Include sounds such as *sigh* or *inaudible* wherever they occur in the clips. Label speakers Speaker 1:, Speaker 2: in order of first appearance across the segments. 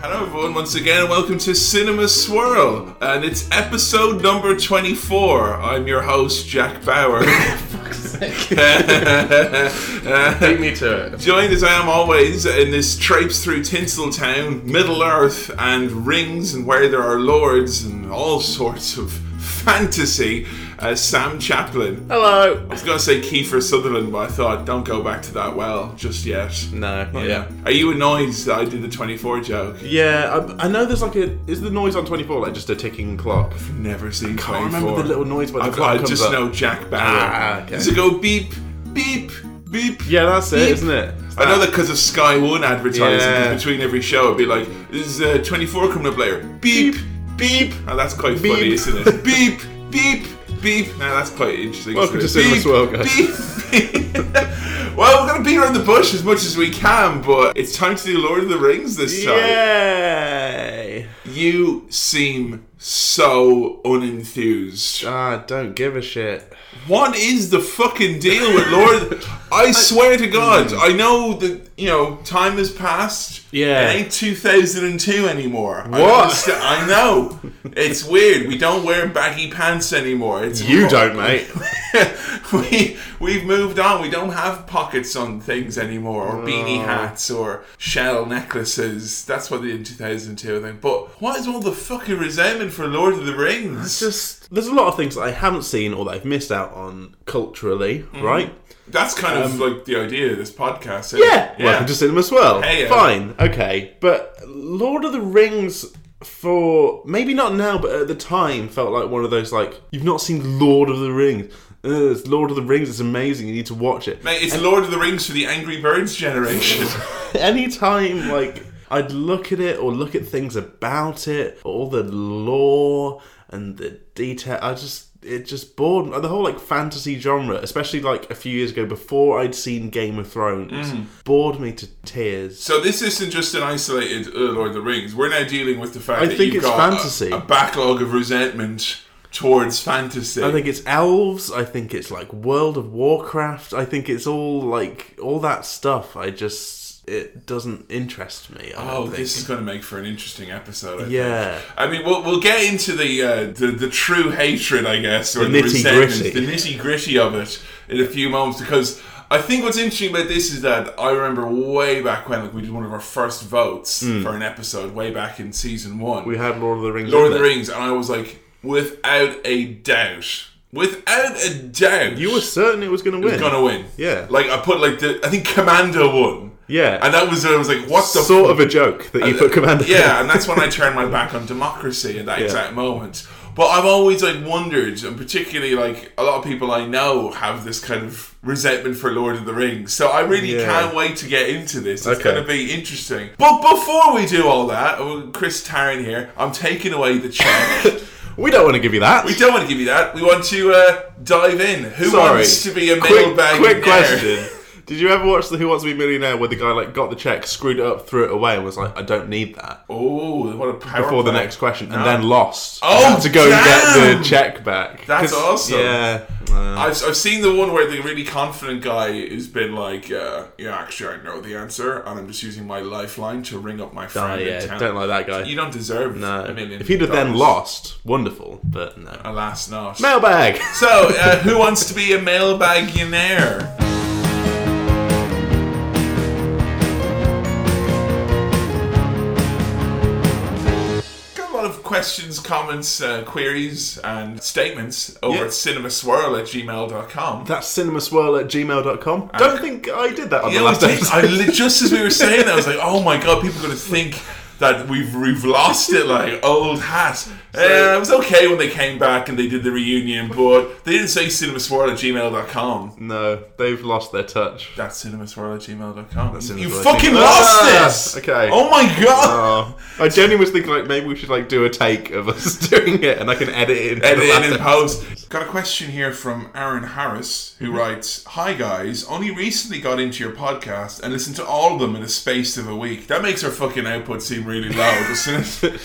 Speaker 1: Hello, everyone, once again, and welcome to Cinema Swirl, and it's episode number 24. I'm your host, Jack Bauer.
Speaker 2: Beat me to it.
Speaker 1: Joined as I am always in this traipse through Tinseltown, Middle Earth, and rings, and where there are lords, and all sorts of fantasy, uh, Sam Chaplin. I
Speaker 2: Hello.
Speaker 1: was going to say Kiefer Sutherland, but I thought, don't go back to that well just yet.
Speaker 2: No, not yet.
Speaker 1: Are you annoyed that I did the 24 joke?
Speaker 2: Yeah, I, I know there's like a. Is the noise on 24 like just a ticking clock?
Speaker 1: Never seen
Speaker 2: I
Speaker 1: 24.
Speaker 2: remember the little noise when the
Speaker 1: I've,
Speaker 2: clock
Speaker 1: I
Speaker 2: comes
Speaker 1: just
Speaker 2: up.
Speaker 1: know Jack Bauer.
Speaker 2: Ah, okay.
Speaker 1: Does it go beep, beep, beep?
Speaker 2: Yeah, that's it,
Speaker 1: Beep.
Speaker 2: isn't it? It's
Speaker 1: I know
Speaker 2: that-
Speaker 1: that because of Sky One advertising
Speaker 2: Yeah.
Speaker 1: between every show. It'd be like, "This is uh, 24 coming up later." Beep, beep. Now that's quite
Speaker 2: Beep.
Speaker 1: funny, isn't
Speaker 2: *laughs*
Speaker 1: it? beep, beep, beep. Now that's quite interesting.
Speaker 2: Welcome
Speaker 1: isn't
Speaker 2: to
Speaker 1: it?
Speaker 2: Cinema
Speaker 1: Beep,
Speaker 2: Swirl, guys.
Speaker 1: Beep, *laughs* beep. well, we're gonna beat around the bush as much as we can, but it's time to do Lord of the Rings this time.
Speaker 2: Yay!
Speaker 1: You seem so unenthused.
Speaker 2: I Ah, don't give a shit.
Speaker 1: What is the fucking deal with Lord?
Speaker 2: *laughs*
Speaker 1: I swear to
Speaker 2: Mm.
Speaker 1: God, I know that you know time has passed.
Speaker 2: Yeah.
Speaker 1: it ain't 2002 anymore. I
Speaker 2: What?
Speaker 1: understand- I, know. It's weird. We don't wear baggy pants anymore. It's
Speaker 2: You don't, mate.
Speaker 1: *laughs* we we've moved on. We don't have pockets on things anymore, or
Speaker 2: Oh.
Speaker 1: beanie hats, or shell necklaces. That's what they did in 2002. I think. But what is all the fucking resentment for Lord of the Rings?
Speaker 2: It's *laughs* just there's a lot of things that I haven't seen or that I've missed out on culturally, right?
Speaker 1: That's kind of like the idea of this podcast. isn't
Speaker 2: um, Yeah,
Speaker 1: it?
Speaker 2: welcome to Cinema Swirl.
Speaker 1: Hey, uh,
Speaker 2: Fine, okay, but Lord of the Rings for maybe not now, but at the time felt like one of those like you've not seen Lord of the Rings. Ugh, it's Lord of the Rings. It's amazing. You need to watch it.
Speaker 1: Mate, it's Lord of the Rings for the Angry Birds generation.
Speaker 2: *laughs* Anytime like I'd look at it or look at things about it, all the lore and the detail, I just it just bored me. the whole like fantasy genre, especially like a few years ago before I'd seen Game of Thrones,
Speaker 1: Mm.
Speaker 2: bored me to tears.
Speaker 1: so this isn't just an isolated uh, Lord of the Rings. We're now dealing with the fact
Speaker 2: I
Speaker 1: that
Speaker 2: think
Speaker 1: you've
Speaker 2: it's
Speaker 1: got a-
Speaker 2: fantasy.
Speaker 1: A, backlog of resentment towards fantasy.
Speaker 2: I think it's elves. I think it's like World of Warcraft. I think it's all like all that stuff. I just it doesn't interest me. I
Speaker 1: Oh,
Speaker 2: don't
Speaker 1: this is
Speaker 2: think.
Speaker 1: going to make for an interesting episode. I
Speaker 2: Yeah.
Speaker 1: think. I mean, we'll, we'll get into the, uh, the the true hatred, I guess, or the,
Speaker 2: nitty-gritty.
Speaker 1: resentment, the nitty gritty of it in a few moments. Because I think what's interesting about this is that I remember way back when, like we did one of our first votes for an episode way back in season one.
Speaker 2: Hmm. We had Lord of the Rings.
Speaker 1: Lord of
Speaker 2: didn't
Speaker 1: the
Speaker 2: we?
Speaker 1: Rings, and I was like, without a doubt, without a doubt,
Speaker 2: You were certain it was going to win.
Speaker 1: was gonna win.
Speaker 2: Yeah.
Speaker 1: like I put like the I think Commander won.
Speaker 2: Yeah.
Speaker 1: and that was I was like, what the
Speaker 2: sort of a joke that you put Commander.
Speaker 1: yeah, and that's when I turned my back on democracy at that exact moment. But I've always like wondered, and particularly like a lot of people I know have this kind of resentment for Lord of the Rings. So I really
Speaker 2: Yeah.
Speaker 1: can't wait to get into this. It's
Speaker 2: Okay.
Speaker 1: going to be interesting. But before we do all that, oh, Chris Tarrant here. I'm taking away the
Speaker 2: *laughs*
Speaker 1: check.
Speaker 2: *laughs* we don't want to give you that.
Speaker 1: we don't want to give you that. We want to uh, dive in. Who
Speaker 2: Sorry.
Speaker 1: wants to be a
Speaker 2: quick,
Speaker 1: mailbag?
Speaker 2: quick
Speaker 1: millionaire?
Speaker 2: question.
Speaker 1: *laughs*
Speaker 2: Did you ever watch the Who Wants to Be a Millionaire where the guy like got the check, screwed it up, threw it away, and was like, "I don't need that."
Speaker 1: Oh, what a power
Speaker 2: Before the
Speaker 1: play.
Speaker 2: next question, and then lost.
Speaker 1: Oh,
Speaker 2: Had to go and
Speaker 1: damn!
Speaker 2: get the check back.
Speaker 1: That's
Speaker 2: 'Cause-
Speaker 1: awesome.
Speaker 2: Yeah. Uh,
Speaker 1: I've, I've seen the one where the really confident guy has been like, uh, yeah, actually, I know the answer, and I'm just using my lifeline to ring up my
Speaker 2: Oh,
Speaker 1: friend. in
Speaker 2: yeah,
Speaker 1: town.
Speaker 2: don't like that guy.
Speaker 1: You don't deserve
Speaker 2: no.
Speaker 1: a million.
Speaker 2: If he'd have then
Speaker 1: dollars. Uh,
Speaker 2: lost, wonderful, but no.
Speaker 1: alas, not.
Speaker 2: Mailbag!
Speaker 1: So, uh, who wants to be a mailbagionaire? Got a lot of Questions, comments, uh, queries, and statements over
Speaker 2: Yeah.
Speaker 1: at cinemaswirl at gmail.com.
Speaker 2: That's cinemaswirl at gmail.com. Don't think I did that on
Speaker 1: Uh, Yeah,
Speaker 2: the
Speaker 1: we
Speaker 2: last
Speaker 1: did.
Speaker 2: episode.
Speaker 1: I li- just as we were saying that, I was like, "Oh my god, people are going to think that we've we've lost it, like old
Speaker 2: *laughs*
Speaker 1: hat." Uh, it was okay when they came back and they did the reunion, but they didn't say cinemaswirl at gmail.com.
Speaker 2: *laughs* No, they've lost their touch.
Speaker 1: That's cinemaswirl at gmail.com. That's you
Speaker 2: cinemaswirl at
Speaker 1: fucking
Speaker 2: gmail.
Speaker 1: lost
Speaker 2: Ah,
Speaker 1: this.
Speaker 2: okay.
Speaker 1: Oh my god.
Speaker 2: Oh, I genuinely was thinking like maybe we should like do a take of us *laughs* doing it, and I can edit it.
Speaker 1: *laughs*
Speaker 2: Into
Speaker 1: Edit
Speaker 2: the last
Speaker 1: in and
Speaker 2: episode.
Speaker 1: post. Got a question here from Aaron Harris,
Speaker 2: Mm-hmm.
Speaker 1: who writes, "Hi guys, only recently got into your podcast and listened to all of them in a space of a week. That makes our fucking output seem really loud. as soon
Speaker 2: *laughs*
Speaker 1: as-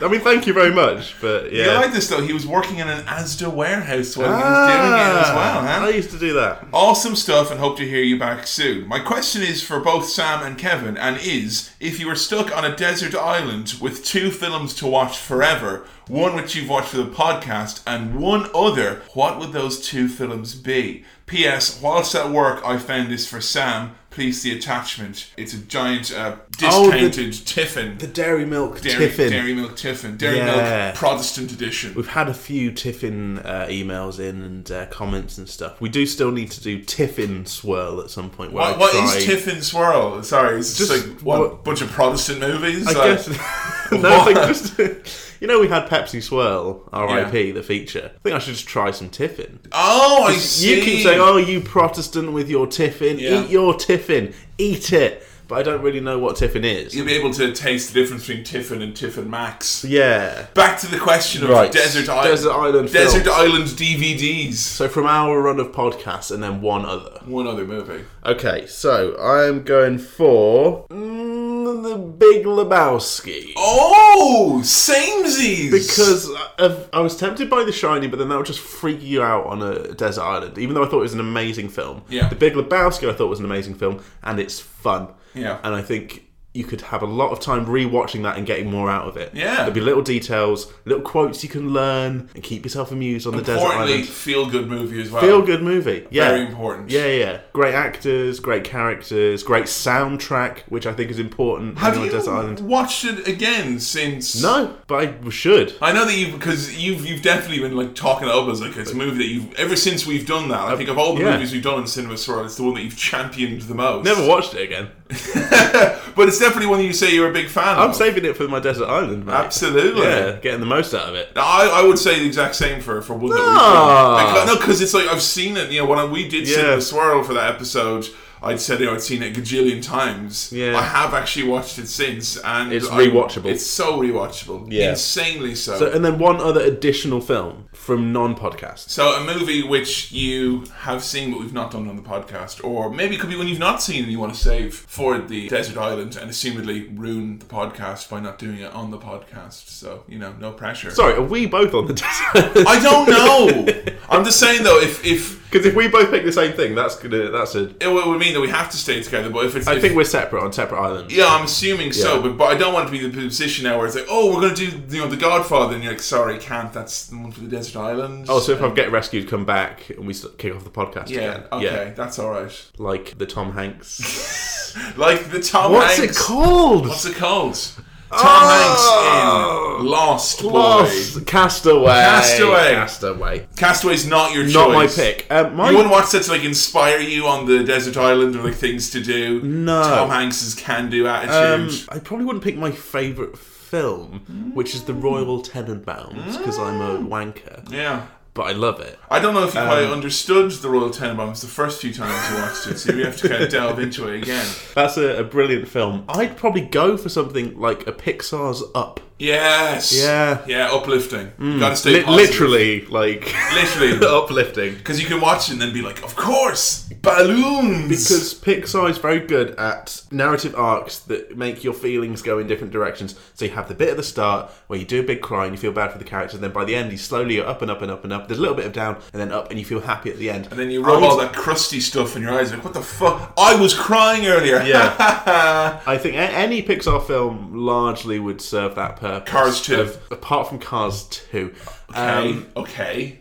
Speaker 2: I mean, thank you very much, but yeah.
Speaker 1: You like this though? He was working in an Asda warehouse while he was doing it as well,
Speaker 2: Ah,
Speaker 1: huh?
Speaker 2: I used to do that.
Speaker 1: Awesome stuff, and hope to hear you back soon. My question is for both Sam and Kevin, and is if you were stuck on a desert island with two films to watch forever, one which you've watched for the podcast, and one other, what would those two films be? P.S. Whilst at work, I found this for Sam. Please see attachment. It's a giant uh,
Speaker 2: Oh, the-
Speaker 1: discounted tiffin.
Speaker 2: The dairy milk
Speaker 1: Dairy,
Speaker 2: tiffin.
Speaker 1: dairy milk tiffin. Dairy
Speaker 2: Yeah.
Speaker 1: milk Protestant edition.
Speaker 2: We've had a few tiffin uh, emails in and uh, comments and stuff. We do still need to do tiffin swirl at some point. Where
Speaker 1: What,
Speaker 2: I
Speaker 1: what
Speaker 2: try-
Speaker 1: is Tiffin Swirl? Sorry, it's just,
Speaker 2: Just
Speaker 1: like what,
Speaker 2: what-
Speaker 1: bunch of Protestant movies.
Speaker 2: *laughs* I
Speaker 1: Like,
Speaker 2: guess. *laughs* no, I think just you know we had Pepsi Swirl, R.I.P. The feature. I think I should just try some tiffin.
Speaker 1: Oh, I see.
Speaker 2: You keep saying, "Oh, you Protestant with your tiffin,
Speaker 1: Yeah.
Speaker 2: eat your tiffin, eat it," but I don't really know what tiffin is.
Speaker 1: You'll be able to taste the difference between Tiffin and Tiffin Max.
Speaker 2: Yeah.
Speaker 1: Back to the question of
Speaker 2: Right.
Speaker 1: Desert Island.
Speaker 2: Desert Island
Speaker 1: Desert
Speaker 2: films.
Speaker 1: Island DVDs.
Speaker 2: So from our run of podcasts and then one other.
Speaker 1: One other movie.
Speaker 2: Okay, so I'm going for mm, the Big Lebowski.
Speaker 1: Oh, samesies.
Speaker 2: Because I, I was tempted by The Shining, but then that would just freak you out on a desert island. Even though I thought it was an amazing film,
Speaker 1: Yeah.
Speaker 2: The Big Lebowski I thought was an amazing film, and it's fun.
Speaker 1: Yeah.
Speaker 2: and I think you could have a lot of time rewatching that and getting more out of it.
Speaker 1: Yeah.
Speaker 2: there'd be little details, little quotes you can learn, and keep yourself amused on the desert
Speaker 1: importantly,
Speaker 2: island.
Speaker 1: feel good movie as well.
Speaker 2: Feel good movie. Yeah.
Speaker 1: Very important.
Speaker 2: Yeah, yeah. Great actors, great characters, great soundtrack, which I think is important
Speaker 1: Have
Speaker 2: on a
Speaker 1: you
Speaker 2: desert island.
Speaker 1: watched it again since?
Speaker 2: No, but I should.
Speaker 1: I know that you because you've you've definitely been like talking to us like it's a movie that you've ever since we've done that. I think of all the
Speaker 2: Uh, yeah.
Speaker 1: movies we've done in cinema swirl, it's the one that you've championed the most.
Speaker 2: Never watched
Speaker 1: *laughs*
Speaker 2: it again.
Speaker 1: but it's definitely one you say you're a big fan.
Speaker 2: I'm
Speaker 1: of.
Speaker 2: saving it for my desert island, mate.
Speaker 1: absolutely.
Speaker 2: Yeah, getting the most out of it.
Speaker 1: I, I would say the exact same for for one that we've
Speaker 2: Ah.
Speaker 1: done. Like, no, because it's like I've seen it. You know, when I- we did
Speaker 2: Yeah.
Speaker 1: Cinema Swirl for that episode, I'd said you know, I'd seen it a gajillion times.
Speaker 2: Yeah.
Speaker 1: I have actually watched it since, and
Speaker 2: It's
Speaker 1: I-
Speaker 2: rewatchable.
Speaker 1: It's so rewatchable.
Speaker 2: Yeah.
Speaker 1: insanely so.
Speaker 2: So,
Speaker 1: so.
Speaker 2: and then one other additional film from non-podcasts.
Speaker 1: a movie which you have seen but we've not done on the podcast, or maybe it could be one you've not seen and you want to save for the desert island and assumedly ruin the podcast by not doing it on the podcast. So you know, no pressure.
Speaker 2: Sorry, are we both on the *laughs* desert? island?
Speaker 1: I don't know. I'm just saying though, if if
Speaker 2: Because if we both pick the same thing, that's gonna that's a.
Speaker 1: it would mean that we have to stay together, but if it's
Speaker 2: I
Speaker 1: if-
Speaker 2: think we're separate on separate islands.
Speaker 1: yeah, I'm assuming so,
Speaker 2: Yeah.
Speaker 1: but but I don't want it to be the position now where it's like, oh, we're gonna do you know the Godfather, and you're like, sorry, can't. That's the one for the desert island.
Speaker 2: Oh, so if I get rescued, come back, and we s- kick off the podcast
Speaker 1: yeah,
Speaker 2: again.
Speaker 1: okay,
Speaker 2: Yeah,
Speaker 1: that's all right.
Speaker 2: like the Tom
Speaker 1: *laughs*
Speaker 2: Hanks.
Speaker 1: Like the Tom
Speaker 2: What's
Speaker 1: Hanks.
Speaker 2: it called?
Speaker 1: What's it called? Tom
Speaker 2: Oh!
Speaker 1: Hanks in Lost Boy.
Speaker 2: Lost Castaway.
Speaker 1: Castaway.
Speaker 2: Castaway.
Speaker 1: Castaway's not your
Speaker 2: Not my
Speaker 1: choice.
Speaker 2: pick. Um, my
Speaker 1: You wouldn't watch that to like inspire you on the desert island or like things to do.
Speaker 2: No.
Speaker 1: Tom Hanks's can-do
Speaker 2: Um,
Speaker 1: attitude.
Speaker 2: I probably wouldn't pick my favourite film, which is The Royal Tenenbaums, because I'm a wanker.
Speaker 1: yeah.
Speaker 2: But I love it.
Speaker 1: I don't know if you
Speaker 2: um,
Speaker 1: quite understood the Royal Tenenbaums the first few times you watched it, so you have to
Speaker 2: *laughs*
Speaker 1: kind of delve into it again.
Speaker 2: That's a, a brilliant film. I'd probably go for something like a Pixar's Up.
Speaker 1: Yes.
Speaker 2: Yeah. Mm.
Speaker 1: Yeah. Uplifting. You Gotta stay
Speaker 2: Li-
Speaker 1: positive.
Speaker 2: literally, like
Speaker 1: Literally.
Speaker 2: *laughs* uplifting.
Speaker 1: Because you can watch it and then be like, of course, balloons.
Speaker 2: Because Pixar is very good at narrative arcs that make your feelings go in different directions. So you have the bit at the start where you do a big cry and you feel bad for the character, and then by the end you slowly go up and up and up and up. There's a little bit of down and then up, and you feel happy at the end.
Speaker 1: and then you rub
Speaker 2: I,
Speaker 1: all that crusty stuff in your eyes, like, what the fuck? I was crying earlier. *laughs*
Speaker 2: Yeah. I think a- any Pixar film largely would serve that purpose.
Speaker 1: Cars 2.
Speaker 2: Of- apart from Cars Two.
Speaker 1: okay.
Speaker 2: Um,
Speaker 1: okay.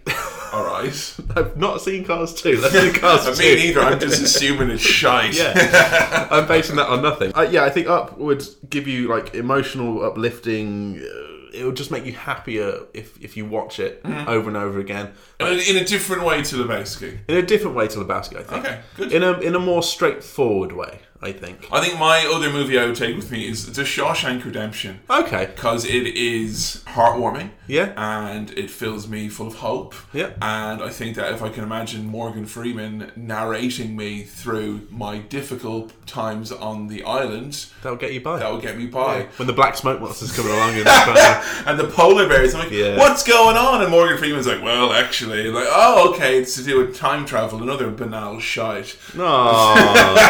Speaker 1: All
Speaker 2: *laughs*
Speaker 1: right.
Speaker 2: I've not seen Cars Two.
Speaker 1: *laughs*
Speaker 2: Let's do Cars Two.
Speaker 1: Me neither. I'm just assuming it's shite.
Speaker 2: yeah, *laughs* I'm basing that on nothing. Uh, yeah, I think up would give you like emotional, uplifting. Uh, it would just make you happier if if you watch it
Speaker 1: Mm-hmm.
Speaker 2: over and over again
Speaker 1: In a- in a different way to Lebowski.
Speaker 2: in a different way to Lebowski. I think.
Speaker 1: Okay, good.
Speaker 2: In a in a more straightforward way, I think.
Speaker 1: I think my other movie I would take with me is The Shawshank Redemption.
Speaker 2: Okay.
Speaker 1: because it is heartwarming.
Speaker 2: Yeah.
Speaker 1: And it fills me full of hope.
Speaker 2: Yeah.
Speaker 1: And I think that if I can imagine Morgan Freeman narrating me through my difficult times on the island,
Speaker 2: That'll get you by.
Speaker 1: that would get me by.
Speaker 2: when the black smoke monster's coming along in the *laughs* background.
Speaker 1: And the polar bears, I'm like,
Speaker 2: Yeah.
Speaker 1: what's going on? And Morgan Freeman's like, well, actually, like, oh, okay, it's to do with time travel, another banal shite.
Speaker 2: No,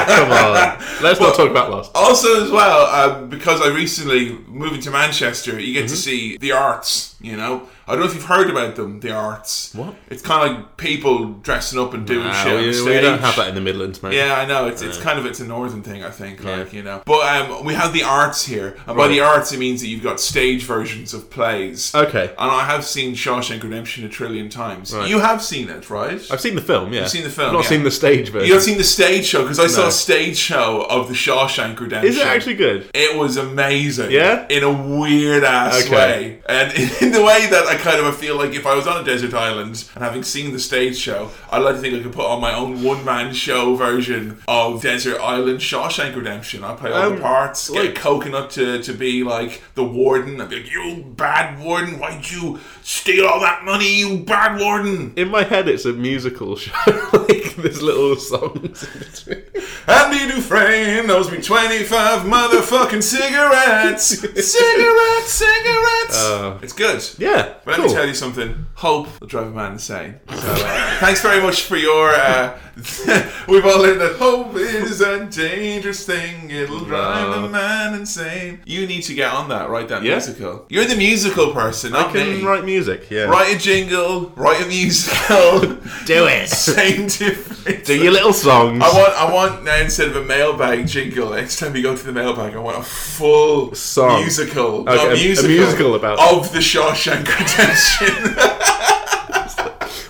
Speaker 2: come on. Let's not talk about Lost.
Speaker 1: Also, as well, um, because I recently moving to Manchester, you
Speaker 2: Mm-hmm.
Speaker 1: get to see the arts. You know, I don't know if you've heard about them. The arts.
Speaker 2: What?
Speaker 1: It's kind of like people dressing up and doing
Speaker 2: Ah,
Speaker 1: shit on
Speaker 2: we,
Speaker 1: stage.
Speaker 2: we don't have that in the Midlands, mate.
Speaker 1: Yeah, I know. It's it's kind of it's a northern thing, I think. Like you know, but um, we have the arts here, and by the arts it means that you've got stage versions of plays.
Speaker 2: Okay.
Speaker 1: And I have seen Shawshank Redemption a trillion times. You have seen it, right?
Speaker 2: I've seen the film. Yeah, I've
Speaker 1: seen the film,
Speaker 2: Not
Speaker 1: yeah.
Speaker 2: seen the stage version.
Speaker 1: you have seen the stage show because I saw
Speaker 2: No.
Speaker 1: a stage show of the Shawshank Redemption.
Speaker 2: Is it actually good?
Speaker 1: It was amazing.
Speaker 2: Yeah?
Speaker 1: In a weird ass
Speaker 2: Okay.
Speaker 1: way. And *laughs* in the way that I kind of I feel like if I was on a desert island and having seen the stage show, I'd like to think I could put on my own one man show version of Desert Island Shawshank Redemption. I'd play all
Speaker 2: Um,
Speaker 1: the parts, get
Speaker 2: like-
Speaker 1: a coconut to, to be like the warden. I'd be like, You bad warden, why'd you steal all that money, you bad warden?
Speaker 2: In my head, it's a musical show. *laughs* like there's little songs in between.
Speaker 1: Andy Dufresne owes me 25 motherfucking
Speaker 2: *laughs*
Speaker 1: cigarettes. cigarettes, cigarettes.
Speaker 2: Uh,
Speaker 1: it's good.
Speaker 2: Yeah,
Speaker 1: But let
Speaker 2: cool.
Speaker 1: me tell you something. Hope will drive a man insane. So, uh, thanks very much for your. Uh, *laughs* we've all learned that hope is a dangerous thing. It'll drive
Speaker 2: No.
Speaker 1: a man insane. You need to get on that. Write that
Speaker 2: Yeah.
Speaker 1: musical. You're the musical person, not
Speaker 2: I can
Speaker 1: me.
Speaker 2: write music. Yeah,
Speaker 1: Write a jingle. Write a musical.
Speaker 2: *laughs* Do it.
Speaker 1: *laughs* Same difference.
Speaker 2: Do your little songs.
Speaker 1: I want, I want now instead of a mailbag jingle. Next time we go to the mailbag, I want a full
Speaker 2: Song.
Speaker 1: musical,
Speaker 2: Okay,
Speaker 1: not
Speaker 2: a- a
Speaker 1: musical,
Speaker 2: musical about-
Speaker 1: of the Shawshank Redemption. *laughs*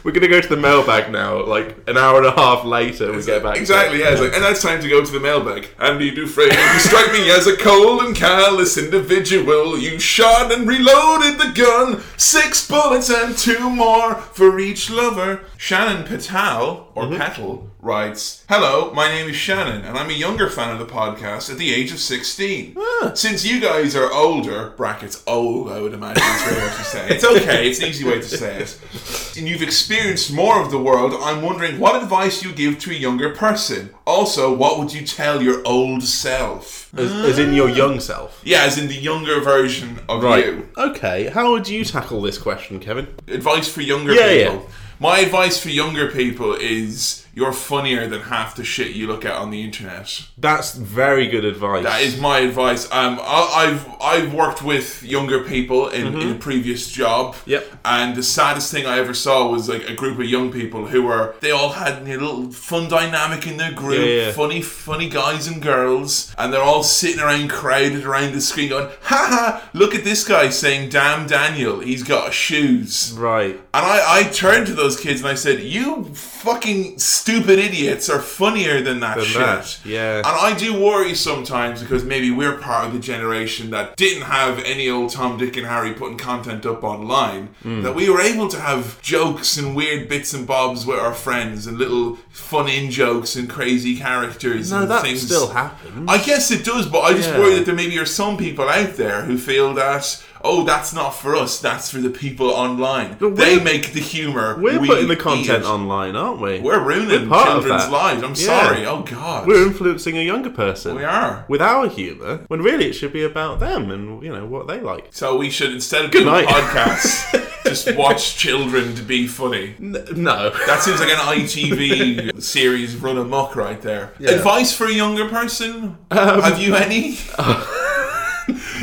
Speaker 2: We're gonna go to the mailbag now. Like an hour and a half later, we get back. to it.
Speaker 1: Exactly, yeah. It's like, and that's time to go to the mailbag. Andy Dufresne, you strike me as a cold and callous individual. You shot and reloaded the gun. Six bullets and two more for each lover. Shannon Patel, or
Speaker 2: Mm-hmm.
Speaker 1: Petal, writes Hello, my name is Shannon, and I'm a younger fan of the podcast at the age of 16.
Speaker 2: Ah.
Speaker 1: Since you guys are older, brackets old, I would imagine it's very hard to say.
Speaker 2: *laughs*
Speaker 1: It's okay, it's an easy way to say it. And you've experienced more of the world, I'm wondering what advice you give to a younger person. Also, what would you tell your old self?
Speaker 2: As, as in your young self.
Speaker 1: Yeah, as in the younger version of you.
Speaker 2: Okay. How would you tackle this question, Kevin?
Speaker 1: Advice for younger
Speaker 2: Yeah,
Speaker 1: people.
Speaker 2: yeah.
Speaker 1: My advice for younger people is you're funnier than half the shit you look at on the internet.
Speaker 2: That's very good advice.
Speaker 1: That is my advice. Um, I, I've I've worked with younger people in, in a previous job.
Speaker 2: Mm-hmm. Yep.
Speaker 1: And the saddest thing I ever saw was like a group of young people who were they all had a little fun dynamic in their group,
Speaker 2: Yeah, yeah.
Speaker 1: funny funny guys and girls, and they're all sitting around crowded around the screen going, "Ha ha! Look at this guy saying, damn Daniel, he's got shoes.'"
Speaker 2: right.
Speaker 1: And I, I turned to those kids and I said, You fucking stupid idiots are funnier than that shit.
Speaker 2: that, yeah.
Speaker 1: And I do worry sometimes because maybe we're part of the generation that didn't have any old Tom, Dick, and Harry putting content up online,
Speaker 2: Hmm.
Speaker 1: that we were able to have jokes and weird bits and bobs with our friends and little fun in jokes and crazy characters
Speaker 2: No,
Speaker 1: and
Speaker 2: that
Speaker 1: things.
Speaker 2: still happens.
Speaker 1: I guess it does, but I just
Speaker 2: Yeah.
Speaker 1: worry that there maybe are some people out there who feel that oh, that's not for us. That's for the people online.
Speaker 2: But
Speaker 1: They
Speaker 2: we're-
Speaker 1: make the humor.
Speaker 2: We're
Speaker 1: we
Speaker 2: putting the
Speaker 1: eat
Speaker 2: content
Speaker 1: it.
Speaker 2: online, aren't we?
Speaker 1: We're ruining
Speaker 2: We're part of
Speaker 1: children's
Speaker 2: that.
Speaker 1: lives. I'm
Speaker 2: Yeah.
Speaker 1: sorry. Oh God,
Speaker 2: We're influencing a younger person.
Speaker 1: We are.
Speaker 2: With our humour, when really it should be about them and you know what they like.
Speaker 1: So we should instead of doing
Speaker 2: night. *laughs*
Speaker 1: podcasts, just watch children to be funny.
Speaker 2: N- no. *laughs*
Speaker 1: That seems like an ITV series run amok right there. Advice for a younger person?
Speaker 2: Um,
Speaker 1: Have you any?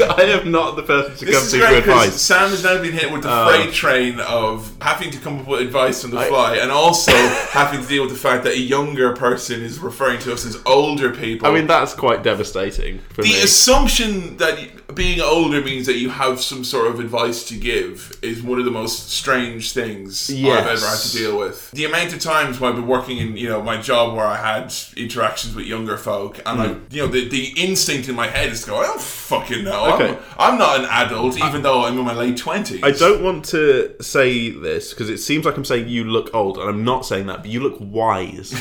Speaker 2: I am not the person to
Speaker 1: This is
Speaker 2: come to for
Speaker 1: great because
Speaker 2: advice. Um,
Speaker 1: Sam has now been hit with the freight train of having to come up with advice on the fly, and also *laughs* having to deal with the fact that a younger person is referring to us as older people.
Speaker 2: I mean, that's quite devastating for
Speaker 1: the
Speaker 2: me.
Speaker 1: assumption that y- being older means that you have some sort of advice to give is one of the most strange things I've
Speaker 2: Yes.
Speaker 1: ever had to deal with. The amount of times when I've been working in, you know, my job where I had interactions with younger folk, and
Speaker 2: Hmm.
Speaker 1: I, you know, the, the instinct in my head is to go, I don't fucking know.
Speaker 2: Okay.
Speaker 1: I'm, I'm not an adult, even though I'm in my late 20s.
Speaker 2: I don't want to say this because it seems like I'm saying you look old, and I'm not saying that, but you look
Speaker 1: *laughs*
Speaker 2: wise.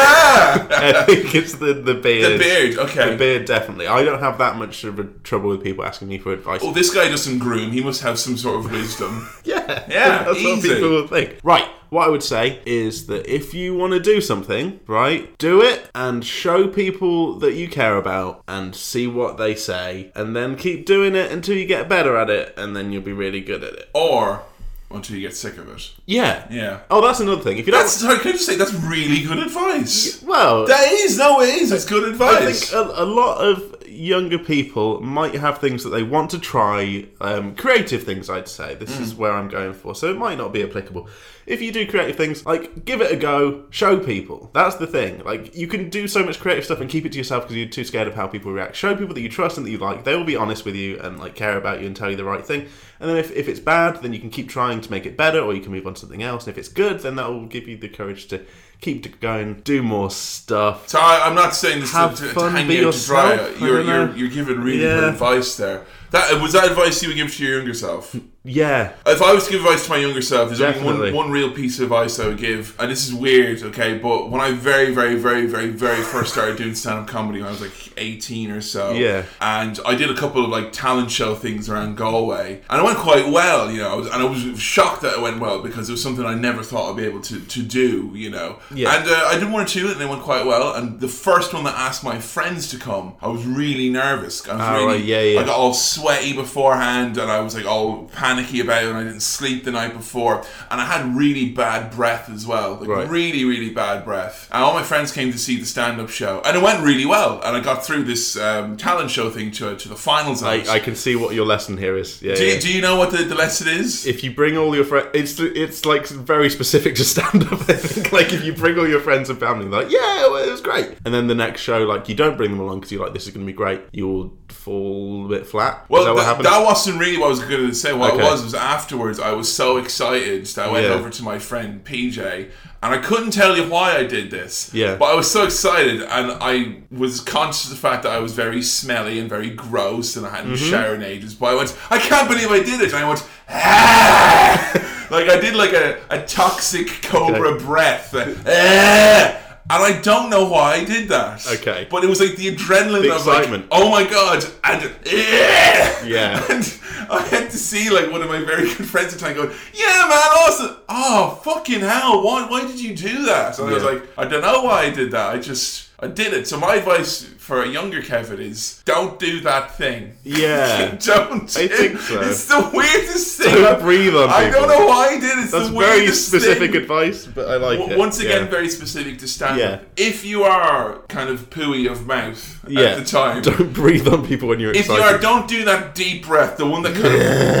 Speaker 2: I think it's the,
Speaker 1: The
Speaker 2: the beard.
Speaker 1: beard, okay.
Speaker 2: The beard, definitely. I don't have that much of a trouble with people asking me for advice.
Speaker 1: Well, this guy doesn't groom. He must have some sort of
Speaker 2: *laughs*
Speaker 1: wisdom.
Speaker 2: Yeah,
Speaker 1: Yeah,
Speaker 2: that's what
Speaker 1: easy.
Speaker 2: people will think. Right, what I would say is that if you want to do something, right, do it and show people that you care about and see what they say, and then keep doing it until you get better at it, and then you'll be really good at it.
Speaker 1: or until you get sick of it.
Speaker 2: Yeah.
Speaker 1: Yeah.
Speaker 2: Oh, that's another thing. If you don't,
Speaker 1: That's sorry, can I just say that's really good advice.
Speaker 2: well,
Speaker 1: That is, no, it is. It's good
Speaker 2: I
Speaker 1: advice.
Speaker 2: think uh, a, a lot of younger people might have things that they want to try, um, creative things, I'd say. This
Speaker 1: Mm.
Speaker 2: is where I'm going for. So it might not be applicable. If you do creative things, like give it a go, show people. That's the thing. Like you can do so much creative stuff and keep it to yourself because you're too scared of how people react. Show people that you trust and that you like. They will be honest with you and like care about you and tell you the right thing. And then if, if it's bad, then you can keep trying to make it better or you can move on to something else. And if it's good, then that will give you the courage to keep going, do more stuff.
Speaker 1: so I, I'm not saying this to,
Speaker 2: Have
Speaker 1: to, to
Speaker 2: fun,
Speaker 1: hang
Speaker 2: be
Speaker 1: you out to dry.
Speaker 2: yourself, I
Speaker 1: You're,
Speaker 2: don't know.
Speaker 1: you're, you're giving really good
Speaker 2: Yeah.
Speaker 1: advice there. That was that advice you would give to your younger self.
Speaker 2: Yeah.
Speaker 1: If I was to give advice to my younger self, there's only
Speaker 2: Definitely.
Speaker 1: one, one real piece of advice I would give, and this is weird, okay? But when I very, very, very, very, very first started doing stand up comedy, when I was like 18 or so,
Speaker 2: Yeah.
Speaker 1: and I did a couple of like talent show things around Galway, and it went quite well, you know, I was- and I was shocked that it went well because it was something I never thought I'd be able to, to do, you know.
Speaker 2: Yeah.
Speaker 1: And uh, I did one or two, and they went quite well. And the first one that asked my friends to come, I was really nervous. I was
Speaker 2: Ah,
Speaker 1: really,
Speaker 2: right, yeah, yeah.
Speaker 1: I got all sweaty beforehand and I was like all panicky about it and I didn't sleep the night before and I had really bad breath as well like
Speaker 2: Right.
Speaker 1: really really bad breath and all my friends came to see the stand up show and it went really well and I got through this um, talent show thing to, to the finals of it.
Speaker 2: I, I can see what your lesson here is. Yeah.
Speaker 1: do,
Speaker 2: yeah.
Speaker 1: you, do you know what the, the lesson is?
Speaker 2: if you bring all your friends, it's it's like very specific to *laughs* stand up. I think like if you bring all your friends and family, like yeah, well, it was great. And then the next show, like you don't bring them along because you're like this is going to be great. You'll fall a bit flat.
Speaker 1: Well,
Speaker 2: is that what
Speaker 1: that,
Speaker 2: happened?
Speaker 1: that wasn't really what I was going to say. What it
Speaker 2: Okay.
Speaker 1: was was afterwards, I was so excited that I went
Speaker 2: Yeah.
Speaker 1: over to my friend PJ, and I couldn't tell you why I did this.
Speaker 2: Yeah.
Speaker 1: But I was so excited, and I was conscious of the fact that I was very smelly and very gross, and I hadn't
Speaker 2: Mm-hmm.
Speaker 1: showered in ages. But I went, I can't believe I did it. And I went, ah! like I did like a, a toxic cobra breath. like, "Ah!" And I don't know why I did that.
Speaker 2: Okay.
Speaker 1: But it was like the adrenaline
Speaker 2: The
Speaker 1: of like,
Speaker 2: excitement.
Speaker 1: oh my god, and yeah,
Speaker 2: Yeah.
Speaker 1: *laughs* And I had to see like one of my very good friends at the time going, yeah, man, awesome. Oh, fucking hell, why, why did you do that? And I was
Speaker 2: Yeah.
Speaker 1: like, I don't know why I did that. I just, I did it. So my advice for a younger Kevin is, don't do that thing.
Speaker 2: *laughs*
Speaker 1: *laughs*
Speaker 2: yeah.
Speaker 1: Don't.
Speaker 2: I think so.
Speaker 1: It's the weirdest thing.
Speaker 2: Don't breathe on
Speaker 1: I don't
Speaker 2: people.
Speaker 1: know why I did. it. It's
Speaker 2: That's
Speaker 1: the
Speaker 2: very
Speaker 1: weirdest
Speaker 2: specific
Speaker 1: thing.
Speaker 2: advice, but I like
Speaker 1: W-
Speaker 2: it.
Speaker 1: Once again,
Speaker 2: Yeah.
Speaker 1: very specific to stand up.
Speaker 2: Yeah.
Speaker 1: If you are kind of pooey of mouth
Speaker 2: yeah.
Speaker 1: at the time,
Speaker 2: *laughs* don't breathe on people when you're
Speaker 1: if you
Speaker 2: excited.
Speaker 1: are, don't do that deep breath. The one that kind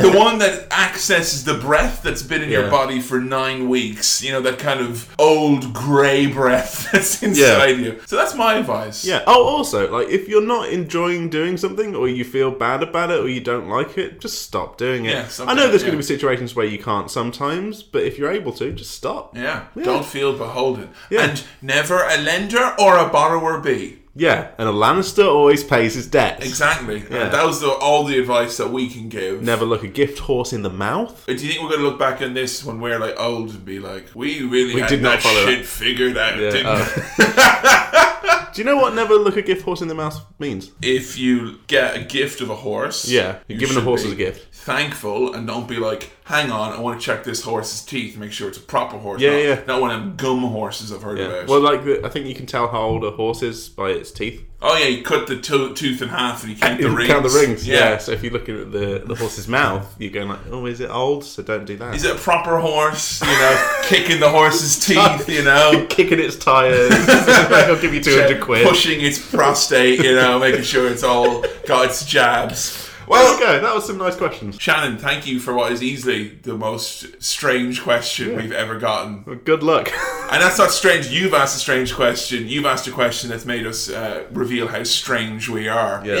Speaker 1: of, the one that accesses the breath that's been in your
Speaker 2: Yeah.
Speaker 1: body for nine weeks. You know that kind of old grey breath *laughs* that's inside you. So that's my advice.
Speaker 2: Yeah. Oh, also, like, if you're not enjoying doing something, or you feel bad about it, or you don't like it, just stop doing it.
Speaker 1: Yeah, stop
Speaker 2: I know
Speaker 1: doing it,
Speaker 2: there's going
Speaker 1: yeah.
Speaker 2: to be situations where you can't sometimes, but if you're able to, just stop.
Speaker 1: Yeah. Don't feel beholden.
Speaker 2: Yeah.
Speaker 1: And never a lender or a borrower be.
Speaker 2: Yeah, and a Lannister always pays his debts.
Speaker 1: Exactly.
Speaker 2: Yeah.
Speaker 1: That was the, all the advice that we can give.
Speaker 2: Never look a gift horse in the mouth.
Speaker 1: Do you think we're going to look back on this when we're like old and be like, we really had
Speaker 2: did
Speaker 1: that
Speaker 2: not follow Uh.
Speaker 1: shit figured out, didn't we?
Speaker 2: *laughs* Do you know what never look a gift horse in the mouth means?
Speaker 1: If you get a gift of a horse,
Speaker 2: Yeah, you're giving a
Speaker 1: should
Speaker 2: horse
Speaker 1: be
Speaker 2: as a gift.
Speaker 1: Thankful and don't be like, hang on, I want to check this horse's teeth, make sure it's a proper horse.
Speaker 2: Yeah,
Speaker 1: not,
Speaker 2: yeah.
Speaker 1: Not one of them gum horses I've heard about.
Speaker 2: Well, like, the- I think you can tell how old a horse is by its teeth.
Speaker 1: oh yeah, you cut the to- tooth in half and you count the
Speaker 2: *laughs* You
Speaker 1: rings.
Speaker 2: Count the rings. Yeah. So if you're looking at the, the horse's mouth, you're going like, oh, is it old? So don't do that.
Speaker 1: Is it a proper horse? You
Speaker 2: *laughs*
Speaker 1: know, kicking the horse's teeth. You know,
Speaker 2: kicking
Speaker 1: *laughs*
Speaker 2: its tires. I'll give you 200 quid.
Speaker 1: pushing its prostate. You
Speaker 2: *laughs*
Speaker 1: know, making sure it's all got its jabs.
Speaker 2: There
Speaker 1: Well,
Speaker 2: you go. That was some nice questions.
Speaker 1: Shannon, thank you for what is easily the most strange question we've ever gotten. *laughs*
Speaker 2: Good luck.
Speaker 1: And that's not strange. You've asked a strange question. You've asked a question that's made us uh, reveal how strange we are.
Speaker 2: Yeah.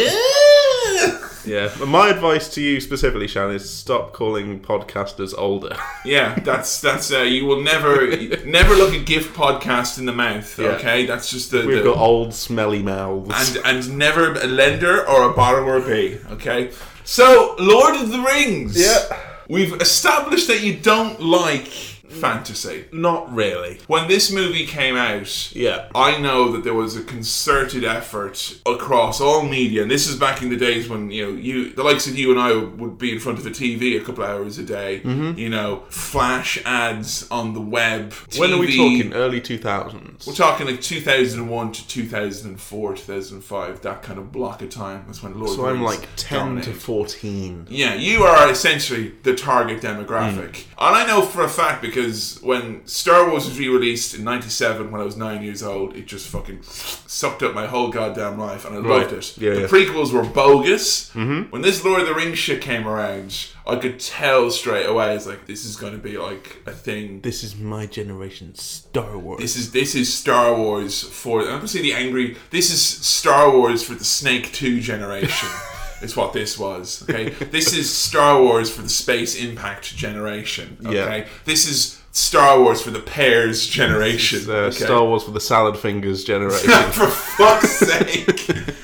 Speaker 2: yeah. But my advice to you specifically, Shannon, is stop calling podcasters
Speaker 1: *laughs*
Speaker 2: older.
Speaker 1: Yeah, that's that's uh, you will never never look a gift podcast in the mouth.
Speaker 2: Yeah.
Speaker 1: Okay, that's just the,
Speaker 2: We've
Speaker 1: the
Speaker 2: got old, smelly mouths.
Speaker 1: and and never a lender or a borrower be. Okay, so Lord of the Rings.
Speaker 2: Yeah.
Speaker 1: we've established that you don't like fantasy.
Speaker 2: Not really.
Speaker 1: When this movie came out,
Speaker 2: Yeah.
Speaker 1: I know that there was a concerted effort across all media, and this is back in the days when you know you the likes of you and I would be in front of a TV a couple hours a day.
Speaker 2: Mm-hmm.
Speaker 1: You know, flash ads on the web.
Speaker 2: When are we
Speaker 1: TV
Speaker 2: talking? Early 2000s.
Speaker 1: we're talking like 2001 to 2004, 2005, that kind of block of time. That's when Lord of
Speaker 2: So
Speaker 1: the
Speaker 2: I'm
Speaker 1: Rings
Speaker 2: like 10
Speaker 1: dominated.
Speaker 2: to 14.
Speaker 1: Yeah, you are essentially the target demographic.
Speaker 2: Hmm.
Speaker 1: And I know for a fact because when Star Wars was re released in 97 when I was nine years old, it just fucking sucked up my whole goddamn life and I loved it.
Speaker 2: Yeah,
Speaker 1: the
Speaker 2: yeah.
Speaker 1: prequels were bogus. Mm-hmm. When this Lord of the Rings shit came around, I could tell straight away, it's like, this is going to be like a thing
Speaker 2: This is my generation Star Wars.
Speaker 1: this is this is Star Wars for I'm gonna say the angry. This is Star Wars for the Snake Two
Speaker 2: *laughs*
Speaker 1: generation. is what this was. Okay, this is Star Wars for the Space Impact generation. Okay, this is Star Wars for the Pears generation.
Speaker 2: uh,
Speaker 1: okay?
Speaker 2: Star Wars for the salad fingers generation.
Speaker 1: *laughs* for fuck's sake.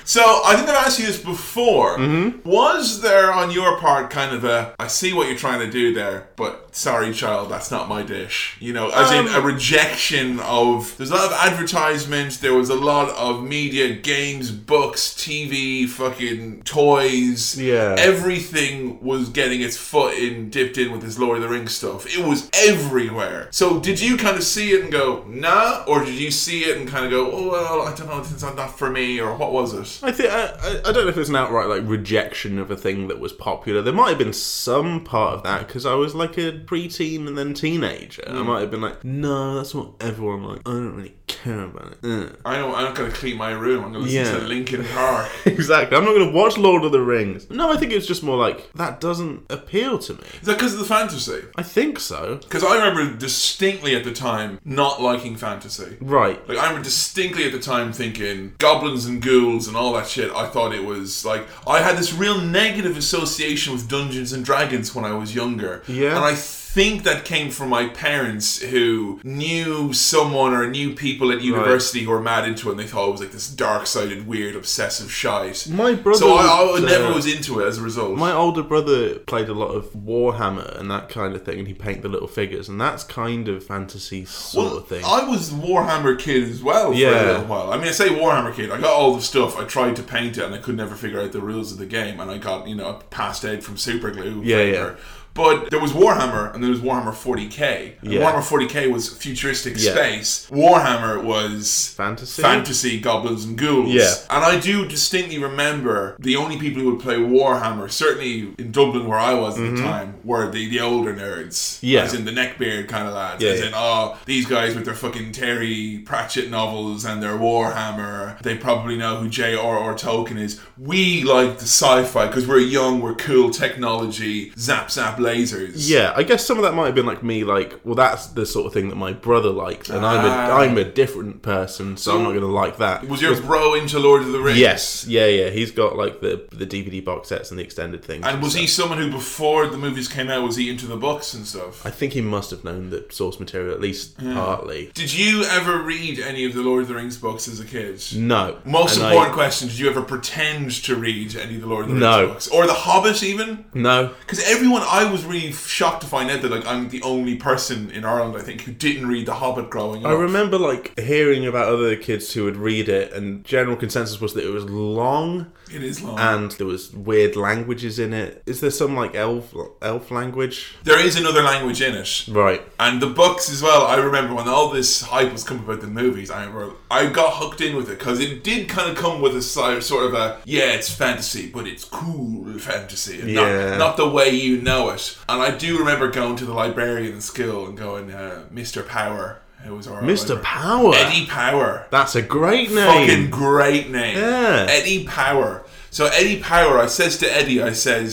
Speaker 1: so I think I've asked you this before. Was there on your part kind of a I see what you're trying to do there, but sorry child, that's not my dish. You know, as in a rejection of there's a lot of advertisements, there was a lot of media, games, books, TV, fucking toys.
Speaker 2: Yeah.
Speaker 1: Everything was getting its foot in dipped in with this Lord of the Rings stuff. It was everywhere. So did you kind of see it and go, nah? Or did you see it and kind of go, oh, well, I don't know, it's not that for me? Or what was it?
Speaker 2: I think I, I- I don't know if it's an outright like rejection of a thing that was popular. There might have been some part of that because I was like a preteen and then teenager. I might have been like, no, that's not everyone like. I don't really care about it. Eh. Ugh.
Speaker 1: I don't, I'm not going to clean my room. I'm going to listen
Speaker 2: Yeah.
Speaker 1: to Linkin Park.
Speaker 2: *laughs* Exactly. I'm not going to watch Lord of the Rings. No, I think it's just more like that doesn't appeal to me.
Speaker 1: Is that because of the fantasy?
Speaker 2: I think so.
Speaker 1: Because I remember distinctly at the time not liking fantasy.
Speaker 2: Right.
Speaker 1: Like I remember distinctly at the time thinking goblins and ghouls and all that shit. I thought it was like I had this real negative association with Dungeons and Dragons when I was younger.
Speaker 2: Yeah.
Speaker 1: And I think that came from my parents who knew someone or knew people at university who were mad into it and they thought it was like this dark sided, weird, obsessive shite.
Speaker 2: My brother
Speaker 1: So I, I
Speaker 2: was,
Speaker 1: never
Speaker 2: uh,
Speaker 1: was into it as a result.
Speaker 2: My older brother played a lot of Warhammer and that kind of thing, and he painted the little figures, and that's kind of fantasy sort
Speaker 1: Well,
Speaker 2: of thing.
Speaker 1: I was the Warhammer kid as well for
Speaker 2: Yeah.
Speaker 1: a little while. I mean, I say Warhammer kid. I got all the stuff. I tried to paint it, and I could never figure out the rules of the game. And I got you know passed out from super glue.
Speaker 2: Yeah, yeah.
Speaker 1: paper. But there was Warhammer, and there was Warhammer 40k. And
Speaker 2: Yeah.
Speaker 1: Warhammer 40k was futuristic
Speaker 2: Yeah.
Speaker 1: space. Warhammer was
Speaker 2: fantasy.
Speaker 1: fantasy goblins and ghouls.
Speaker 2: Yeah.
Speaker 1: And I do distinctly remember the only people who would play Warhammer, certainly in Dublin where I was at the time, were the, the older nerds.
Speaker 2: Mm-hmm. Yeah.
Speaker 1: As in the neckbeard kind of lads.
Speaker 2: Yeah,
Speaker 1: as
Speaker 2: yeah.
Speaker 1: in, oh, these guys with their fucking Terry Pratchett novels and their Warhammer, they probably know who J.R.R. Tolkien is. We like the sci-fi because we're young, we're cool, technology, zap zap lasers.
Speaker 2: Yeah, I guess some of that might have been like me, like, well, that's the sort of thing that my brother liked, and I'm
Speaker 1: Ah.
Speaker 2: a, I'm a different person, so I'm not going to like that.
Speaker 1: Was *laughs* your bro into Lord of the Rings?
Speaker 2: yes, yeah, yeah. He's got like the the DVD box sets and the extended things.
Speaker 1: And was he someone who, before the movies came out, was he into the books and stuff?
Speaker 2: I think he must have known the source material at least
Speaker 1: Hmm.
Speaker 2: partly.
Speaker 1: Did you ever read any of the Lord of the Rings books as a kid?
Speaker 2: No.
Speaker 1: Most
Speaker 2: And I-
Speaker 1: important question: Did you ever pretend to read any of the Lord of the Rings
Speaker 2: No.
Speaker 1: books, or The Hobbit, even?
Speaker 2: no.
Speaker 1: Because everyone, I was really shocked to find out that like I'm the only person in Ireland, I think, who didn't read The Hobbit growing up.
Speaker 2: I remember like hearing about other kids who would read it, and general consensus was that it was long
Speaker 1: it is long.
Speaker 2: and there was weird languages in it. Is there some like elf elf language?
Speaker 1: there is another language in it.
Speaker 2: Right.
Speaker 1: And the books as well. I remember when all this hype was coming about the movies. I remember I got hooked in with it because it did kind of come with a si- sort of a yeah, it's fantasy, but it's cool fantasy, and
Speaker 2: Yeah.
Speaker 1: not, not the way you know it. And I do remember going to the librarian in school and going, uh, "Mr. Power," who was our
Speaker 2: Mr.
Speaker 1: librarian.
Speaker 2: Power.
Speaker 1: Eddie Power,
Speaker 2: That's a great name.
Speaker 1: fucking great name,
Speaker 2: Yeah.
Speaker 1: Eddie Power. So Eddie Power, I says to Eddie, I says.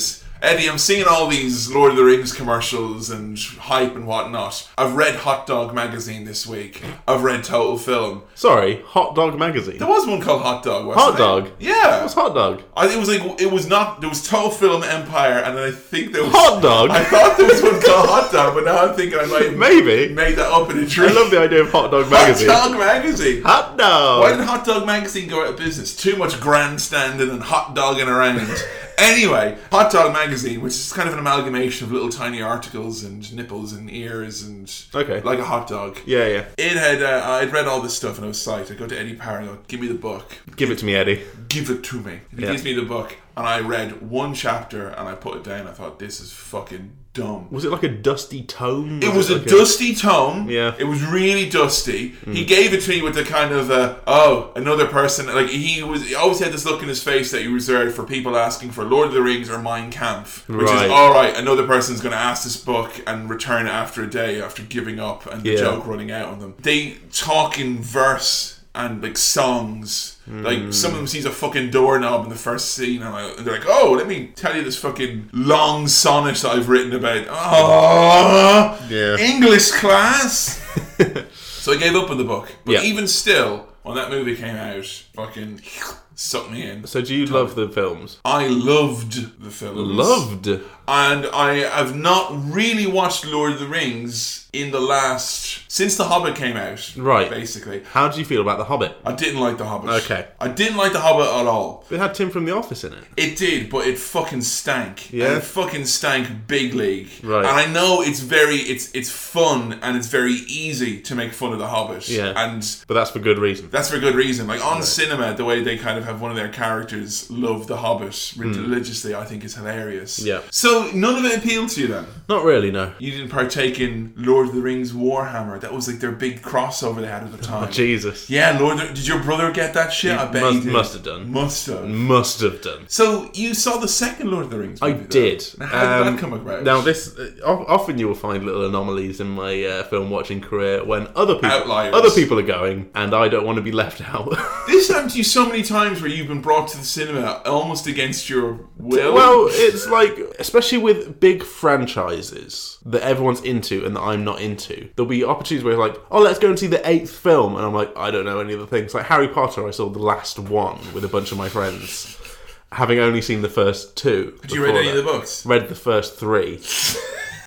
Speaker 1: Eddie, I'm seeing all these Lord of the Rings commercials and hype and whatnot. I've read Hot Dog Magazine this week. I've read Total Film.
Speaker 2: Sorry, Hot Dog Magazine.
Speaker 1: There was one called Hot Dog. Wasn't
Speaker 2: Hot
Speaker 1: there?
Speaker 2: Dog?
Speaker 1: Yeah.
Speaker 2: What's Hot Dog?
Speaker 1: I, it was like it was not. There was Total Film Empire, and then I think there was
Speaker 2: Hot
Speaker 1: *laughs*
Speaker 2: Dog?
Speaker 1: I thought there was one called Hot Dog, but now I'm thinking I might have
Speaker 2: *laughs* Maybe.
Speaker 1: made that up in a dream.
Speaker 2: I love the idea of Hot Dog
Speaker 1: *laughs* Hot
Speaker 2: Magazine.
Speaker 1: Dog Magazine.
Speaker 2: Hot
Speaker 1: Why
Speaker 2: Dog. *laughs*
Speaker 1: did Hot Dog Magazine go out of business? Too much grandstanding and hot dogging around. Anyway, Hot Dog Magazine, which is kind of an amalgamation of little tiny articles and nipples and ears and
Speaker 2: Okay.
Speaker 1: like a hot dog.
Speaker 2: Yeah, yeah.
Speaker 1: It had uh, I'd read all this stuff and I was psyched. I go to Eddie Power and I go, "Give me the book,
Speaker 2: Give it to me, Eddie.
Speaker 1: give it to me." And he
Speaker 2: Yeah.
Speaker 1: gives me the book, and I read one chapter and I put it down. I thought this is fucking dumb.
Speaker 2: Was it like a dusty tome?
Speaker 1: It was a
Speaker 2: like
Speaker 1: dusty tome.
Speaker 2: Mm. Yeah. Mm.
Speaker 1: It was really dusty. He gave it to me with the kind of uh, oh, another person like he was he always had this look in his face that he reserved for people asking for Lord of the Rings or Mein Kampf. Which
Speaker 2: Right.
Speaker 1: is alright, another person's gonna ask this book and return it after a day after giving up and the
Speaker 2: Yeah.
Speaker 1: joke running out on them. They talk in verse and like songs.
Speaker 2: Mm.
Speaker 1: Like some of them sees a fucking doorknob in the first scene, and, I, and they're like, "Oh, let me tell you this fucking long sonnet that I've written about." Oh,
Speaker 2: Yeah.
Speaker 1: English class. *laughs* so I gave up on the book, but
Speaker 2: Yeah.
Speaker 1: even still, when that movie came out, fucking sucked me in.
Speaker 2: So do you love the films?
Speaker 1: I loved the film.
Speaker 2: Loved.
Speaker 1: And I have not really watched Lord of the Rings in the last since The Hobbit came out.
Speaker 2: Right.
Speaker 1: Basically.
Speaker 2: How do you feel about The Hobbit?
Speaker 1: I didn't like The Hobbit.
Speaker 2: Okay.
Speaker 1: I didn't like The Hobbit at all.
Speaker 2: It had Tim from The Office in it.
Speaker 1: It did, but it fucking stank.
Speaker 2: Yeah.
Speaker 1: And it fucking stank big league.
Speaker 2: Right.
Speaker 1: And I know it's very it's it's fun and it's very easy to make fun of the Hobbit.
Speaker 2: Yeah.
Speaker 1: And
Speaker 2: But that's for good reason.
Speaker 1: that's for good reason. Like on cinema, the way they kind of have one of their characters love the Hobbit religiously, I think is hilarious.
Speaker 2: Hmm. Yeah.
Speaker 1: So none of it appealed to you then.
Speaker 2: Not really, no.
Speaker 1: You didn't partake in Lord of the Rings Warhammer. That was like their big crossover they had
Speaker 2: *laughs*
Speaker 1: at the
Speaker 2: Oh,
Speaker 1: time.
Speaker 2: Jesus.
Speaker 1: yeah, Lord. Of the- did your brother get that shit? I bet he
Speaker 2: Must,
Speaker 1: did.
Speaker 2: must have done.
Speaker 1: Must have.
Speaker 2: Must have done.
Speaker 1: So you saw the second Lord of the Rings?
Speaker 2: I
Speaker 1: movie, though.
Speaker 2: did.
Speaker 1: Now, How did
Speaker 2: Um,
Speaker 1: that come about?
Speaker 2: Now, this uh, o- often you will find little anomalies in my uh, film watching career when other people
Speaker 1: Outliers.
Speaker 2: other people are going, and I don't want to be left out. *laughs*
Speaker 1: this happened to you so many times where you've been brought to the cinema almost against your will.
Speaker 2: well, it's like especially with big franchises that everyone's into and that I'm not into. There'll be opportunities where like, oh, let's go and see the eighth film, and I'm like, I don't know any of the things. Like Harry Potter, I saw the last one with a bunch of my friends, having only seen the first two.
Speaker 1: did you read any of the books?
Speaker 2: Read the first three.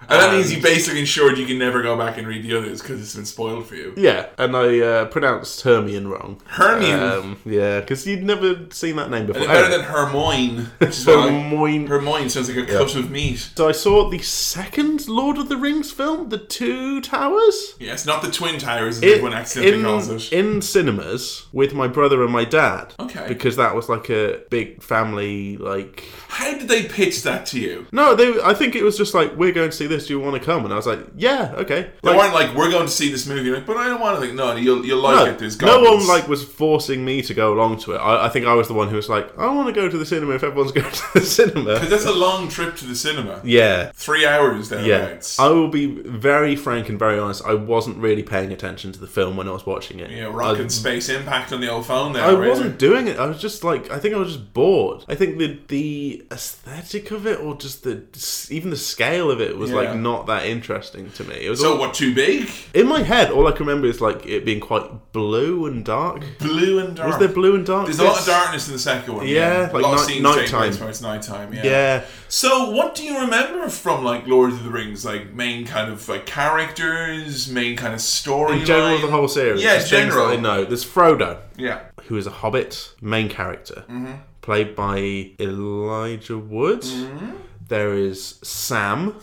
Speaker 1: And that
Speaker 2: Um,
Speaker 1: means you basically ensured you can never go back and read the others because it's been spoiled for you.
Speaker 2: Yeah, and I uh, pronounced Hermione wrong.
Speaker 1: Hermione?
Speaker 2: Um, yeah, because you'd never seen that name before.
Speaker 1: Better
Speaker 2: Anyway,
Speaker 1: than Hermione, which
Speaker 2: *laughs*
Speaker 1: is what I-
Speaker 2: Hermione.
Speaker 1: Hermione sounds like a cut of meat.
Speaker 2: so I saw the second Lord of the Rings film, The Two Towers.
Speaker 1: Yeah, it's not the Twin Towers as everyone accidentally
Speaker 2: in,
Speaker 1: calls it.
Speaker 2: in cinemas with my brother and my dad.
Speaker 1: Okay.
Speaker 2: Because that was like a big family like.
Speaker 1: How did they pitch that to you?
Speaker 2: No, they. I think it was just like we're going to see this. Do you want to come? And I was like, yeah, okay.
Speaker 1: They
Speaker 2: Like,
Speaker 1: weren't like, we're going to see this movie, like, but I don't want to. Like, no, you'll, you'll like it. There's
Speaker 2: no
Speaker 1: goblins.
Speaker 2: one like was forcing me to go along to it. I, I think I was the one who was like, I want to go to the cinema if everyone's *laughs* going to the cinema.
Speaker 1: 'Cause that's a long trip to the cinema.
Speaker 2: Yeah.
Speaker 1: Three hours
Speaker 2: Yeah.
Speaker 1: thereabouts.
Speaker 2: I will be very frank and very honest. I wasn't really paying attention to the film when I was watching it.
Speaker 1: Yeah, rock and space impact on the old phone there.
Speaker 2: I, I
Speaker 1: really.
Speaker 2: wasn't doing it. I was just like, I think I was just bored. I think the the aesthetic of it, or just the even the scale of it, was
Speaker 1: Yeah.
Speaker 2: like not that interesting to me. It was
Speaker 1: So
Speaker 2: all,
Speaker 1: what? Too big?
Speaker 2: in my head. All I can remember is like it being quite blue and dark.
Speaker 1: Blue and dark.
Speaker 2: Was there blue and dark?
Speaker 1: Hmm. There's a lot of
Speaker 2: Yes.
Speaker 1: darkness in the second one.
Speaker 2: Yeah,
Speaker 1: a
Speaker 2: like
Speaker 1: lot of
Speaker 2: night-
Speaker 1: scenes take
Speaker 2: nighttime.
Speaker 1: place where it's nighttime. Yeah.
Speaker 2: Yeah.
Speaker 1: So what do you remember from like Lord of the Rings? Like main kind of like characters, main kind of story.
Speaker 2: In general, the whole series.
Speaker 1: Yeah,
Speaker 2: There's things that
Speaker 1: general.
Speaker 2: I know. There's Frodo,
Speaker 1: Yeah.
Speaker 2: who is a hobbit, main character,
Speaker 1: Mm-hmm.
Speaker 2: played by Elijah Wood.
Speaker 1: Mm-hmm.
Speaker 2: There is Sam,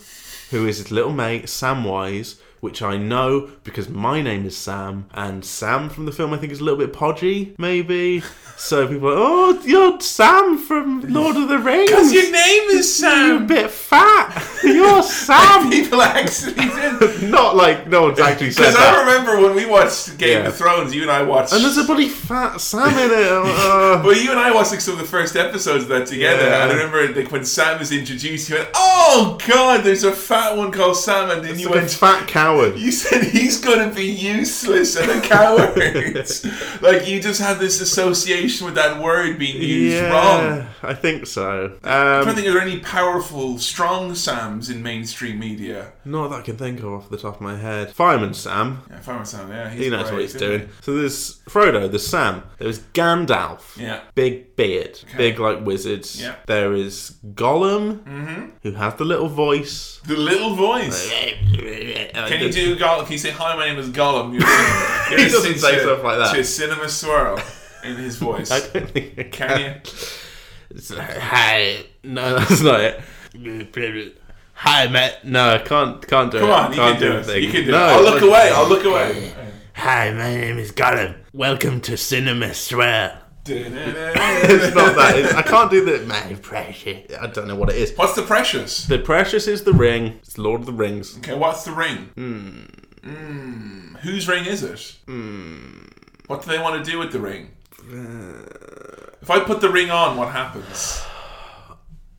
Speaker 2: who is his little mate, Samwise, which I know because my name is Sam, and Sam from the film I think is a little bit podgy,
Speaker 1: *laughs*
Speaker 2: maybe. so people are, oh, you're Sam from Lord of the
Speaker 1: Because
Speaker 2: Rings.
Speaker 1: your name is
Speaker 2: You're a
Speaker 1: Sam.
Speaker 2: *laughs* bit fat.
Speaker 1: *laughs*
Speaker 2: You're Sam.
Speaker 1: People actually
Speaker 2: *laughs*
Speaker 1: did.
Speaker 2: Not like no one's actually
Speaker 1: *laughs*
Speaker 2: said
Speaker 1: Because I
Speaker 2: that.
Speaker 1: remember when we watched Game
Speaker 2: Yeah.
Speaker 1: of Thrones, you and I watched.
Speaker 2: And there's a bloody fat Sam in it. uh,
Speaker 1: *laughs* Well, you and I watched like, some of the first episodes of that together,
Speaker 2: Yeah.
Speaker 1: and I remember like when Sam was introduced, you went, "Oh God, there's a fat one called Sam," and then you
Speaker 2: like a
Speaker 1: went,
Speaker 2: fat coward.
Speaker 1: "You said he's gonna be useless and a coward."
Speaker 2: *laughs*
Speaker 1: like you just had this association with that word being used wrong.
Speaker 2: I think so.
Speaker 1: I don't
Speaker 2: Um,
Speaker 1: think there are any powerful, strong Sams in mainstream media.
Speaker 2: not that I can think of off the top of my head. Fireman Sam.
Speaker 1: Yeah, Fireman Sam, yeah, he's
Speaker 2: He knows what
Speaker 1: great,
Speaker 2: he's
Speaker 1: isn't
Speaker 2: doing. So there's Frodo, there's Sam, there's Gandalf.
Speaker 1: Yeah.
Speaker 2: Big beard. Big like wizards.
Speaker 1: Yeah. Mm-hmm.
Speaker 2: There is Gollum, who has the little voice.
Speaker 1: he? The little voice.
Speaker 2: *laughs*
Speaker 1: Can you do Gollum? Can you say hi? My name is Gollum. You're
Speaker 2: *laughs* He doesn't say stuff like that.
Speaker 1: To a cinema swirl in his voice.
Speaker 2: I don't think I
Speaker 1: Can you?
Speaker 2: It's like, hi. No, *laughs* that's not it. Hi, Matt. No, I can't. Can't do
Speaker 1: Come
Speaker 2: it.
Speaker 1: on, you
Speaker 2: can't
Speaker 1: can do it.
Speaker 2: thing.
Speaker 1: You can do
Speaker 2: no,
Speaker 1: it. I'll look away. I'll look away.
Speaker 2: Hi, my name is Gollum. Welcome to Cinema Swear.
Speaker 1: it's
Speaker 2: *laughs* *laughs* It's not that. It's, I can't do the my precious. I don't know what it is.
Speaker 1: What's the precious?
Speaker 2: The precious is the ring. It's Lord of the Rings.
Speaker 1: Okay, what's the ring? Hmm. Whose ring is it? Hmm. What do they want to do with the ring?
Speaker 2: Uh.
Speaker 1: If I put the ring on, what happens?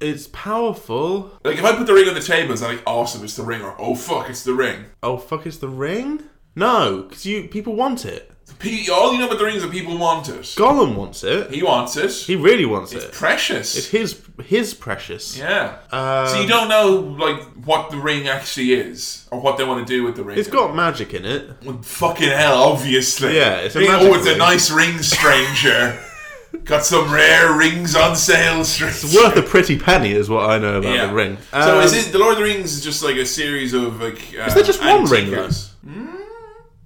Speaker 2: It's powerful.
Speaker 1: Like if I put the ring on the table, it's like awesome, it's the ring, or oh fuck, it's the ring.
Speaker 2: Oh fuck! It's the ring? No, because you people want it.
Speaker 1: The pe- all you know about the ring is that people want it.
Speaker 2: Gollum wants it.
Speaker 1: He wants it.
Speaker 2: He really wants it.
Speaker 1: precious.
Speaker 2: It's his his precious.
Speaker 1: yeah.
Speaker 2: Um,
Speaker 1: so you don't know like what the ring actually is or what they want to do with the ring.
Speaker 2: It's got magic in it.
Speaker 1: Well, fucking hell, obviously.
Speaker 2: Yeah, it's a
Speaker 1: Being,
Speaker 2: magic
Speaker 1: oh, it's a
Speaker 2: ring."
Speaker 1: nice ring,
Speaker 2: *laughs*
Speaker 1: stranger. got some rare rings on sale,
Speaker 2: It's
Speaker 1: stranger.
Speaker 2: worth a pretty penny, is what I know about
Speaker 1: Yeah.
Speaker 2: the ring.
Speaker 1: so
Speaker 2: Um,
Speaker 1: is it the Lord of the Rings is just like a series of like? Uh, is
Speaker 2: there just one ring, though?
Speaker 1: ring?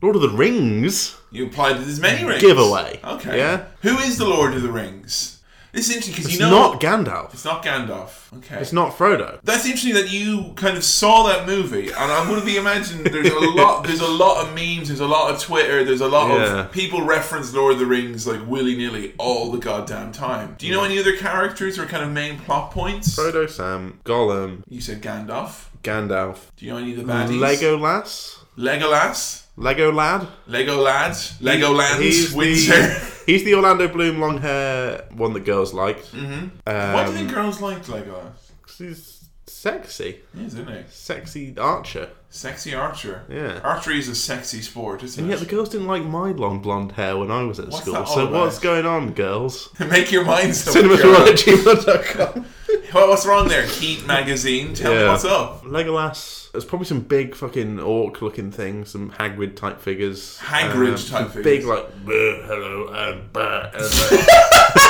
Speaker 2: Lord of the Rings?
Speaker 1: You implied that there's many rings.
Speaker 2: Giveaway.
Speaker 1: Okay.
Speaker 2: Yeah.
Speaker 1: Who is the Lord of the Rings? This is interesting because
Speaker 2: It's
Speaker 1: you know
Speaker 2: not Gandalf.
Speaker 1: it's not Gandalf. Okay.
Speaker 2: It's not Frodo.
Speaker 1: That's interesting that you kind of saw that movie, and I'm going to be imagining there's a lot, there's a lot of memes, there's a lot of Twitter, there's a lot
Speaker 2: Yeah.
Speaker 1: of people reference Lord of the Rings like willy nilly all the goddamn time. Do you know any other characters or kind of main plot points?
Speaker 2: Frodo, Sam, Gollum,
Speaker 1: You said Gandalf.
Speaker 2: Gandalf,
Speaker 1: Do you know any of the baddies?
Speaker 2: Legolas,
Speaker 1: Legolas,
Speaker 2: Lego Lad.
Speaker 1: Lego Lad, Legoland,
Speaker 2: He's
Speaker 1: Windsor.
Speaker 2: the he's the Orlando Bloom long hair one that girls liked. Mm-hmm.
Speaker 1: Why do you think girls liked Legolas?
Speaker 2: he's sexy,
Speaker 1: He is, isn't he?
Speaker 2: sexy archer.
Speaker 1: Sexy archer.
Speaker 2: Yeah.
Speaker 1: Archery is a sexy sport, isn't
Speaker 2: And
Speaker 1: it?
Speaker 2: yet the girls didn't like my long blonde hair when I was at
Speaker 1: What's
Speaker 2: school.
Speaker 1: that
Speaker 2: So
Speaker 1: all
Speaker 2: what's
Speaker 1: about?
Speaker 2: going on, girls?
Speaker 1: *laughs* Make your minds up. girl.
Speaker 2: Cinematography.com.
Speaker 1: Well, what's wrong there, Heat magazine? Tell me
Speaker 2: Yeah.
Speaker 1: what's up.
Speaker 2: Legolas. There's probably some big fucking orc looking things, some Hagrid type figures.
Speaker 1: Hagrid
Speaker 2: Um,
Speaker 1: type
Speaker 2: some
Speaker 1: figures.
Speaker 2: Big like, "Bleh, hello, I'm Bert," and
Speaker 1: *laughs*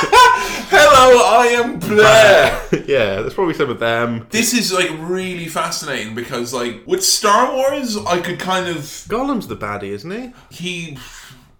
Speaker 1: Hello, I am Blair.
Speaker 2: like- *laughs* yeah, there's probably some of them.
Speaker 1: this is like really fascinating because, like, with Star Wars, I could kind of
Speaker 2: Gollum's the baddie, isn't he?
Speaker 1: he.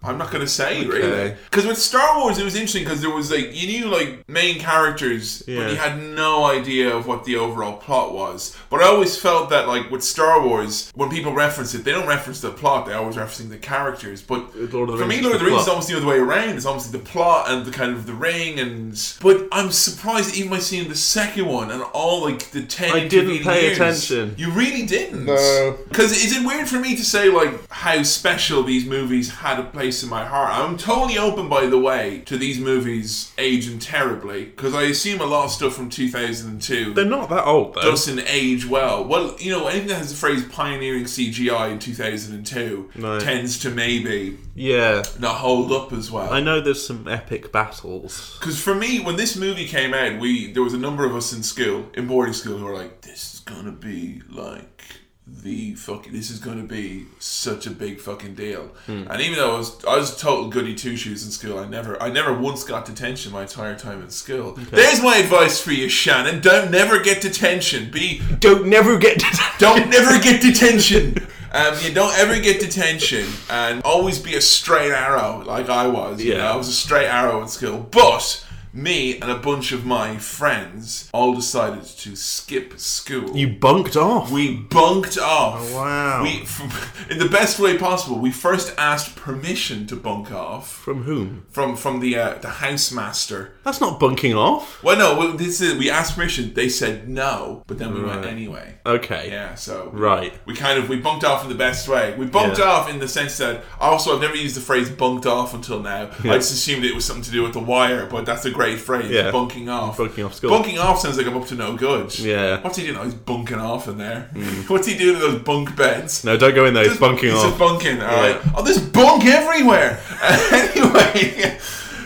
Speaker 1: I'm not gonna say really because with Star Wars it was interesting because there was like you knew like main characters
Speaker 2: Yeah.
Speaker 1: but you had no idea of what the overall plot was. But I always felt that like with Star Wars when people reference it they don't reference the plot they're always referencing the characters. But
Speaker 2: With Lord of the
Speaker 1: For
Speaker 2: Rings,
Speaker 1: me, Lord of the
Speaker 2: it's
Speaker 1: Rings is
Speaker 2: the
Speaker 1: almost the other way around. It's almost the plot and the kind of the ring, and but I'm surprised that even by seeing the second one and all like the ten.
Speaker 2: I didn't
Speaker 1: intervening
Speaker 2: pay
Speaker 1: years,
Speaker 2: attention.
Speaker 1: You really didn't.
Speaker 2: No.
Speaker 1: Because is it weird for me to say like how special these movies had a place in my heart? I'm totally open, by the way, to these movies aging terribly because I assume a lot of stuff from 2002
Speaker 2: They're not that old though.
Speaker 1: doesn't age well. Well, you know, anything that has the phrase pioneering CGI in 2002
Speaker 2: No.
Speaker 1: tends to maybe
Speaker 2: yeah,
Speaker 1: not hold up as well.
Speaker 2: I know there's some epic battles.
Speaker 1: Because for me, when this movie came out, we there was a number of us in school, in boarding school, who were like, "This is gonna be like the fucking. This is gonna be such a big fucking deal." And even though I was I was a total goody two shoes in school, I never I never once got detention my entire time in school. There's my advice for you, Shannon. Don't never get detention. Be
Speaker 2: Don't never get.
Speaker 1: *laughs* don't never get detention. Um, you don't ever get detention, and always be a straight arrow like I was. You
Speaker 2: Yeah.
Speaker 1: know, I was a straight arrow in school, but me and a bunch of my friends all decided to skip school.
Speaker 2: you bunked off.
Speaker 1: we bunked off.
Speaker 2: wow.
Speaker 1: We, *laughs* f- in the best way possible, we first asked permission to bunk off
Speaker 2: From whom?
Speaker 1: from from the uh, the housemaster.
Speaker 2: That's not bunking off.
Speaker 1: Well, no, well, this is, we asked permission. They said no, but then we went
Speaker 2: Right.
Speaker 1: anyway.
Speaker 2: Okay.
Speaker 1: Yeah, so
Speaker 2: Right.
Speaker 1: we kind of we bunked off in the best way. We bunked
Speaker 2: Yeah.
Speaker 1: off in the sense that also I've never used the phrase bunked off until now. I just assumed it was something to do with the wire, but that's a great phrase.
Speaker 2: Yeah.
Speaker 1: Bunking off.
Speaker 2: Bunking off school.
Speaker 1: Bunking off sounds like I'm up to no good.
Speaker 2: Yeah. Hmm.
Speaker 1: What's he doing? Oh, he's bunking off in there. *laughs* What's he doing in those bunk beds?
Speaker 2: No, don't go in there. It's
Speaker 1: There's-
Speaker 2: bunking
Speaker 1: it's
Speaker 2: off.
Speaker 1: a bunking. All right.
Speaker 2: Yeah.
Speaker 1: Oh, there's bunk everywhere. *laughs* anyway,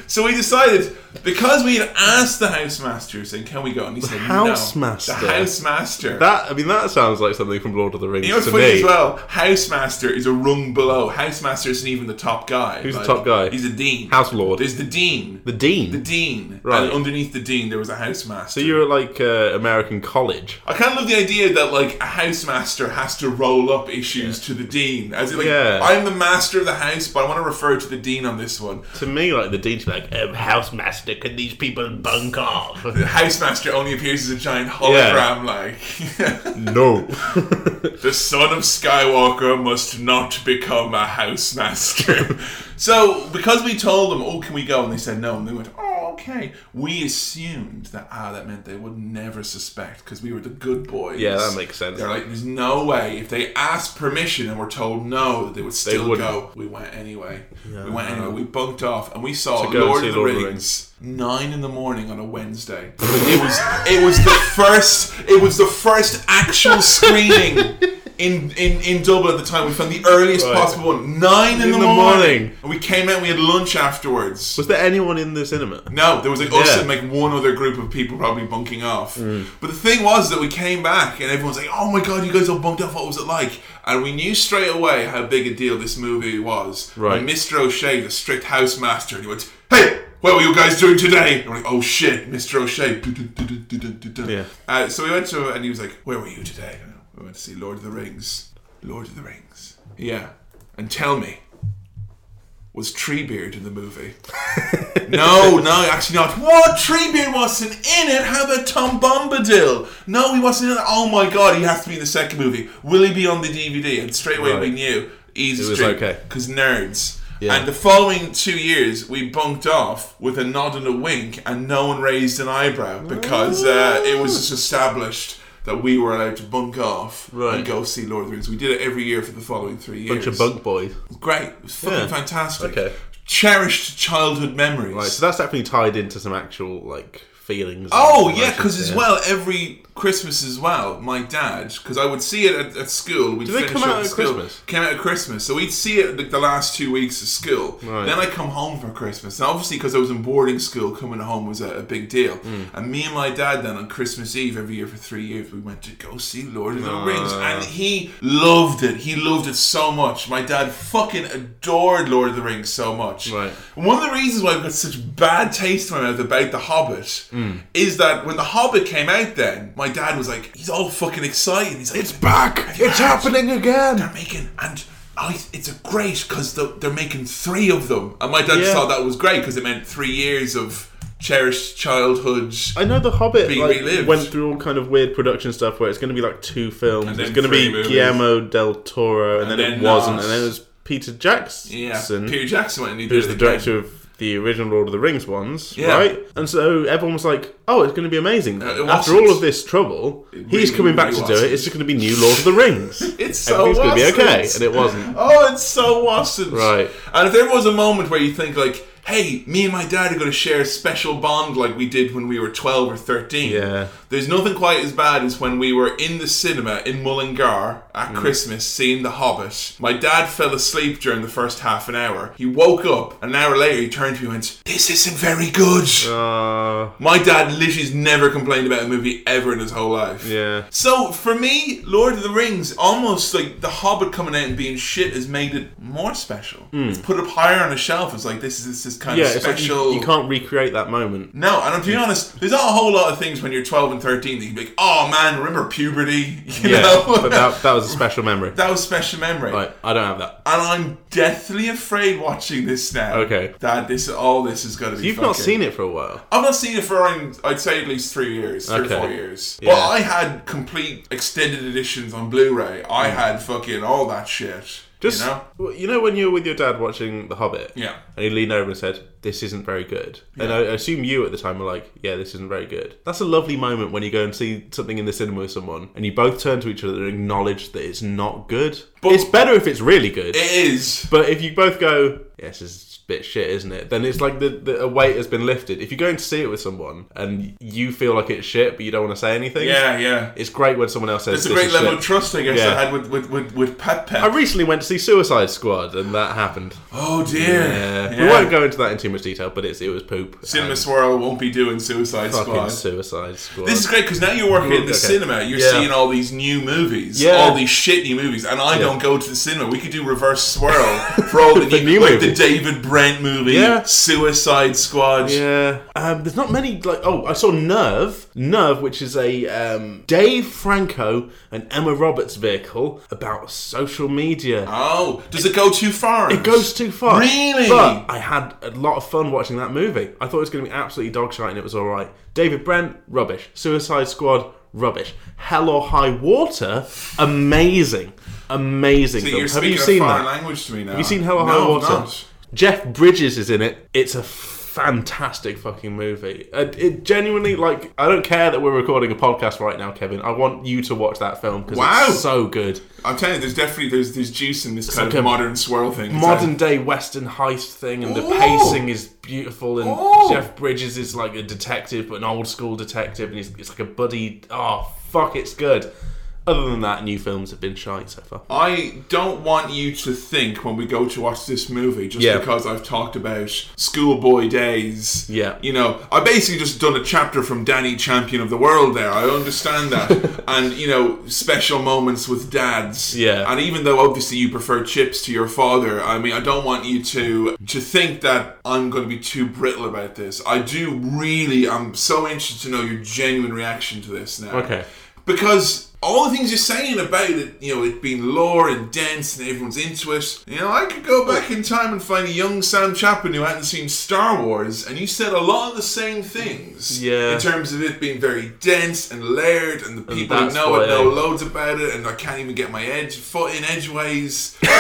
Speaker 1: so we decided because we had asked the housemaster, saying, "Can we go?" and he said,
Speaker 2: housemaster.
Speaker 1: "No." The housemaster.
Speaker 2: that I mean, that sounds like something from Lord of the Rings
Speaker 1: You know what's
Speaker 2: to
Speaker 1: funny
Speaker 2: me.
Speaker 1: as well? Housemaster is a rung below. Housemaster isn't even the top guy.
Speaker 2: Who's the top guy?
Speaker 1: He's a dean.
Speaker 2: House Lord,
Speaker 1: There's the dean.
Speaker 2: the dean.
Speaker 1: The dean.
Speaker 2: Right.
Speaker 1: And underneath the dean, there was a housemaster.
Speaker 2: so you're at like uh, American college.
Speaker 1: I kind of love the idea that like a housemaster has to roll up issues to the dean, as in like
Speaker 2: Yeah.
Speaker 1: I'm the master of the house, but I want to refer to the dean on this one.
Speaker 2: To me, like the dean's like um, house Housemaster, can these people
Speaker 1: *laughs*
Speaker 2: bunk off? *laughs*
Speaker 1: The housemaster only appears as a giant hologram, like *laughs*
Speaker 2: no.
Speaker 1: the son of Skywalker must not become a
Speaker 2: *laughs*
Speaker 1: housemaster. so, because we told them, "Oh, can we go?" and they said no, and they went, "Oh, okay," we assumed that ah, that meant they would never suspect because we were the good boys.
Speaker 2: Yeah, that makes sense.
Speaker 1: They're like, "There's no way." If they asked permission and were told no, that they would still
Speaker 2: wouldn't.
Speaker 1: go. We went anyway. We went anyway. We bunked off and we saw
Speaker 2: go and
Speaker 1: Lord
Speaker 2: see
Speaker 1: of the
Speaker 2: Lord of the
Speaker 1: Rings nine in the morning on a Wednesday. it was it was the first it was the first actual screening in, in, in Dublin at the time. We found the earliest
Speaker 2: Right.
Speaker 1: possible one. Nine in, the,
Speaker 2: the
Speaker 1: morning.
Speaker 2: morning.
Speaker 1: And we came out and we had lunch afterwards.
Speaker 2: Was there anyone in the cinema?
Speaker 1: No, there was like us
Speaker 2: Yeah. Mm.
Speaker 1: and like one other group of people probably bunking off. But the thing was that we came back and everyone's like, "Oh my god, you guys all bunked off. What was it like?" And we knew straight away how big a deal this movie was.
Speaker 2: Right.
Speaker 1: When Mr. O'Shea, the strict housemaster, and he went, "Hey." What were you guys doing today? And we're like, oh shit, Mr. O'Shea.
Speaker 2: Yeah.
Speaker 1: Uh, so we went to him and he was like, where were you today? And We went to see Lord of the Rings. Lord of the Rings. Yeah. And tell me, was Treebeard in the movie? *laughs* no, no, actually not. What? Treebeard wasn't in it? How about Tom Bombadil? No, he wasn't in it. Oh my god, he has to be in the second movie. Will he be on the DVD? And straight away we
Speaker 2: Right.
Speaker 1: knew. Easy
Speaker 2: It was okay.
Speaker 1: Because nerds.
Speaker 2: Yeah.
Speaker 1: And the following two years, we bunked off with a nod and a wink, and no one raised an eyebrow because uh, it was just established that we were allowed to bunk off
Speaker 2: Right.
Speaker 1: and go see Lord of the Rings. We did it every year for the following three years.
Speaker 2: Bunch of bunk boys.
Speaker 1: Great. It was fucking
Speaker 2: Yeah.
Speaker 1: fantastic.
Speaker 2: Okay.
Speaker 1: Cherished childhood memories.
Speaker 2: Right, so that's definitely tied into some actual like feelings.
Speaker 1: Oh
Speaker 2: and
Speaker 1: yeah,
Speaker 2: emotions,
Speaker 1: because as
Speaker 2: yeah.
Speaker 1: well, every Christmas as well, my dad, because I would see it at, at school. We'd
Speaker 2: Do they
Speaker 1: finish
Speaker 2: come out
Speaker 1: up
Speaker 2: at
Speaker 1: school,
Speaker 2: Christmas?
Speaker 1: Came out at Christmas, so we'd see it like, the last two weeks of school.
Speaker 2: Right.
Speaker 1: Then I come home for Christmas, and obviously because I was in boarding school, coming home was a, a big deal.
Speaker 2: Mm.
Speaker 1: And me and my dad then on Christmas Eve every year for three years, we went to go see Lord of the Rings, and he loved it. He loved it so much. My dad fucking adored Lord of the Rings so much.
Speaker 2: Right.
Speaker 1: One of the reasons why I've got such bad taste in my mouth about The Hobbit
Speaker 2: Hmm.
Speaker 1: is that when The Hobbit came out, then my dad was like, he's all fucking excited. He's like, it's *laughs*
Speaker 2: back. It's happening again.
Speaker 1: they're making and. I, it's a great because they're making three of them, and my dad just
Speaker 2: Yeah.
Speaker 1: thought that was great because it meant three years of cherished childhood.
Speaker 2: I know the Hobbit
Speaker 1: Being
Speaker 2: like,
Speaker 1: relived.
Speaker 2: went through all kind of weird production stuff where it's going to be like two films.
Speaker 1: And
Speaker 2: it's
Speaker 1: then
Speaker 2: going to
Speaker 1: three
Speaker 2: be
Speaker 1: movies.
Speaker 2: Guillermo del Toro, and, then,
Speaker 1: then
Speaker 2: it wasn't,
Speaker 1: not.
Speaker 2: and then it was Peter Jackson.
Speaker 1: Yeah, Peter Jackson went and he did
Speaker 2: who's
Speaker 1: it
Speaker 2: the
Speaker 1: again.
Speaker 2: director of the original Lord of the Rings ones,
Speaker 1: Yeah.
Speaker 2: right? And so everyone was like, "Oh, it's going to be amazing."
Speaker 1: Uh, it
Speaker 2: After
Speaker 1: wasn't.
Speaker 2: all of this trouble, he's
Speaker 1: really,
Speaker 2: coming back
Speaker 1: really
Speaker 2: to do
Speaker 1: wasn't.
Speaker 2: it. It's just going to be new Lord of the Rings.
Speaker 1: *laughs* It's so
Speaker 2: Everything's going to be
Speaker 1: wasn't.
Speaker 2: okay, and it wasn't.
Speaker 1: Oh, it's so wasn't.
Speaker 2: Right.
Speaker 1: And if there was a moment where you think like, hey, me and my dad are going to share a special bond like we did when we were 12 or 13.
Speaker 2: Yeah.
Speaker 1: There's nothing quite as bad as when we were in the cinema in Mullingar
Speaker 2: Mm.
Speaker 1: at Christmas seeing The Hobbit. My dad fell asleep during the first half an hour. He woke up, an hour later he turned to me and went, this isn't very good.
Speaker 2: Uh,
Speaker 1: My dad literally's never complained about a movie ever in his whole life.
Speaker 2: yeah.
Speaker 1: So for me, Lord of the Rings, almost like The Hobbit coming out and being shit, has made it more special. It's put up higher on a shelf. It's like this is this is kind
Speaker 2: Hmm. Yeah,
Speaker 1: of
Speaker 2: it's like
Speaker 1: special.
Speaker 2: you, you can't recreate
Speaker 1: *laughs*
Speaker 2: that moment.
Speaker 1: no, and to be honest, there's not a whole lot of things when you're 12 and 13 that you'd be like, oh man, remember puberty? *laughs* You
Speaker 2: Yeah,
Speaker 1: know,
Speaker 2: but that, that was a special memory.
Speaker 1: *laughs* That was special memory.
Speaker 2: Right, I don't have that.
Speaker 1: And I'm deathly afraid watching this now.
Speaker 2: Okay.
Speaker 1: That this all this is going to be.
Speaker 2: You've not
Speaker 1: fucking-
Speaker 2: seen it for a while.
Speaker 1: I've not seen it for around, I'd say at least three years, three
Speaker 2: Okay.
Speaker 1: or four years.
Speaker 2: Yeah.
Speaker 1: But I had complete extended editions on Blu-ray. I had fucking all that shit.
Speaker 2: Mm. Just
Speaker 1: you know?
Speaker 2: well, you know when you were with your dad watching The Hobbit,
Speaker 1: Yeah.
Speaker 2: and he leaned over and said, "This isn't very good," and I assume you at the time were like, "Yeah, this isn't very good." That's a lovely moment when you go and see something in the cinema with someone, and you both turn to each other and acknowledge that it's not good.
Speaker 1: But-
Speaker 2: it's better if it's really good.
Speaker 1: It is.
Speaker 2: But if you both go, yeah, this is a bit shit, isn't it? Then it's like the, the a weight has been lifted. If you're going to see it with someone and you feel like it's shit, but you don't want to say anything,
Speaker 1: Yeah, yeah.
Speaker 2: it's great when someone else says
Speaker 1: It's a
Speaker 2: "This
Speaker 1: great
Speaker 2: is
Speaker 1: level
Speaker 2: shit."
Speaker 1: of trust I guess
Speaker 2: Yeah.
Speaker 1: I had with with with, with Pep Pep.
Speaker 2: I recently went to see Suicide Squad, and that happened.
Speaker 1: oh dear.
Speaker 2: Yeah.
Speaker 1: Yeah.
Speaker 2: We won't go into that in too much detail, but it's, it was poop.
Speaker 1: Cinema
Speaker 2: and
Speaker 1: Swirl won't be doing Suicide
Speaker 2: fucking
Speaker 1: Squad.
Speaker 2: Suicide Squad.
Speaker 1: This is great because now you're working in the
Speaker 2: Okay.
Speaker 1: cinema. You're
Speaker 2: Yeah.
Speaker 1: seeing all these new movies,
Speaker 2: Yeah.
Speaker 1: all these shitty movies, and I don't don't go to the cinema. We could do reverse swirl for
Speaker 2: *laughs*
Speaker 1: all the,
Speaker 2: The
Speaker 1: new,
Speaker 2: new
Speaker 1: like
Speaker 2: movie.
Speaker 1: the David Brent movie,
Speaker 2: Yeah.
Speaker 1: Suicide Squad.
Speaker 2: Yeah. Um, there's not many like oh, I saw Nerve. Nerve, which is a um, Dave Franco and Emma Roberts vehicle about social media.
Speaker 1: Oh, does it go too far?
Speaker 2: It goes too far.
Speaker 1: Really?
Speaker 2: But I had a lot of fun watching that movie. I thought it was going to be absolutely dog shite and it was alright. David Brent, rubbish. Suicide Squad, rubbish. Hell or High Water, amazing. Amazing.
Speaker 1: That
Speaker 2: film.
Speaker 1: You're
Speaker 2: Have you
Speaker 1: speaking
Speaker 2: seen
Speaker 1: a foreign
Speaker 2: that?
Speaker 1: language to me now.
Speaker 2: Have you seen Hell or
Speaker 1: no,
Speaker 2: High Water?
Speaker 1: I'm not.
Speaker 2: Jeff Bridges is in it. It's a fantastic fucking movie. Uh, it genuinely, like, I don't care that we're recording a podcast right now, Kevin. I want you to watch that film because
Speaker 1: Wow.
Speaker 2: it's so good.
Speaker 1: I'm telling you, there's definitely there's there's juice in this kind
Speaker 2: like a
Speaker 1: of modern swirl thing. It's
Speaker 2: Modern day Western heist thing, and the
Speaker 1: Ooh.
Speaker 2: pacing is beautiful. And
Speaker 1: Ooh.
Speaker 2: Jeff Bridges is like a detective, but an old school detective, and he's it's like a buddy. Oh fuck, it's good. Other than that, new films have been shite so far.
Speaker 1: I don't want you to think when we go to watch this movie just
Speaker 2: Yeah.
Speaker 1: because I've talked about schoolboy days.
Speaker 2: Yeah.
Speaker 1: You know, I basically just done a chapter from Danny Champion of the World there. I understand
Speaker 2: *laughs*
Speaker 1: that. and, you know, special moments with dads.
Speaker 2: Yeah.
Speaker 1: And even though obviously you prefer chips to your father, I mean, I don't want you to to think that I'm going to be too brittle about this. I do really I'm so interested to know your genuine reaction to this now
Speaker 2: Okay.
Speaker 1: because all the things you're saying about it, you know, it being lore and dense and everyone's into it. You know, I could go back in time and find a young Sam Chapman who hadn't seen Star Wars, and you said a lot of the same things.
Speaker 2: Yeah.
Speaker 1: In terms of it being very dense and layered, and the people who
Speaker 2: that's
Speaker 1: know it
Speaker 2: why I-
Speaker 1: know loads about it, and I can't even get my edge foot in edgeways. *laughs* you know,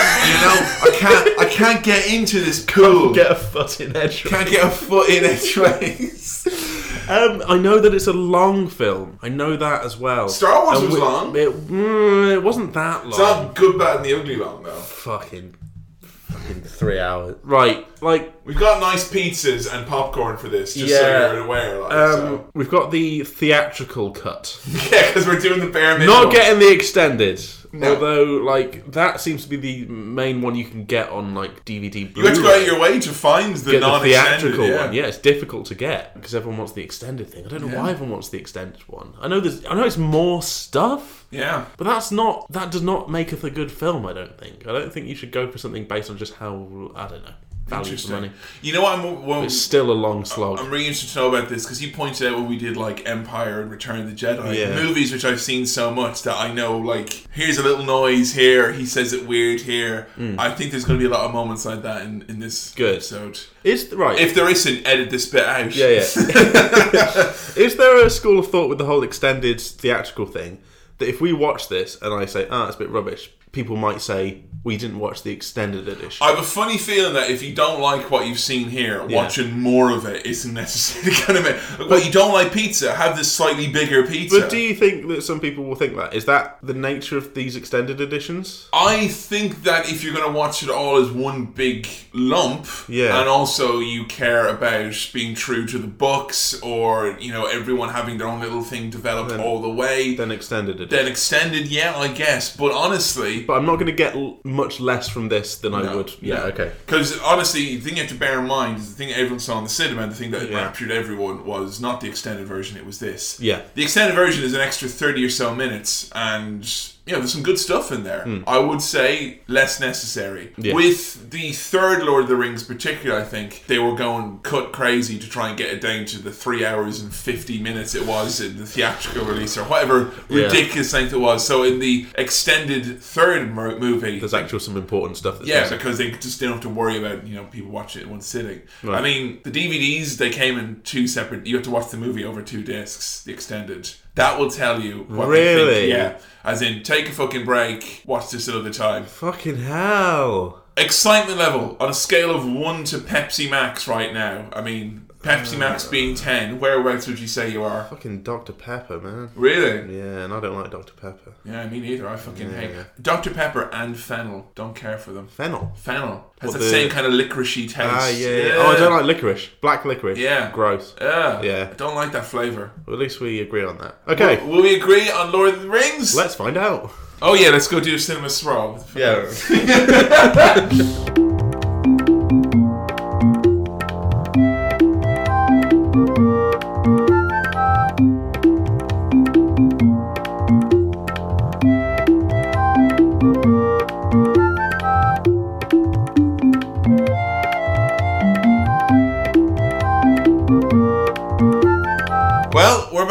Speaker 1: I can't. I can't get into this cool.
Speaker 2: Get a foot in edge.
Speaker 1: can't get a foot in edgeways.
Speaker 2: *laughs* Um, I know that it's a long film. I know that as well.
Speaker 1: Star Wars
Speaker 2: And
Speaker 1: was
Speaker 2: we-
Speaker 1: long.
Speaker 2: It, mm, it wasn't that long.
Speaker 1: It's not good, bad, and the ugly long though.
Speaker 2: Fucking, fucking three hours. Right, like
Speaker 1: We've got nice pizzas and popcorn for this, just
Speaker 2: Yeah.
Speaker 1: so you're aware. Like,
Speaker 2: um,
Speaker 1: so.
Speaker 2: we've got the theatrical cut.
Speaker 1: *laughs* Yeah, because we're doing the bare minimum.
Speaker 2: Not getting the extended.
Speaker 1: No.
Speaker 2: Although, like that seems to be the main one you can get on like DVD.
Speaker 1: you have to go out of your way to find the
Speaker 2: get the
Speaker 1: non-extended.
Speaker 2: theatrical
Speaker 1: yeah.
Speaker 2: one. Yeah, it's difficult to get because everyone wants the extended thing. I don't know why everyone wants the extended one. I know there's. I know it's more stuff.
Speaker 1: Yeah.
Speaker 2: But that's not that does not make it a good film. I don't think. I don't think you should go for something based on just how I don't know value for
Speaker 1: Interesting. Um,
Speaker 2: money.
Speaker 1: You know what? I'm, well,
Speaker 2: It's still a long slog.
Speaker 1: I'm really interested to know about this because you pointed out when we did like Empire and Return of the Jedi
Speaker 2: Yeah.
Speaker 1: movies, which I've seen so much that I know like here's a little noise here, he says it weird here. I think there's going to be a lot of moments like that in, in this
Speaker 2: Hmm. Good.
Speaker 1: episode.
Speaker 2: Is right?
Speaker 1: If there isn't, edit this bit out. *laughs*
Speaker 2: yeah, yeah. Is there a school of thought with the whole extended theatrical thing that if we watch this and I say ah it's a bit rubbish, people might say we didn't watch the extended edition.
Speaker 1: I have a funny feeling that if you don't like what you've seen here, watching more of it isn't necessarily *laughs* going to make. Like, well, you don't like pizza, have this slightly bigger pizza.
Speaker 2: but do you think that some people will think that? Is that the nature of these extended editions?
Speaker 1: I think that if you're going to watch it all as one big lump,
Speaker 2: Yeah.
Speaker 1: and also you care about being true to the books, or you know everyone having their own little thing developed all the way, then,
Speaker 2: Then extended edition.
Speaker 1: extended, yeah, I guess. But honestly,
Speaker 2: but I'm not going to get l- much less from this than I
Speaker 1: No,
Speaker 2: would. Yeah,
Speaker 1: no.
Speaker 2: okay.
Speaker 1: Because honestly, the thing you have to bear in mind is the thing everyone saw in the cinema, and the thing that
Speaker 2: Yeah.
Speaker 1: raptured everyone was not the extended version; it was this.
Speaker 2: Yeah.
Speaker 1: The extended version is an extra thirty or so minutes, and you know there's some good stuff in there. I would say less necessary.
Speaker 2: Hmm. Yeah.
Speaker 1: With the third Lord of the Rings, particularly, I think they were going cut crazy to try and get it down to the three hours and fifty minutes it was in the theatrical release or whatever
Speaker 2: Yeah.
Speaker 1: ridiculous length it was. So in the extended third mo- movie,
Speaker 2: There's actual some important stuff. That's
Speaker 1: yeah,
Speaker 2: missing.
Speaker 1: because they just don't have to worry about you know people watching it in one sitting.
Speaker 2: Right.
Speaker 1: I mean, the DVDs they came in two separate. You have to watch the movie over two discs, the extended. That will tell you what they think.
Speaker 2: Really?
Speaker 1: Yeah, as in take a fucking break, watch this another time.
Speaker 2: Fucking hell.
Speaker 1: Excitement level on a scale of one to Pepsi Max right now. I mean, Pepsi Max
Speaker 2: Uh.
Speaker 1: being ten, whereabouts would you say you are?
Speaker 2: Fucking Dr. Pepper, man.
Speaker 1: Really?
Speaker 2: Yeah, and I don't like Dr. Pepper.
Speaker 1: Yeah, me neither. I fucking hate Dr Pepper and Fennel. Don't care for them.
Speaker 2: Fennel.
Speaker 1: Fennel has that
Speaker 2: What the-
Speaker 1: same kind of licoricey taste.
Speaker 2: Ah, yeah, yeah. Oh, I don't like licorice. Black licorice.
Speaker 1: Yeah.
Speaker 2: Gross.
Speaker 1: Yeah.
Speaker 2: Yeah.
Speaker 1: I don't like that flavour.
Speaker 2: Well, at least we agree on that. Okay,
Speaker 1: Will we agree on Lord of the Rings?
Speaker 2: let's find out.
Speaker 1: oh yeah, let's go do a cinema swirl.
Speaker 2: Yeah.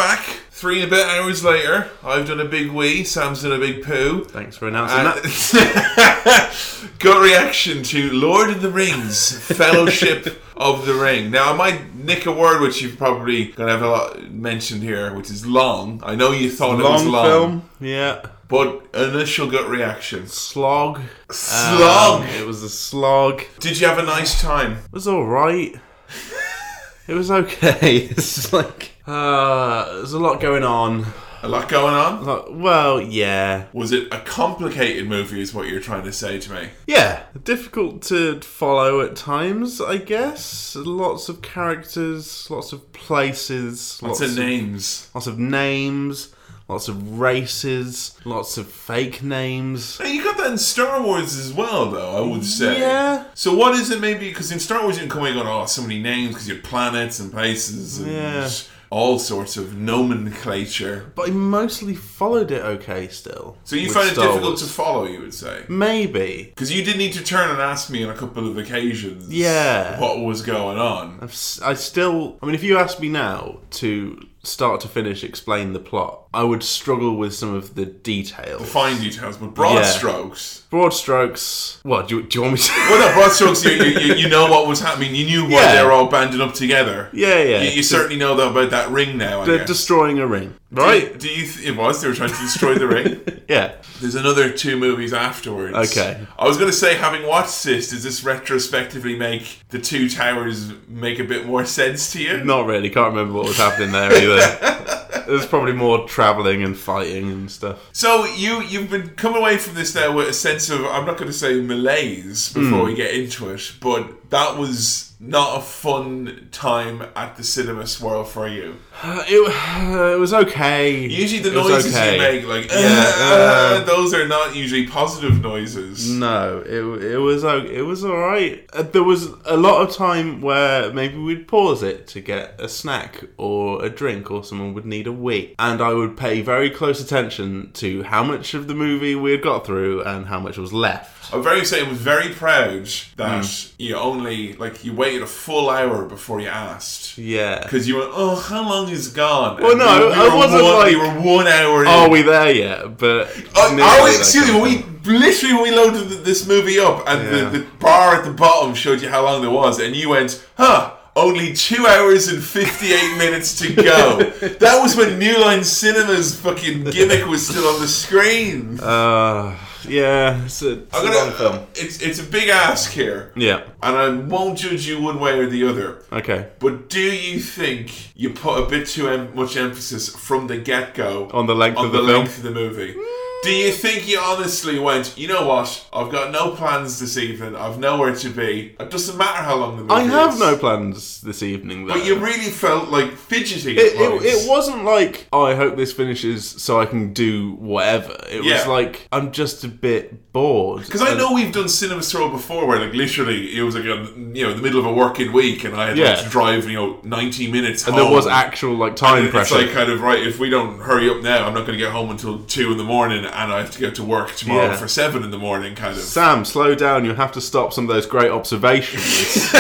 Speaker 1: hours later, I've done a big wee, Sam's done a big poo.
Speaker 2: Thanks for announcing
Speaker 1: And
Speaker 2: that.
Speaker 1: *laughs* gut reaction to Lord of the Rings,
Speaker 2: *laughs*
Speaker 1: Fellowship of the Ring. Now, I might nick a word which you're probably going to have a lot mentioned here, which is long. I know you thought it was
Speaker 2: Long,
Speaker 1: long,
Speaker 2: film. Yeah.
Speaker 1: but initial gut reactions.
Speaker 2: Slog.
Speaker 1: Slog.
Speaker 2: Um, it was a slog.
Speaker 1: Did you have a nice time?
Speaker 2: It was all
Speaker 1: *laughs*
Speaker 2: right. it was okay. *laughs* It's just like uh, there's a lot going on.
Speaker 1: A lot going on?
Speaker 2: Like, well, yeah,
Speaker 1: Was it a complicated movie? Is what you're trying to say to me?
Speaker 2: yeah. Difficult to follow at times, I guess. Lots of characters, lots of places,
Speaker 1: What's
Speaker 2: lots
Speaker 1: the
Speaker 2: of
Speaker 1: names?
Speaker 2: lots of names, lots of races, lots of fake names.
Speaker 1: Hey, you got that in Star Wars as well, though. I would say.
Speaker 2: Yeah.
Speaker 1: So what is it? Maybe because in Star Wars you can come in and go, oh, so many names because you had planets and places and
Speaker 2: Yeah.
Speaker 1: all sorts of nomenclature.
Speaker 2: But I mostly followed it okay still.
Speaker 1: So you
Speaker 2: with
Speaker 1: find it
Speaker 2: Star
Speaker 1: difficult
Speaker 2: Wars.
Speaker 1: to follow, you would say.
Speaker 2: Maybe.
Speaker 1: Because you did need to turn and ask me on a couple of occasions
Speaker 2: Yeah.
Speaker 1: what was going on.
Speaker 2: I've s- I still. I mean, if you asked me now to start to finish explain the plot, I would struggle with some of the details.
Speaker 1: Fine details, but broad
Speaker 2: Yeah.
Speaker 1: strokes.
Speaker 2: Broad strokes. What do you, do you want me to? *laughs*
Speaker 1: Well, no, broad strokes, you, you, you- you know what was happening. You knew why
Speaker 2: Yeah.
Speaker 1: they were all banded up together.
Speaker 2: yeah, yeah.
Speaker 1: You, you certainly know though about that ring now. I
Speaker 2: They're
Speaker 1: guess.
Speaker 2: destroying a ring,
Speaker 1: Do
Speaker 2: right?
Speaker 1: you, do you th- it was they were trying to destroy the
Speaker 2: *laughs*
Speaker 1: ring.
Speaker 2: Yeah.
Speaker 1: There's another two movies afterwards.
Speaker 2: Okay.
Speaker 1: I was going to say, having watched this, does this retrospectively make the Two Towers make a bit more sense to you?
Speaker 2: Not really. Can't remember what was happening there either.
Speaker 1: *laughs*
Speaker 2: There's probably more traveling and fighting and stuff.
Speaker 1: So you you've been come away from this now with a sense of I'm not going to say malaise
Speaker 2: Hmm.
Speaker 1: before we get into it, but that was not a fun time at the cinema swirl for you.
Speaker 2: Uh, it, it was okay.
Speaker 1: Usually the
Speaker 2: It was
Speaker 1: noises
Speaker 2: okay.
Speaker 1: you make, like
Speaker 2: Yeah, um,
Speaker 1: "Ah," those are not usually positive noises.
Speaker 2: No, it, it was o- it was all right. Uh, There was a lot of time where maybe we'd pause it to get a snack or a drink, or someone would need a wee, and I would pay very close attention to how much of the movie we had got through and how much was left.
Speaker 1: I'm very saying was very proud that
Speaker 2: Hmm.
Speaker 1: you only like you waited a full hour before you asked.
Speaker 2: Yeah.
Speaker 1: Because you went, oh, how long is gone?
Speaker 2: Well,
Speaker 1: And
Speaker 2: Oh, no, I
Speaker 1: were
Speaker 2: wasn't
Speaker 1: one,
Speaker 2: like-
Speaker 1: we were one hour. in.
Speaker 2: Are we there yet? But
Speaker 1: Oh,
Speaker 2: nearly
Speaker 1: oh,
Speaker 2: there,
Speaker 1: excuse me.
Speaker 2: kind of
Speaker 1: We
Speaker 2: thing.
Speaker 1: literally when we loaded th- this movie up, and
Speaker 2: Yeah.
Speaker 1: the, the bar at the bottom showed you how long there was, and you went, "Huh." Only two hours and fifty-eight minutes to
Speaker 2: *laughs*
Speaker 1: go. That was when New Line Cinema's fucking gimmick was still on the screen.
Speaker 2: Uh, yeah, it's a, *laughs* it's a
Speaker 1: I'm
Speaker 2: long film.
Speaker 1: gonna, it's it's a big ask here,
Speaker 2: Yeah.
Speaker 1: and I won't judge you one way or the other.
Speaker 2: Okay.
Speaker 1: But do you think you put a bit too em- much emphasis from the get-go
Speaker 2: On the length
Speaker 1: on
Speaker 2: of
Speaker 1: the
Speaker 2: the, film.
Speaker 1: length of the movie. Do you think you honestly went, you know what? I've got no plans this evening. I've nowhere to be. It doesn't matter how long the movie
Speaker 2: I have
Speaker 1: is."
Speaker 2: no plans this evening. Though.
Speaker 1: But you really felt like fidgety.
Speaker 2: It,
Speaker 1: at
Speaker 2: it,
Speaker 1: points.
Speaker 2: it wasn't like oh, I hope this finishes so I can do whatever. It was
Speaker 1: Yeah.
Speaker 2: like I'm just a bit bored.
Speaker 1: Because I know we've done Cinema Stroll before, where like literally it was like on, you know in the middle of a working week, and I had
Speaker 2: Yeah.
Speaker 1: like, to drive you know ninety minutes,
Speaker 2: and there
Speaker 1: home.
Speaker 2: was actual like time
Speaker 1: Oh. And it's
Speaker 2: pressure.
Speaker 1: like kind of right. If we don't hurry up now, I'm not going to get home until two in the morning, and I have to go to work tomorrow
Speaker 2: Yeah.
Speaker 1: for seven in the morning. Kind of.
Speaker 2: Sam, slow down. You have to stop some of those great
Speaker 1: *laughs*
Speaker 2: observations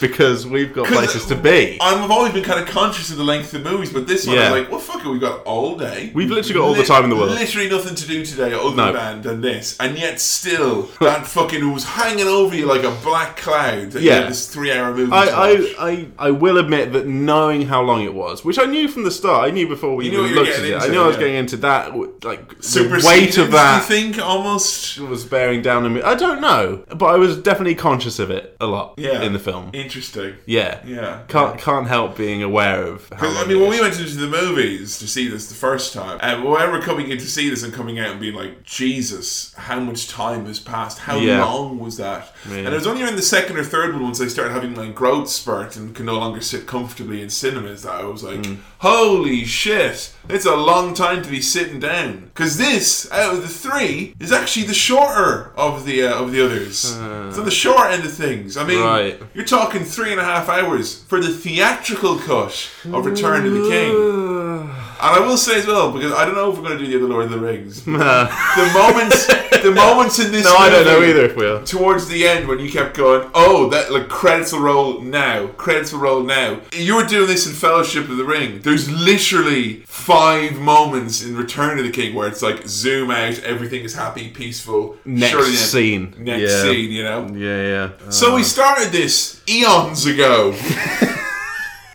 Speaker 2: because we've got places to be.
Speaker 1: I'm, I've always been kind of conscious of the length of movies, but this one,
Speaker 2: Yeah.
Speaker 1: I was like, well, fuck it, we've got all day.
Speaker 2: We've literally got all the time in the world.
Speaker 1: Literally nothing to do today other
Speaker 2: No.
Speaker 1: than, than this. And yet still,
Speaker 2: *laughs*
Speaker 1: that fucking was hanging over you like a black cloud. that you
Speaker 2: Yeah.
Speaker 1: had this three hour movie.
Speaker 2: I,
Speaker 1: to watch.
Speaker 2: I, I, I will admit that knowing how long it was, which I knew from the start, I knew before
Speaker 1: knew
Speaker 2: we even
Speaker 1: what you were
Speaker 2: looked at it.
Speaker 1: getting
Speaker 2: I
Speaker 1: into,
Speaker 2: knew I was
Speaker 1: yeah.
Speaker 2: getting into that, w- like
Speaker 1: Super
Speaker 2: the weight of that.
Speaker 1: You think almost?
Speaker 2: was bearing down on me. I don't know, but I was definitely conscious of it a lot
Speaker 1: Yeah.
Speaker 2: in the film.
Speaker 1: Interesting.
Speaker 2: Yeah.
Speaker 1: Yeah.
Speaker 2: Can't can't help being aware of how
Speaker 1: I
Speaker 2: long
Speaker 1: mean,
Speaker 2: it
Speaker 1: when
Speaker 2: is.
Speaker 1: we went into the movies to see this the first time, and we were coming in to see this and coming out and being like, Jesus, how much time has passed? How
Speaker 2: Yeah.
Speaker 1: long was that? And
Speaker 2: Yeah.
Speaker 1: it was only in the second or third one once I started having like growth spurt and can no longer sit comfortably in cinemas that I was like, holy shit, it's a long time to be sitting down. Because this, out of the three, is actually the shorter of the uh, of the others. it's on the short end of things. I mean,
Speaker 2: Right.
Speaker 1: you're talking three and a half hours for the theatrical cut of Return to the King.
Speaker 2: Ugh.
Speaker 1: I will say as well because I don't know if we're going to do the other Lord of the
Speaker 2: *laughs*
Speaker 1: Rings. the moments, the moments in this.
Speaker 2: No, I don't know
Speaker 1: movie-
Speaker 2: either if we are.
Speaker 1: towards the end when you kept going, oh, that like credits will roll now, credits will roll now. You were doing this in Fellowship of the Ring. There's literally five moments in Return of the King where it's like zoom out, everything is happy, peaceful.
Speaker 2: Next
Speaker 1: surely the-
Speaker 2: scene.
Speaker 1: next
Speaker 2: Yeah.
Speaker 1: scene, you know.
Speaker 2: Yeah, yeah.
Speaker 1: So we started this eons
Speaker 2: *laughs*
Speaker 1: ago.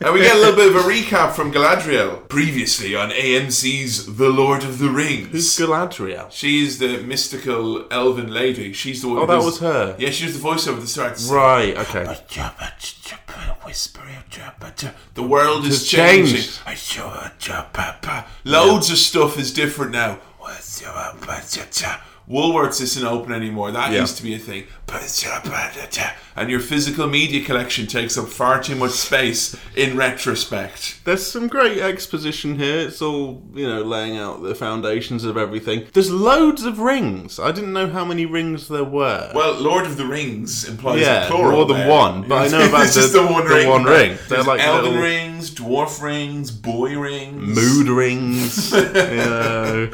Speaker 1: And we get a little bit of a recap from Galadriel previously on AMC's The Lord of the Rings.
Speaker 2: Who's Galadriel?
Speaker 1: She's the mystical elven lady. She's the one.
Speaker 2: Oh,
Speaker 1: who
Speaker 2: that
Speaker 1: does-
Speaker 2: was her.
Speaker 1: Yeah, she was the voiceover at the start. It's
Speaker 2: Right. Okay.
Speaker 1: like, "Jabba, jabba, whisper, jabba, jabba." The world is
Speaker 2: It's changed.
Speaker 1: changing. I saw jabba, ba. Loads of stuff is different now. What's jabba, ba, ja, ja. Woolworths isn't open anymore. That
Speaker 2: Yeah.
Speaker 1: used to be a thing. But jabba, da, da. And your physical media collection takes up far too much space in retrospect.
Speaker 2: There's some great exposition here. It's all, you know, laying out the foundations of everything. There's loads of rings. I didn't know how many rings there were.
Speaker 1: Well, Lord of the Rings implies
Speaker 2: Yeah,
Speaker 1: a plural.
Speaker 2: more than
Speaker 1: there.
Speaker 2: one, but I know
Speaker 1: *laughs*
Speaker 2: about
Speaker 1: it's just
Speaker 2: the-
Speaker 1: the one
Speaker 2: the
Speaker 1: ring.
Speaker 2: one
Speaker 1: right?
Speaker 2: ring. They're
Speaker 1: There's
Speaker 2: like
Speaker 1: elven
Speaker 2: little-
Speaker 1: rings, dwarf rings, boy rings,
Speaker 2: Mood rings, you know,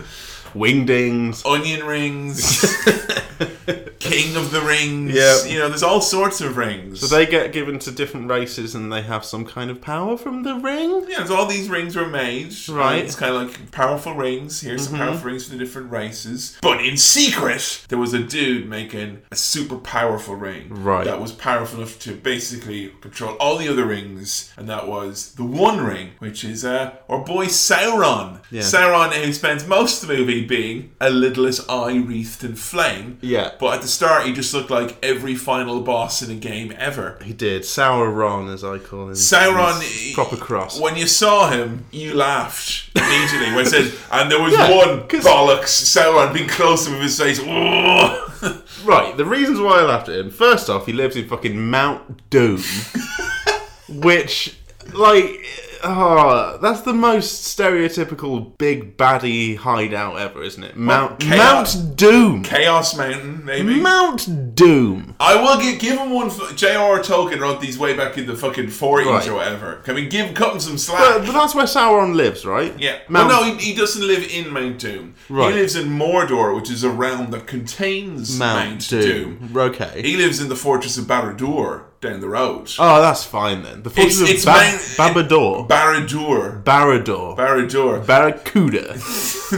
Speaker 2: wingdings.
Speaker 1: onion
Speaker 2: *laughs*
Speaker 1: rings, king of the rings.
Speaker 2: Yeah.
Speaker 1: You know, there's all sorts of rings.
Speaker 2: So they get given to different races and they have some kind of power from the ring?
Speaker 1: yeah, there's all these rings were made. and
Speaker 2: Right. Mm-hmm.
Speaker 1: It's kind of like powerful rings. Here's some powerful rings for the different races. But in secret, there was a dude making a super powerful ring.
Speaker 2: Right.
Speaker 1: That was powerful enough to basically control all the other rings. And that was the One Ring, which is uh, our boy Sauron. Sauron, who spends most of the movie being a littlest eye wreathed in flame.
Speaker 2: Yeah.
Speaker 1: But at the start, he just looked like every final boss in a game ever.
Speaker 2: He did. Sauron, as I call him.
Speaker 1: Sauron
Speaker 2: He's Proper cross.
Speaker 1: When you saw him, you laughed immediately. when it said, and there was
Speaker 2: Yeah,
Speaker 1: one
Speaker 2: 'cause-
Speaker 1: bollocks Sauron being close to him with his face. *laughs* "Whoa."
Speaker 2: Right, the reasons why I laughed at him. First off, he lives in fucking
Speaker 1: *laughs*
Speaker 2: Mount Doom, which, like, ah, that's the most stereotypical big baddie hideout ever, isn't it? Mount
Speaker 1: chaos-
Speaker 2: Mount Doom,
Speaker 1: Chaos Mountain,
Speaker 2: Mm-hmm.
Speaker 1: maybe.
Speaker 2: Mount Doom.
Speaker 1: I will get give him one. For, J.R.R. Tolkien wrote these way back in the fucking forties
Speaker 2: Right.
Speaker 1: or whatever. Can we give cut him some slack?
Speaker 2: But, but that's where Sauron lives, right?
Speaker 1: yeah.
Speaker 2: Mount,
Speaker 1: well, no, he, he doesn't live in Mount Doom.
Speaker 2: Right.
Speaker 1: He lives in Mordor, which is a realm that contains
Speaker 2: Mount,
Speaker 1: Mount,
Speaker 2: Doom.
Speaker 1: Doom.
Speaker 2: Okay.
Speaker 1: He lives in the fortress of Barad-dûr down the road.
Speaker 2: oh, that's fine then. The fortress
Speaker 1: It's- it's
Speaker 2: of ba-
Speaker 1: Mount-
Speaker 2: Babador,
Speaker 1: Barad-dûr.
Speaker 2: Barador,
Speaker 1: Barad-dûr. *laughs*
Speaker 2: Barracuda.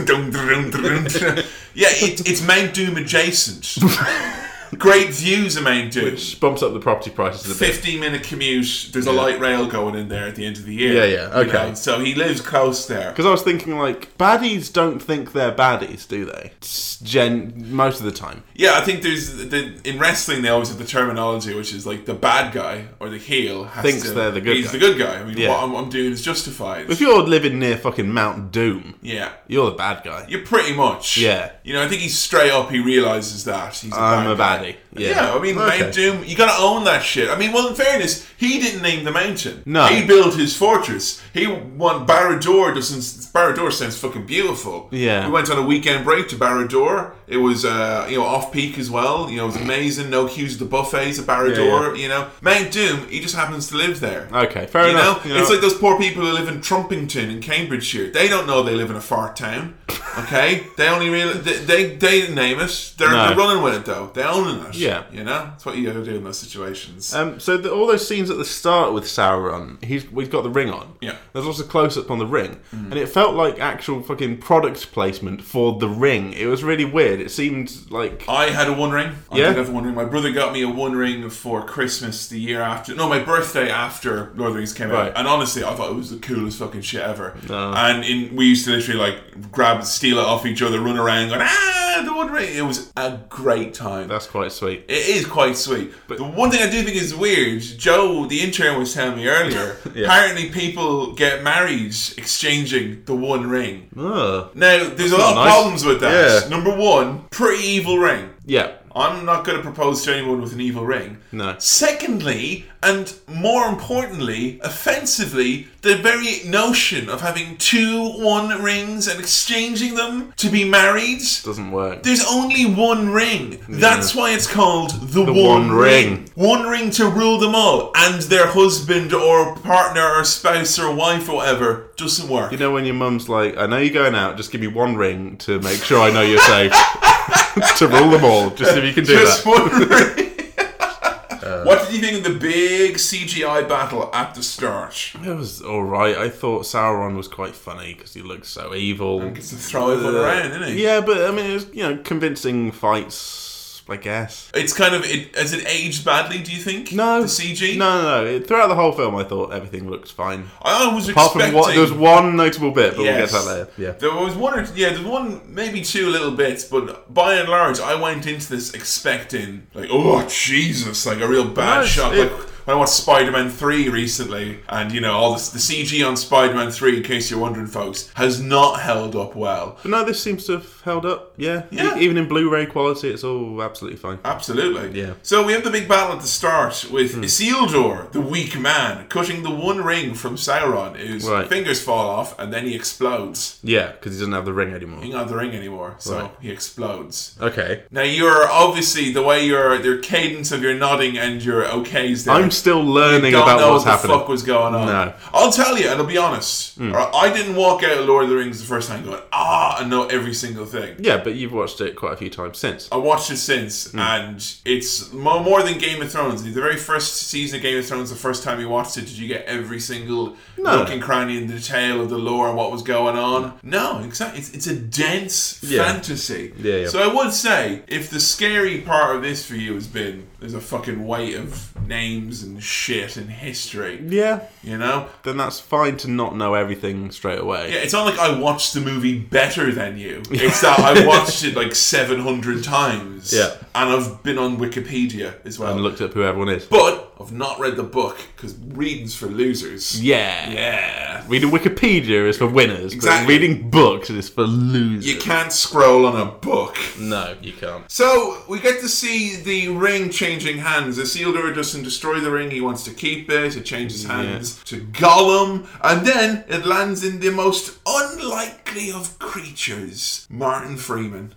Speaker 1: Dum, dum, dum, dum. yeah, it, it's Mount Doom adjacent.
Speaker 2: *laughs*
Speaker 1: Great views of Mount Doom.
Speaker 2: Bumps up the property prices a bit.
Speaker 1: 15 minute commute. There's a light rail going in there at the end of the year.
Speaker 2: Yeah, yeah,
Speaker 1: You know,
Speaker 2: okay.
Speaker 1: so he lives close there.
Speaker 2: Because I was thinking, like, baddies don't think they're baddies, do they? S- Gen, most of the time.
Speaker 1: Yeah, I think there's the, in wrestling they always have the terminology, which is like the bad guy or the heel has
Speaker 2: Thinks
Speaker 1: to-
Speaker 2: they're the good
Speaker 1: he's
Speaker 2: guy.
Speaker 1: the good guy. I mean,
Speaker 2: Yeah.
Speaker 1: what I'm, I'm doing is justified.
Speaker 2: If you're living near fucking Mount Doom,
Speaker 1: yeah.
Speaker 2: you're the bad guy.
Speaker 1: You're pretty much.
Speaker 2: Yeah.
Speaker 1: You know, I think he's straight up. He realizes that he's. A
Speaker 2: I'm a
Speaker 1: bad guy.
Speaker 2: baddie.
Speaker 1: Yeah,
Speaker 2: Yeah.
Speaker 1: I mean,
Speaker 2: Okay.
Speaker 1: Mount Doom, you gotta own that shit. I mean, well, in fairness, he didn't name the mountain.
Speaker 2: No.
Speaker 1: He built his fortress. He won Barad-dûr, doesn't, Barad-dûr sounds fucking beautiful.
Speaker 2: Yeah.
Speaker 1: We went on a weekend break to Barad-dûr. It was, uh, you know, off-peak as well. You know, it was
Speaker 2: Mm.
Speaker 1: amazing. No queues at the buffets at Barad-dûr, you know. Mount Doom, he just happens to live there.
Speaker 2: Okay, fair
Speaker 1: You know,
Speaker 2: enough.
Speaker 1: it's like those poor people who live in Trumpington in Cambridgeshire. They don't know they live in a fart town. Okay, they only really they they, they name it. They're,
Speaker 2: No.
Speaker 1: they're running with it though. They're owning it.
Speaker 2: Yeah.
Speaker 1: you know, that's what you got to do in those situations.
Speaker 2: Um, so the, all those scenes at the start with Sauron, he's we've got the ring on.
Speaker 1: Yeah. Mm.
Speaker 2: There's also close up on the ring, and it felt like actual fucking product placement for the ring. It was really weird. It seemed like oh,
Speaker 1: I had a one ring. I
Speaker 2: Yeah.
Speaker 1: did have a one ring. My brother got me a one ring for Christmas the year after. No, my birthday after Lord of the Rings came
Speaker 2: Right.
Speaker 1: out. And honestly, I thought it was the coolest fucking shit ever.
Speaker 2: No.
Speaker 1: And in, we used to literally like grab, steal it off each other, run around, going ah, the one ring. It was a great time.
Speaker 2: that's quite sweet.
Speaker 1: It is quite sweet. But the one thing I do think is weird, Joe, the intern, was telling me earlier.
Speaker 2: *laughs* Yeah.
Speaker 1: Apparently, people get married exchanging the one ring.
Speaker 2: Ugh.
Speaker 1: Now, there's a lot of
Speaker 2: not nice.
Speaker 1: problems with that.
Speaker 2: Yeah.
Speaker 1: Number one, pretty evil ring.
Speaker 2: Yeah.
Speaker 1: I'm not going to propose to anyone with an evil ring.
Speaker 2: No.
Speaker 1: Secondly, and more importantly, offensively, the very notion of having two one rings and exchanging them to be married.
Speaker 2: Doesn't work.
Speaker 1: There's only one ring. That's why it's called the,
Speaker 2: one
Speaker 1: one,
Speaker 2: ring.
Speaker 1: ring. One ring to rule them all, and their husband or partner or spouse or wife or whatever doesn't work.
Speaker 2: You know when your mum's like, I know you're going out, just give me one ring to make sure I know you're safe. *laughs* to rule them all, just if you can do
Speaker 1: Just
Speaker 2: that.
Speaker 1: wondering.
Speaker 2: *laughs* Uh,
Speaker 1: what did you think of the big CGI battle at the start?
Speaker 2: It was alright. I thought Sauron was quite funny because he looked so evil.
Speaker 1: It's a throw everyone around, isn't it?
Speaker 2: Yeah, but I mean, it was, you know, convincing fights, I guess.
Speaker 1: It's kind of it has it aged badly, do you think?
Speaker 2: No.
Speaker 1: The CG?
Speaker 2: No, no, no. It- Throughout the whole film, I thought everything looked fine.
Speaker 1: I was
Speaker 2: Apart
Speaker 1: expecting
Speaker 2: from what, there was one notable bit, but
Speaker 1: Yes.
Speaker 2: we'll get to that later.
Speaker 1: There was one or yeah, there was one maybe two little bits, but by and large, I went into this expecting like, oh Jesus, like a real bad
Speaker 2: No, it's-
Speaker 1: shot.
Speaker 2: it-
Speaker 1: like when I watched Spider Man Three recently, and you know all this, the CG on Spider Man Three, in case you're wondering, folks, has not held up well.
Speaker 2: But no, this seems to have held up. Yeah. E-
Speaker 1: Yeah.
Speaker 2: even in Blu-ray quality, it's all absolutely fine.
Speaker 1: Absolutely.
Speaker 2: Yeah. Hmm.
Speaker 1: So we have the big battle at the start with Isildur, the weak man, cutting the one ring from Sauron, whose
Speaker 2: Right.
Speaker 1: fingers fall off, and then he explodes.
Speaker 2: Yeah, because he doesn't have the ring anymore.
Speaker 1: He doesn't have the ring anymore, so
Speaker 2: Right.
Speaker 1: he explodes.
Speaker 2: Okay.
Speaker 1: Now you're obviously the way your your cadence of your nodding and your okays there.
Speaker 2: I'm still learning
Speaker 1: don't
Speaker 2: about
Speaker 1: know
Speaker 2: what's
Speaker 1: what the
Speaker 2: happening.
Speaker 1: fuck was going on.
Speaker 2: No. Hmm.
Speaker 1: I'll tell you, and I'll be honest. Alright, I didn't walk out of Lord of the Rings the first time going ah and know every single thing.
Speaker 2: Yeah, but you've watched it quite a few times since.
Speaker 1: I watched it since,
Speaker 2: Hmm.
Speaker 1: and it's mo- more than Game of Thrones. The very first season of Game of Thrones, the first time you watched it, did you get every single nook and cranny and detail of the lore and what was going on? No, exactly. It's, it's a dense
Speaker 2: Yeah.
Speaker 1: fantasy.
Speaker 2: Yeah, yeah.
Speaker 1: So I would say, if the scary part of this for you has been there's a fucking weight of names and shit and history,
Speaker 2: Yeah,
Speaker 1: you know,
Speaker 2: then that's fine to not know everything straight away.
Speaker 1: yeah, it's not like I watched the movie better than
Speaker 2: *laughs*
Speaker 1: you. It's that I watched it like 700 times.
Speaker 2: Yeah.
Speaker 1: And I've been on Wikipedia as well.
Speaker 2: And looked up who everyone is.
Speaker 1: but I've not read the book because reading's for losers.
Speaker 2: yeah.
Speaker 1: Yeah.
Speaker 2: Reading Wikipedia is for winners,
Speaker 1: Exactly.
Speaker 2: but reading books is for losers.
Speaker 1: You can't scroll on a book.
Speaker 2: No, you can't.
Speaker 1: So we get to see the ring changing hands. Isildur doesn't destroy the ring; he wants to keep it. It changes hands to Gollum, and then it lands in the most unlikely of creatures, Martin
Speaker 2: *laughs*
Speaker 1: Freeman.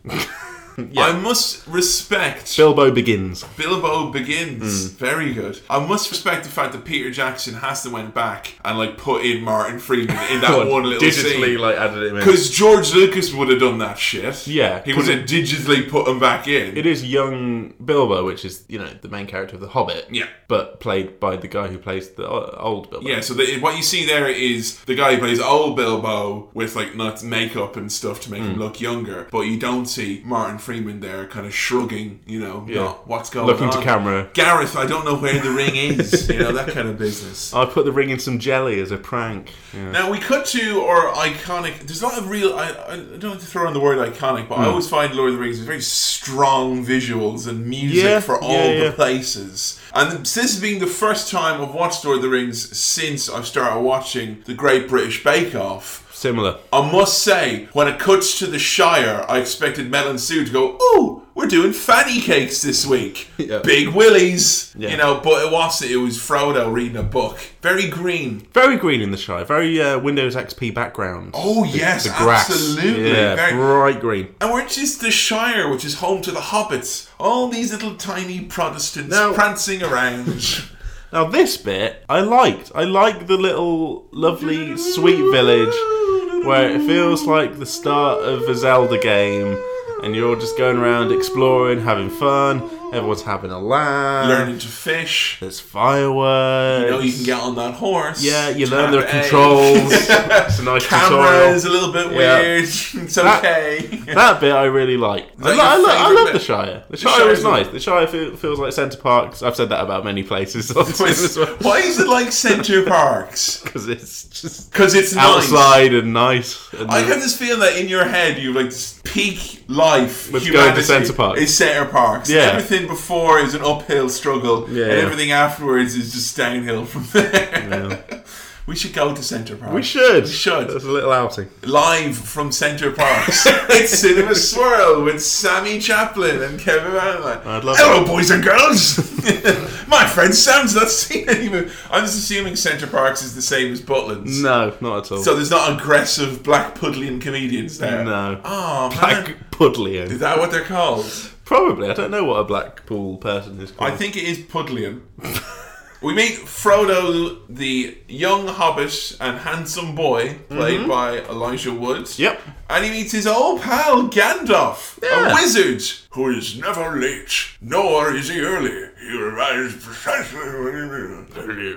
Speaker 1: I must respect
Speaker 2: Bilbo begins.
Speaker 1: Bilbo Begins.
Speaker 2: Hmm.
Speaker 1: Very good. I must respect the fact that Peter Jackson has to went back and like put in Martin Freeman in that one little
Speaker 2: digitally
Speaker 1: scene.
Speaker 2: like added it in.
Speaker 1: Because George Lucas would have done that shit.
Speaker 2: Yeah,
Speaker 1: He
Speaker 2: 'cause
Speaker 1: would have digitally put him back in.
Speaker 2: It is young Bilbo, which is you know the main character of the Hobbit.
Speaker 1: Yeah.
Speaker 2: but played by the guy who plays the o- old Bilbo.
Speaker 1: Yeah, so the, what you see there is the guy who plays old Bilbo with like nuts makeup and stuff to
Speaker 2: Hmm.
Speaker 1: make him look younger, but you don't see Martin Freeman there, kind of shrugging, you know, not what's going
Speaker 2: Looking
Speaker 1: on.
Speaker 2: to camera.
Speaker 1: Gareth, I don't know where the ring is, you know, that kind
Speaker 2: *laughs*
Speaker 1: of business.
Speaker 2: I put the ring in some jelly as a prank. Yeah.
Speaker 1: Now we cut to our iconic. There's not a real. I, I don't like to throw in the word iconic,
Speaker 2: Hmm.
Speaker 1: but I always find Lord of the Rings is very strong visuals and music
Speaker 2: Yeah,
Speaker 1: for
Speaker 2: yeah,
Speaker 1: all
Speaker 2: yeah.
Speaker 1: the places. And this being the first time I've watched Lord of the Rings since I started watching the Great British Bake Off.
Speaker 2: Similar.
Speaker 1: I must say, when it cuts to the Shire, I expected Mel and Sue to go, "Ooh, we're doing fanny cakes this week,
Speaker 2: *laughs* Yeah.
Speaker 1: big willies,"
Speaker 2: Yeah.
Speaker 1: you know. But it wasn't. It was Frodo reading a book, very green,
Speaker 2: Very green in the Shire. Very uh, Windows XP background.
Speaker 1: Oh yes,
Speaker 2: the grass.
Speaker 1: absolutely.
Speaker 2: Yeah,
Speaker 1: Very-
Speaker 2: bright green.
Speaker 1: and we're just the Shire, which is home to the hobbits. All these little tiny Protestants
Speaker 2: Now-
Speaker 1: prancing
Speaker 2: *laughs*
Speaker 1: around.
Speaker 2: Now this bit I liked. I like the little lovely sweet village where it feels like the start of a Zelda game and you're all just going around exploring, having fun, everyone's having a laugh.
Speaker 1: learning to fish.
Speaker 2: There's fireworks.
Speaker 1: You know you can get on that horse.
Speaker 2: yeah, you learn the
Speaker 1: tap A. *laughs*
Speaker 2: controls. it's a nice
Speaker 1: Camera is
Speaker 2: tutorial.
Speaker 1: a little bit
Speaker 2: Yeah.
Speaker 1: weird. *laughs* It's okay.
Speaker 2: *laughs* That bit I really like.
Speaker 1: that
Speaker 2: I, lo- I,
Speaker 1: your
Speaker 2: lo- I
Speaker 1: favourite
Speaker 2: love
Speaker 1: bit?
Speaker 2: the Shire. The Shire
Speaker 1: Shire's
Speaker 2: is nice. The Shire feel, feels like Centre Parks. I've said that about many places.
Speaker 1: *laughs*
Speaker 2: Because
Speaker 1: Why is it like Centre Parks?
Speaker 2: it's just
Speaker 1: Because it's nice.
Speaker 2: outside and nice. And
Speaker 1: I have this feeling that in your head you like this peak life.
Speaker 2: Let's go to
Speaker 1: humanity
Speaker 2: Centre Park.
Speaker 1: Is Centre Parks.
Speaker 2: Yeah.
Speaker 1: Everything before is an uphill struggle,
Speaker 2: Yeah.
Speaker 1: and everything afterwards is just downhill from *laughs* there.
Speaker 2: Yeah.
Speaker 1: We should go to Centre Park.
Speaker 2: We should.
Speaker 1: We should.
Speaker 2: That's a little outing.
Speaker 1: Live from Centre
Speaker 2: *laughs*
Speaker 1: Parks. it's Cinema Swirl with Sammy Chaplin and Kevin Allen.
Speaker 2: I'd love
Speaker 1: Hello, boys and girls. *laughs* My friend Sam's not seen any movie. I'm just assuming Centre Parks is the same as Butlins.
Speaker 2: No, not at all.
Speaker 1: So there's not aggressive black puddling comedians there.
Speaker 2: no.
Speaker 1: Oh man.
Speaker 2: Black
Speaker 1: Is
Speaker 2: Pudlian.
Speaker 1: that what they're called?
Speaker 2: Probably. I don't know what a Blackpool person is
Speaker 1: I
Speaker 2: called.
Speaker 1: think it is Pudlian. *laughs* we meet Frodo, the young hobbit and handsome boy, played by Elijah Wood. *laughs*
Speaker 2: Yep.
Speaker 1: And he meets his old pal Gandalf,
Speaker 2: Yeah.
Speaker 1: a wizard who is never late, nor is he early. He arrives precisely when he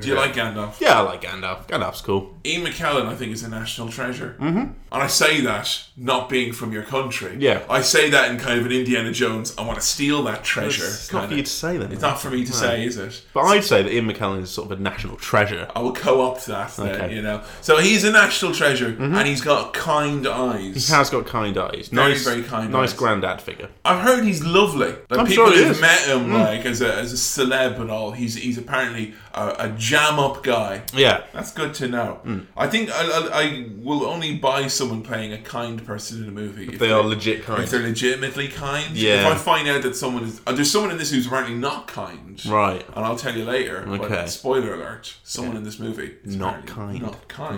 Speaker 1: Do you like Gandalf?
Speaker 2: yeah, I like Gandalf. Gandalf's cool.
Speaker 1: Ian McKellen, I think, is a national treasure. Mm-hmm. And I say that not being from your country.
Speaker 2: Yeah.
Speaker 1: I say that in kind of an Indiana Jones, I want to steal that treasure.
Speaker 2: It's not
Speaker 1: kind
Speaker 2: for
Speaker 1: of.
Speaker 2: you to say then.
Speaker 1: It's not for me to say, is it?
Speaker 2: But I'd say that Ian McKellen is sort of a national treasure.
Speaker 1: I will co-opt that. Then,
Speaker 2: Okay. Mm-hmm.
Speaker 1: You know, so he's a national treasure, and he's got kind eyes.
Speaker 2: He has got kind eyes.
Speaker 1: Very,
Speaker 2: Nice,
Speaker 1: very kind
Speaker 2: Nice
Speaker 1: eyes.
Speaker 2: granddad figure.
Speaker 1: I've heard he's lovely. Like
Speaker 2: I'm
Speaker 1: people
Speaker 2: sure he
Speaker 1: who've
Speaker 2: is. Mm.
Speaker 1: met him, like as a as a celeb and all, he's he's apparently a, a jam up guy.
Speaker 2: Yeah.
Speaker 1: That's good to know.
Speaker 2: Mm.
Speaker 1: I think I, I, I will only buy someone playing a kind person in a movie if
Speaker 2: They are legit kind.
Speaker 1: if they're legitimately kind.
Speaker 2: Yeah.
Speaker 1: If I find out that someone is, uh, there's someone in this who's apparently not kind.
Speaker 2: Right.
Speaker 1: And I'll tell you later.
Speaker 2: Okay.
Speaker 1: But spoiler alert: someone in this movie is
Speaker 2: Not
Speaker 1: apparently
Speaker 2: kind.
Speaker 1: Not kind.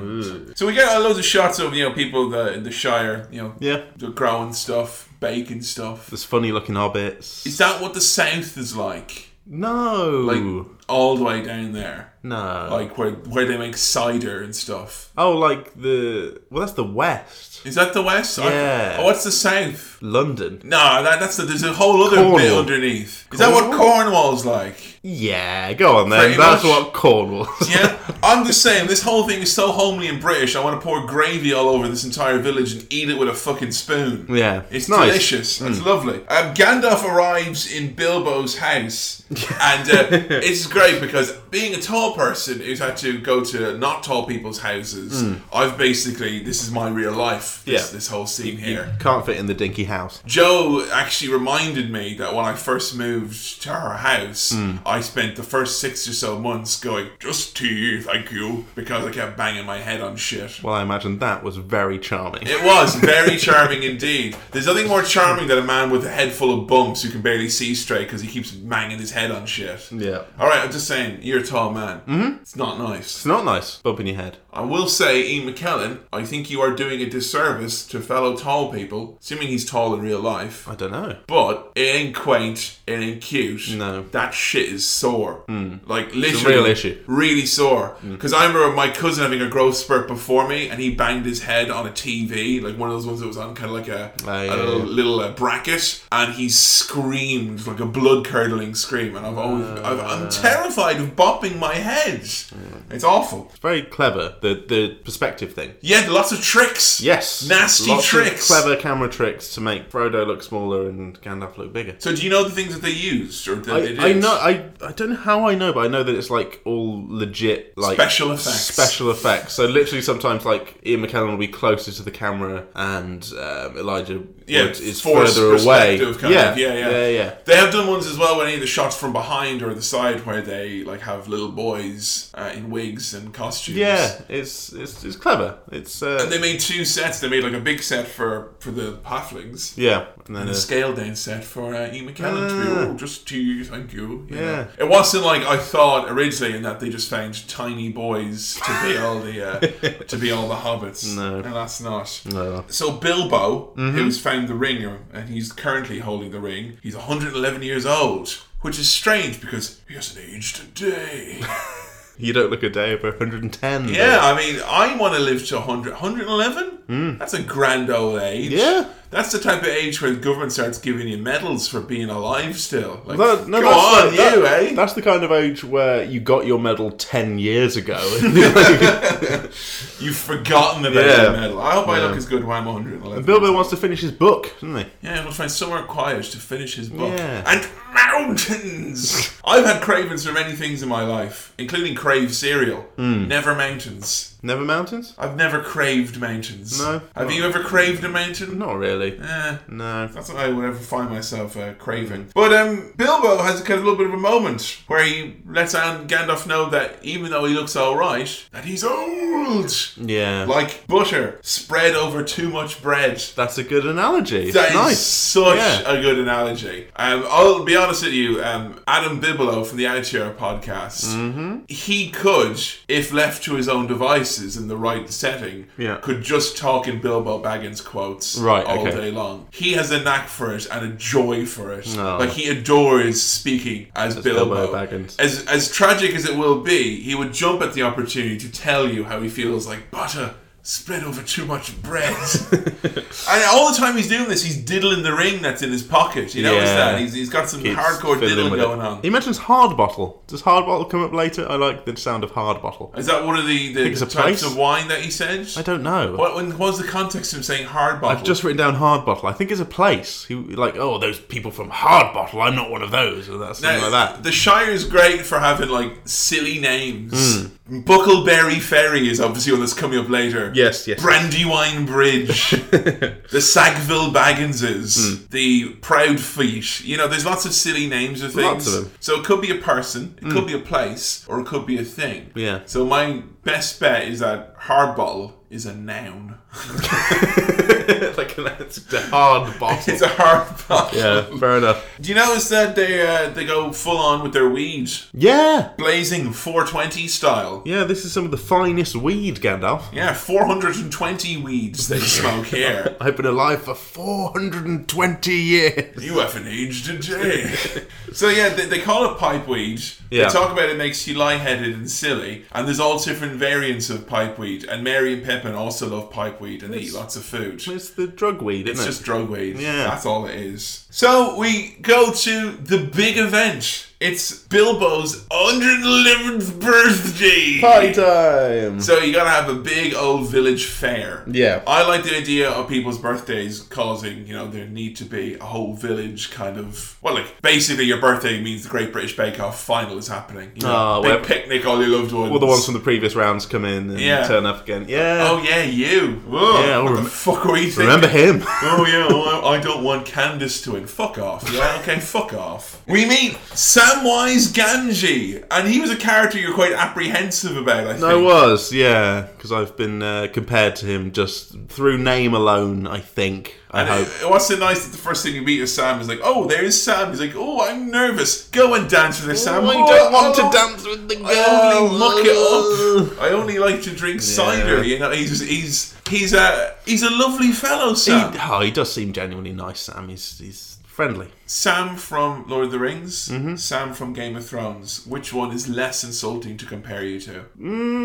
Speaker 1: So we get uh, loads of shots of you know people the, in the Shire, you know,
Speaker 2: Yeah.
Speaker 1: they're growing stuff, baking stuff.
Speaker 2: There's funny looking hobbits.
Speaker 1: Is that what the South is like?
Speaker 2: no.
Speaker 1: Like all the way down there,
Speaker 2: no.
Speaker 1: like where where they make cider and stuff.
Speaker 2: oh, like the. Well, that's the West.
Speaker 1: Is that the West? I-
Speaker 2: Yeah.
Speaker 1: oh, what's the South?
Speaker 2: London.
Speaker 1: No, that, that's the, there's a whole other bit
Speaker 2: Cornwall.
Speaker 1: underneath. Is that what Cornwall's like?
Speaker 2: Yeah, go on
Speaker 1: Pretty
Speaker 2: then. That's
Speaker 1: much.
Speaker 2: what Cornwall. *laughs*
Speaker 1: Yeah, I'm just saying, this whole thing is so homely and British. I want to pour gravy all over this entire village and eat it with a fucking spoon.
Speaker 2: Yeah,
Speaker 1: It's
Speaker 2: it's nice. Mm.
Speaker 1: delicious. It's lovely. Um, Gandalf arrives in Bilbo's
Speaker 2: *laughs*
Speaker 1: house, and uh, it's great because being a tall person who's had to go to not tall people's houses, I've basically this is my real life. This,
Speaker 2: Mm. Yeah.
Speaker 1: this whole scene here.
Speaker 2: Can't fit in the dinky house.
Speaker 1: Joe actually reminded me that when I first moved to her house, I spent the first six or so months going, just tea, thank you, because I kept banging my head on shit.
Speaker 2: Well, I imagine that was very charming.
Speaker 1: It was very charming indeed. There's nothing more charming than a man with a head full of bumps who can barely see straight because he keeps banging his head on shit.
Speaker 2: Yeah.
Speaker 1: All right, I'm just saying, you're a tall man. Mm-hmm. It's not nice.
Speaker 2: It's not nice, bumping your head.
Speaker 1: I will say, Ian McKellen, I think you are doing a disservice to fellow tall people, assuming he's tall in real life.
Speaker 2: I don't know.
Speaker 1: But it ain't quaint, it ain't cute.
Speaker 2: No. Hmm.
Speaker 1: That shit is sore. Like, literally.
Speaker 2: real issue. Hmm.
Speaker 1: Really sore. Because I remember my cousin having a growth spurt before me, and he banged his head on a TV, like one of those ones that was on kind of like a,
Speaker 2: Ah,
Speaker 1: a
Speaker 2: yeah,
Speaker 1: little,
Speaker 2: yeah.
Speaker 1: little uh, bracket, and he screamed like a blood curdling scream. And I've always,
Speaker 2: Ah.
Speaker 1: I've, I'm terrified of bopping my head.
Speaker 2: Hmm.
Speaker 1: It's awful.
Speaker 2: It's very clever. The the perspective thing.
Speaker 1: Yeah, lots of tricks.
Speaker 2: Yes.
Speaker 1: Nasty
Speaker 2: Lots of
Speaker 1: tricks.
Speaker 2: clever camera tricks to make Frodo look smaller and Gandalf look bigger.
Speaker 1: So do you know the things that they used, or that they
Speaker 2: I,
Speaker 1: did?
Speaker 2: I know. I, I don't know how I know, but I know that it's like all legit, like
Speaker 1: Special effects.
Speaker 2: Special effects. So literally, sometimes like Ian McKellen will be closer to the camera, and um, Elijah
Speaker 1: Yeah,
Speaker 2: Wood is
Speaker 1: forced
Speaker 2: further away.
Speaker 1: perspective kind
Speaker 2: yeah,
Speaker 1: of, yeah, yeah.
Speaker 2: yeah, yeah.
Speaker 1: They have done ones as well when any of the shots from behind or the side where they like have little boys uh, in wigs and costumes.
Speaker 2: Yeah, it's it's, it's clever. It's uh,
Speaker 1: And they made two sets. They made like a big set for for the halflings.
Speaker 2: yeah, and then
Speaker 1: And a
Speaker 2: uh,
Speaker 1: scaled down set for uh, E. McKellen to
Speaker 2: Ah.
Speaker 1: be, oh, just two, thank you. you
Speaker 2: Yeah.
Speaker 1: know. It wasn't like I thought originally in that they just found tiny boys to be all the
Speaker 2: *laughs*
Speaker 1: uh, to be all the hobbits.
Speaker 2: No.
Speaker 1: And that's not.
Speaker 2: no.
Speaker 1: So Bilbo,
Speaker 2: Mm-hmm.
Speaker 1: who's found the ring, and he's currently holding the ring, he's 111 years old, which is strange because he hasn't aged a
Speaker 2: *laughs*
Speaker 1: day.
Speaker 2: you don't look a day over 110. though.
Speaker 1: yeah, I mean, I want to live to 100. 111? That's a grand old age.
Speaker 2: Mm. Yeah.
Speaker 1: That's the type of age where the government starts giving you medals for being alive still. Like,
Speaker 2: That- no,
Speaker 1: go
Speaker 2: that's
Speaker 1: on,
Speaker 2: like- that-
Speaker 1: you, eh?
Speaker 2: That's the kind of age where you got your medal 10 years ago. *laughs*
Speaker 1: You've forgotten about
Speaker 2: Yeah.
Speaker 1: the medal. I hope I look as good when I'm 111.
Speaker 2: Bilbo wants to finish his book, doesn't he?
Speaker 1: Yeah, we'll find somewhere quiet to finish his book.
Speaker 2: Yeah.
Speaker 1: And *laughs*
Speaker 2: Hmm.
Speaker 1: mountains! I've had cravings for many things in my life, including crave cereal. Never mountains.
Speaker 2: Never mountains?
Speaker 1: I've never craved mountains.
Speaker 2: No. Oh.
Speaker 1: Have you ever craved a mountain?
Speaker 2: Not really.
Speaker 1: Eh.
Speaker 2: No.
Speaker 1: That's what I would ever find myself uh, craving. But um, Bilbo has kind of a little bit of a moment where he lets An- Gandalf know that even though he looks all right, that he's old,
Speaker 2: Yeah.
Speaker 1: like butter spread over too much bread.
Speaker 2: That's a good analogy. It's
Speaker 1: That is
Speaker 2: nice.
Speaker 1: such
Speaker 2: Yeah.
Speaker 1: a good analogy. Um, I'll be honest with you, um, Adam Bibelow from the Attitude Era podcast,
Speaker 2: Mm-hmm.
Speaker 1: he could, if left to his own devices in the right setting,
Speaker 2: Yeah.
Speaker 1: could just talk in Bilbo Baggins quotes
Speaker 2: Right,
Speaker 1: all
Speaker 2: okay.
Speaker 1: day long. He has a knack for it and a joy for it.
Speaker 2: Oh.
Speaker 1: Like he adores speaking as, Bilbo.
Speaker 2: Bilbo Baggins.
Speaker 1: As as tragic as it will be, he would jump at the opportunity to tell you how he feels like butter spread over too much bread. *laughs* And all the time he's doing this, he's diddling the ring that's in his pocket. You notice
Speaker 2: Yeah.
Speaker 1: that? He's, he's got some
Speaker 2: Kids
Speaker 1: hardcore
Speaker 2: fiddling
Speaker 1: diddling
Speaker 2: with it.
Speaker 1: going on.
Speaker 2: He mentions hard bottle. Does hard bottle come up later? I like the sound of hard bottle.
Speaker 1: Is that one of the, the
Speaker 2: it's a
Speaker 1: types
Speaker 2: place.
Speaker 1: of wine that he said?
Speaker 2: I don't know.
Speaker 1: What, when, what was the context of saying hard bottle?
Speaker 2: I've just written down hard bottle. I think it's a place. He, like, oh, those people from hard bottle. I'm not one of those, or that something
Speaker 1: Now,
Speaker 2: like that.
Speaker 1: The Shire is great for having like silly names. Buckleberry Ferry is obviously one that's coming up later.
Speaker 2: Hmm. Yes, yes.
Speaker 1: Brandywine
Speaker 2: *laughs*
Speaker 1: Bridge, the Sackville Bagginses,
Speaker 2: Hmm.
Speaker 1: the Proud Feet. You know, there's lots of silly names of things.
Speaker 2: Lots of them.
Speaker 1: So it could be a person, it could be a place, or it could be a thing.
Speaker 2: Yeah.
Speaker 1: So my best bet is that hardbottle is a noun.
Speaker 2: *laughs*
Speaker 1: *laughs*
Speaker 2: like an it's a hard bottle.
Speaker 1: *laughs* It's a hardbottle.
Speaker 2: yeah, fair enough.
Speaker 1: *laughs* Do you notice that they uh, they go full on with their weed,
Speaker 2: Yeah,
Speaker 1: blazing 420 style?
Speaker 2: yeah. This is some of the finest weed, Gandalf.
Speaker 1: Yeah, 420 weeds they smoke here.
Speaker 2: I've been alive for 420 years.
Speaker 1: You have an aged day. *laughs* so yeah, they, they call it pipeweed.
Speaker 2: Yeah.
Speaker 1: They talk about it makes you lightheaded and silly, and there's all different variants of pipeweed. And Mary and Pippin also love pipeweed, and they eat lots of food.
Speaker 2: It's the drug weed, isn't
Speaker 1: It's
Speaker 2: it?
Speaker 1: just drug weed.
Speaker 2: Yeah.
Speaker 1: That's all it is. So we go to the big event. It's Bilbo's 111th birthday.
Speaker 2: time.
Speaker 1: So you gotta have a big old village fair.
Speaker 2: Yeah.
Speaker 1: I like the idea of people's birthdays causing, you know, there need to be a whole village kind of well like basically your birthday means the Great British Bake Off final is happening. You know,
Speaker 2: Ah,
Speaker 1: big
Speaker 2: well-
Speaker 1: picnic, all your loved ones.
Speaker 2: All the ones from the previous rounds come in and
Speaker 1: Yeah.
Speaker 2: turn up again. Yeah.
Speaker 1: Oh yeah, you. Whoa,
Speaker 2: Yeah, I'll
Speaker 1: what the
Speaker 2: rem-
Speaker 1: fuck were you thinking?
Speaker 2: Remember him?
Speaker 1: oh yeah, well, I don't want Candace to win. Fuck off. Yeah, okay, fuck off. We meet Samwise Ganji, and he was a character you're quite apprehensive about. I think.
Speaker 2: *laughs* I was, yeah, because I've been uh, compared to him just through name alone. I think. I
Speaker 1: And
Speaker 2: hope.
Speaker 1: it- *laughs* what's so nice that the first thing you meet is Sam is like, oh, there's Sam. He's like, oh, I'm nervous. Go and dance with her, Sam.
Speaker 2: I
Speaker 1: "Oh,
Speaker 2: don't want
Speaker 1: oh,
Speaker 2: to dance with the girl.
Speaker 1: I
Speaker 2: Oh,
Speaker 1: only muck it
Speaker 2: *laughs*
Speaker 1: up. I only like to drink cider. You know, he's he's he's a he's a lovely fellow, Sam.
Speaker 2: He, oh, he does seem genuinely nice, Sam. He's he's friendly.
Speaker 1: Sam from Lord of the Rings,
Speaker 2: Mm-hmm.
Speaker 1: Sam from Game of Thrones. Which one is less insulting to compare you to?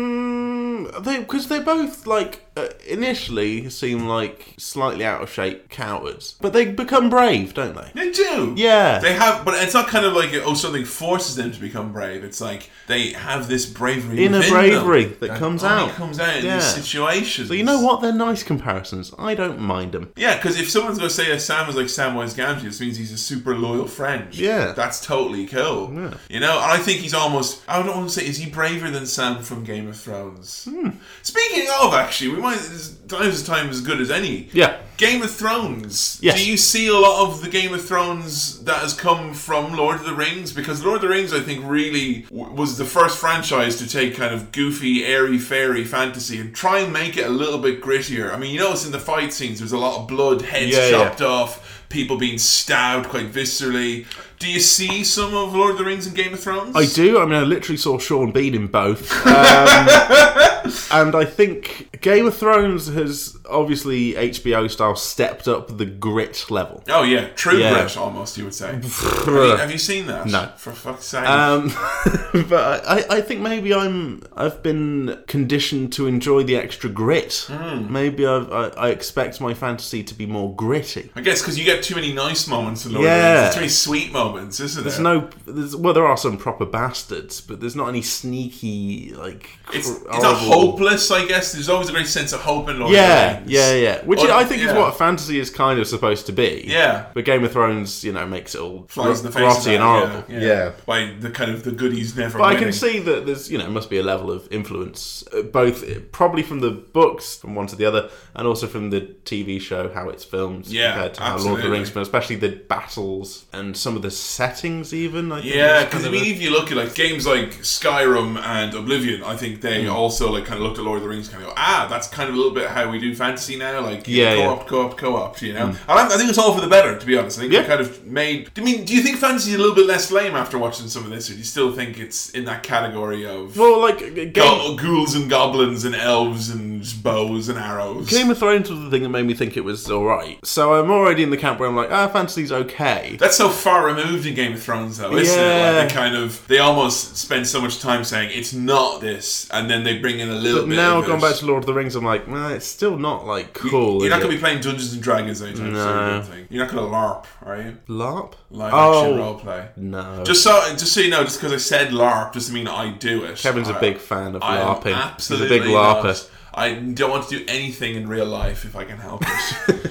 Speaker 2: Mm, they because they both like uh, initially seem like slightly out of shape cowards, but they become brave, don't they?
Speaker 1: They do.
Speaker 2: Yeah.
Speaker 1: They have, but it's not kind of like oh something forces them to become brave. It's like they have this bravery,
Speaker 2: Inner
Speaker 1: within
Speaker 2: bravery
Speaker 1: them
Speaker 2: that comes
Speaker 1: only
Speaker 2: out.
Speaker 1: comes out in
Speaker 2: Yeah.
Speaker 1: these situations.
Speaker 2: But you know what? They're nice comparisons. I don't mind them.
Speaker 1: Yeah, because if someone's going to say that Sam is like Samwise Gamgee, this means he's a super loyal friend.
Speaker 2: Yeah.
Speaker 1: That's totally cool. You know, and I think he's almost, I don't want to say, is he braver than Sam from Game of Thrones?
Speaker 2: Hmm.
Speaker 1: Speaking of, actually, we might, this time's time as good as any.
Speaker 2: Yeah.
Speaker 1: Game of Thrones.
Speaker 2: Yes.
Speaker 1: Do you see a lot of the Game of Thrones that has come from Lord of the Rings? Because Lord of the Rings, I think, really w- was the first franchise to take kind of goofy, airy, fairy fantasy and try and make it a little bit grittier. I mean, you notice in the fight scenes, there's a lot of blood, heads
Speaker 2: Yeah, yeah.
Speaker 1: chopped off, people being stabbed quite viscerally. Do you see some of Lord of the Rings and Game of Thrones?
Speaker 2: I do. I mean, I literally saw Sean Bean in both,
Speaker 1: *laughs*
Speaker 2: um, and I think Game of Thrones has obviously HBO style stepped up the grit level.
Speaker 1: Oh yeah, true
Speaker 2: Yeah.
Speaker 1: British almost. You would
Speaker 2: *laughs*
Speaker 1: say. have, you, have you seen that?
Speaker 2: No.
Speaker 1: For fuck's sake.
Speaker 2: Um, *laughs* but I, I think maybe I'm I've been conditioned to enjoy the extra grit.
Speaker 1: Hmm.
Speaker 2: Maybe I've, I I expect my fantasy to be more gritty.
Speaker 1: I guess because you get too many nice moments in Lord
Speaker 2: Yeah.
Speaker 1: of the Rings, too many sweet moments, isn't
Speaker 2: There's
Speaker 1: there?
Speaker 2: no, there's, well, there are some proper bastards, but there's not any sneaky like. Cr-
Speaker 1: it's, it's a
Speaker 2: horrible-
Speaker 1: hopeless, I guess. There's always a great sense of hope and loyalty.
Speaker 2: Yeah, yeah, yeah. Which
Speaker 1: Or-
Speaker 2: I think is
Speaker 1: yeah.
Speaker 2: what fantasy is kind of supposed to be.
Speaker 1: Yeah.
Speaker 2: But Game of Thrones, you know, makes it all
Speaker 1: Flies in the face. of
Speaker 2: grotty
Speaker 1: that,
Speaker 2: and horrible.
Speaker 1: Yeah, yeah. By the kind of the goodies never
Speaker 2: But I
Speaker 1: winning.
Speaker 2: can see that there's, you know, must be a level of influence, uh, both uh, probably from the books from one to the other, and also from the TV show how it's filmed
Speaker 1: Yeah,
Speaker 2: compared to how Lord of the
Speaker 1: absolutely.
Speaker 2: Rings, filmed, especially the battles and some of the settings, even. I think
Speaker 1: Yeah,
Speaker 2: is
Speaker 1: because
Speaker 2: kind
Speaker 1: I
Speaker 2: of
Speaker 1: mean,
Speaker 2: a-
Speaker 1: if you look at like games like Skyrim and Oblivion, I think they
Speaker 2: Hmm.
Speaker 1: also like kind of looked at Lord of the Rings, kind of go, ah, that's kind of a little bit how we do fantasy now, like
Speaker 2: Yeah, yeah.
Speaker 1: co-op, co-op, co-op. You know, and I, I think it's all for the better, to be honest. I think
Speaker 2: Yeah.
Speaker 1: it kind of made. I mean, do you think fantasy's a little bit less lame after watching some of this, or do you still think it's in that category of
Speaker 2: well, like uh, game,
Speaker 1: go- ghouls and goblins and elves and bows and arrows?
Speaker 2: Game of Thrones was the thing that made me think it was all right. So I'm already in the camp where I'm like, ah, fantasy's okay.
Speaker 1: That's so far removed in Game of Thrones, though, isn't it?
Speaker 2: Yeah.
Speaker 1: Like they kind of they almost spend so much time saying it's not this, and then they bring in a little
Speaker 2: But
Speaker 1: bit.
Speaker 2: now
Speaker 1: of
Speaker 2: going
Speaker 1: it.
Speaker 2: back to Lord of the Rings, I'm like, nah, it's still not like cool.
Speaker 1: You're
Speaker 2: is
Speaker 1: not going
Speaker 2: it?
Speaker 1: to be playing Dungeons and Dragons anytime
Speaker 2: No.
Speaker 1: soon. I don't think. You're not going to LARP, are you?
Speaker 2: LARP?
Speaker 1: Live
Speaker 2: oh,
Speaker 1: action role play.
Speaker 2: No.
Speaker 1: Just so, just so you know, just because I said LARP doesn't mean I do it.
Speaker 2: Kevin's a
Speaker 1: I-
Speaker 2: big fan of
Speaker 1: I am
Speaker 2: LARPing. He's a
Speaker 1: Absolutely
Speaker 2: big LARPer.
Speaker 1: not. I don't want to do anything in real life if I can help it.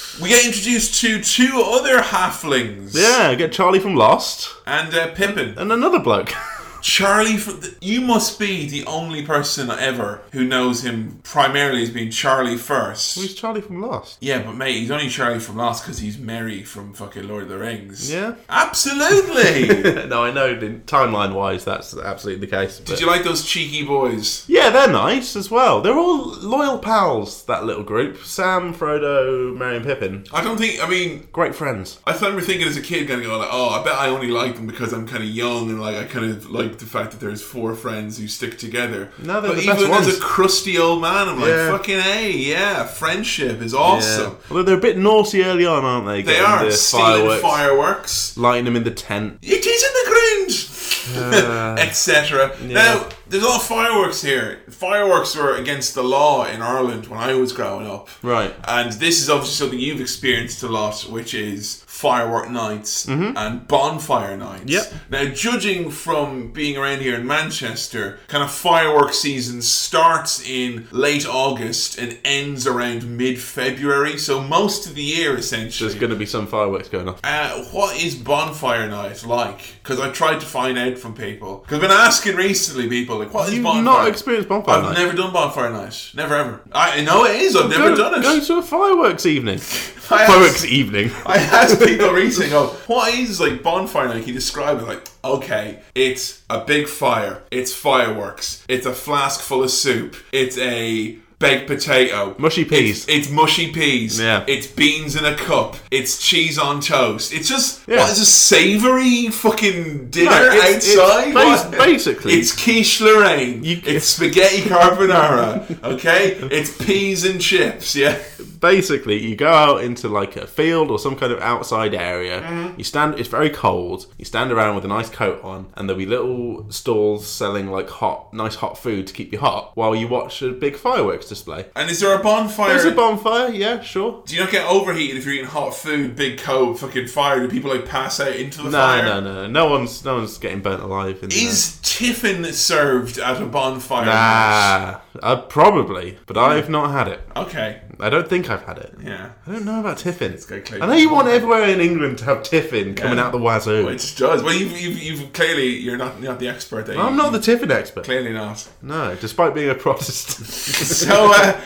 Speaker 1: *laughs* we get introduced to two other halflings.
Speaker 2: Yeah, get Charlie from Lost
Speaker 1: And uh, Pippin.
Speaker 2: and another bloke. *laughs*
Speaker 1: Charlie, from the, you must be the only person ever who knows him primarily as being Charlie first.
Speaker 2: Who's Charlie from Lost?
Speaker 1: Yeah, but mate, he's only Charlie from Lost because he's Merry from fucking Lord of the Rings.
Speaker 2: Yeah. *laughs*
Speaker 1: absolutely.
Speaker 2: no, I know timeline wise that's absolutely the case.
Speaker 1: Did you like those cheeky boys?
Speaker 2: yeah, they're nice as well. They're all loyal pals, that little group. Sam, Frodo, Merry and Pippin.
Speaker 1: I don't think. I mean,
Speaker 2: Great friends.
Speaker 1: I remember thinking as a kid, going, "Oh, like, oh, I bet I only like them because I'm kind of young and like I kind of like the fact that there's four friends who stick together."
Speaker 2: No, they're
Speaker 1: but
Speaker 2: the
Speaker 1: even
Speaker 2: best
Speaker 1: as
Speaker 2: ones.
Speaker 1: a crusty old man, I'm like,
Speaker 2: Yeah.
Speaker 1: "Fucking a, yeah, friendship is awesome."
Speaker 2: Yeah. Although they're a bit naughty early on, aren't they?
Speaker 1: They
Speaker 2: Getting
Speaker 1: are
Speaker 2: the
Speaker 1: stealing fireworks.
Speaker 2: lighting them in the tent.
Speaker 1: It is in the Grinch,
Speaker 2: Ah.
Speaker 1: *laughs* etc. Now, there's a lot of fireworks here. Fireworks were against the law in Ireland when I was growing up.
Speaker 2: Right.
Speaker 1: And this is obviously something you've experienced a lot, which is firework nights and bonfire nights.
Speaker 2: Mm-hmm. Yep.
Speaker 1: Now, judging from being around here in Manchester, kind of firework season starts in late August and ends around mid February. So, most of the year, essentially.
Speaker 2: There's going to be some fireworks going off.
Speaker 1: Uh, what is bonfire night like? Because I tried to find out from people. Because I've been asking recently, people like, what is
Speaker 2: You've
Speaker 1: bonfire?
Speaker 2: not experienced bonfire
Speaker 1: I've
Speaker 2: night.
Speaker 1: never done bonfire night. Never ever. I I know it is. I've never
Speaker 2: go,
Speaker 1: done it.
Speaker 2: Go to a fireworks evening.
Speaker 1: *laughs* I
Speaker 2: fireworks evening.
Speaker 1: I asked people recently, go, what is like bonfire night? He described it like, okay, it's a big fire, it's fireworks, it's a flask full of soup, it's a baked potato,
Speaker 2: Mushy peas.
Speaker 1: it's, it's mushy peas,
Speaker 2: Yeah.
Speaker 1: it's beans in a cup, it's cheese on toast. It's just
Speaker 2: Yeah.
Speaker 1: what is a savoury fucking dinner
Speaker 2: No, it's- it's
Speaker 1: outside?
Speaker 2: bas-
Speaker 1: What?
Speaker 2: basically-
Speaker 1: it's quiche Lorraine,
Speaker 2: You-
Speaker 1: it's spaghetti
Speaker 2: *laughs*
Speaker 1: carbonara, okay? It's peas and chips, yeah.
Speaker 2: Basically, you go out into like a field or some kind of outside area.
Speaker 1: Mm-hmm.
Speaker 2: You stand. It's very cold. You stand around with a nice coat on, and there'll be little stalls selling like hot, nice hot food to keep you hot while you watch a big fireworks display.
Speaker 1: And is there a bonfire?
Speaker 2: There's a bonfire. Yeah, sure.
Speaker 1: Do you not get overheated if you're eating hot food, big coat, fucking fire? Do people like pass out into the
Speaker 2: No,
Speaker 1: fire?
Speaker 2: no, no. No one's no one's getting burnt alive. In
Speaker 1: Is tiffin served at a bonfire?
Speaker 2: there. ah, uh, probably, but
Speaker 1: Mm.
Speaker 2: I've not had it.
Speaker 1: Okay.
Speaker 2: I don't think I've had it.
Speaker 1: Yeah.
Speaker 2: I don't know about tiffin.
Speaker 1: go clean.
Speaker 2: I know you want everywhere in England to have tiffin coming out the wazoo.
Speaker 1: It just does. Well, you've, you've, you've clearly you're not you're not the expert. There.
Speaker 2: I'm not the tiffin expert.
Speaker 1: clearly
Speaker 2: *laughs*
Speaker 1: not.
Speaker 2: No, despite being
Speaker 1: *laughs*
Speaker 2: a Protestant.
Speaker 1: so uh,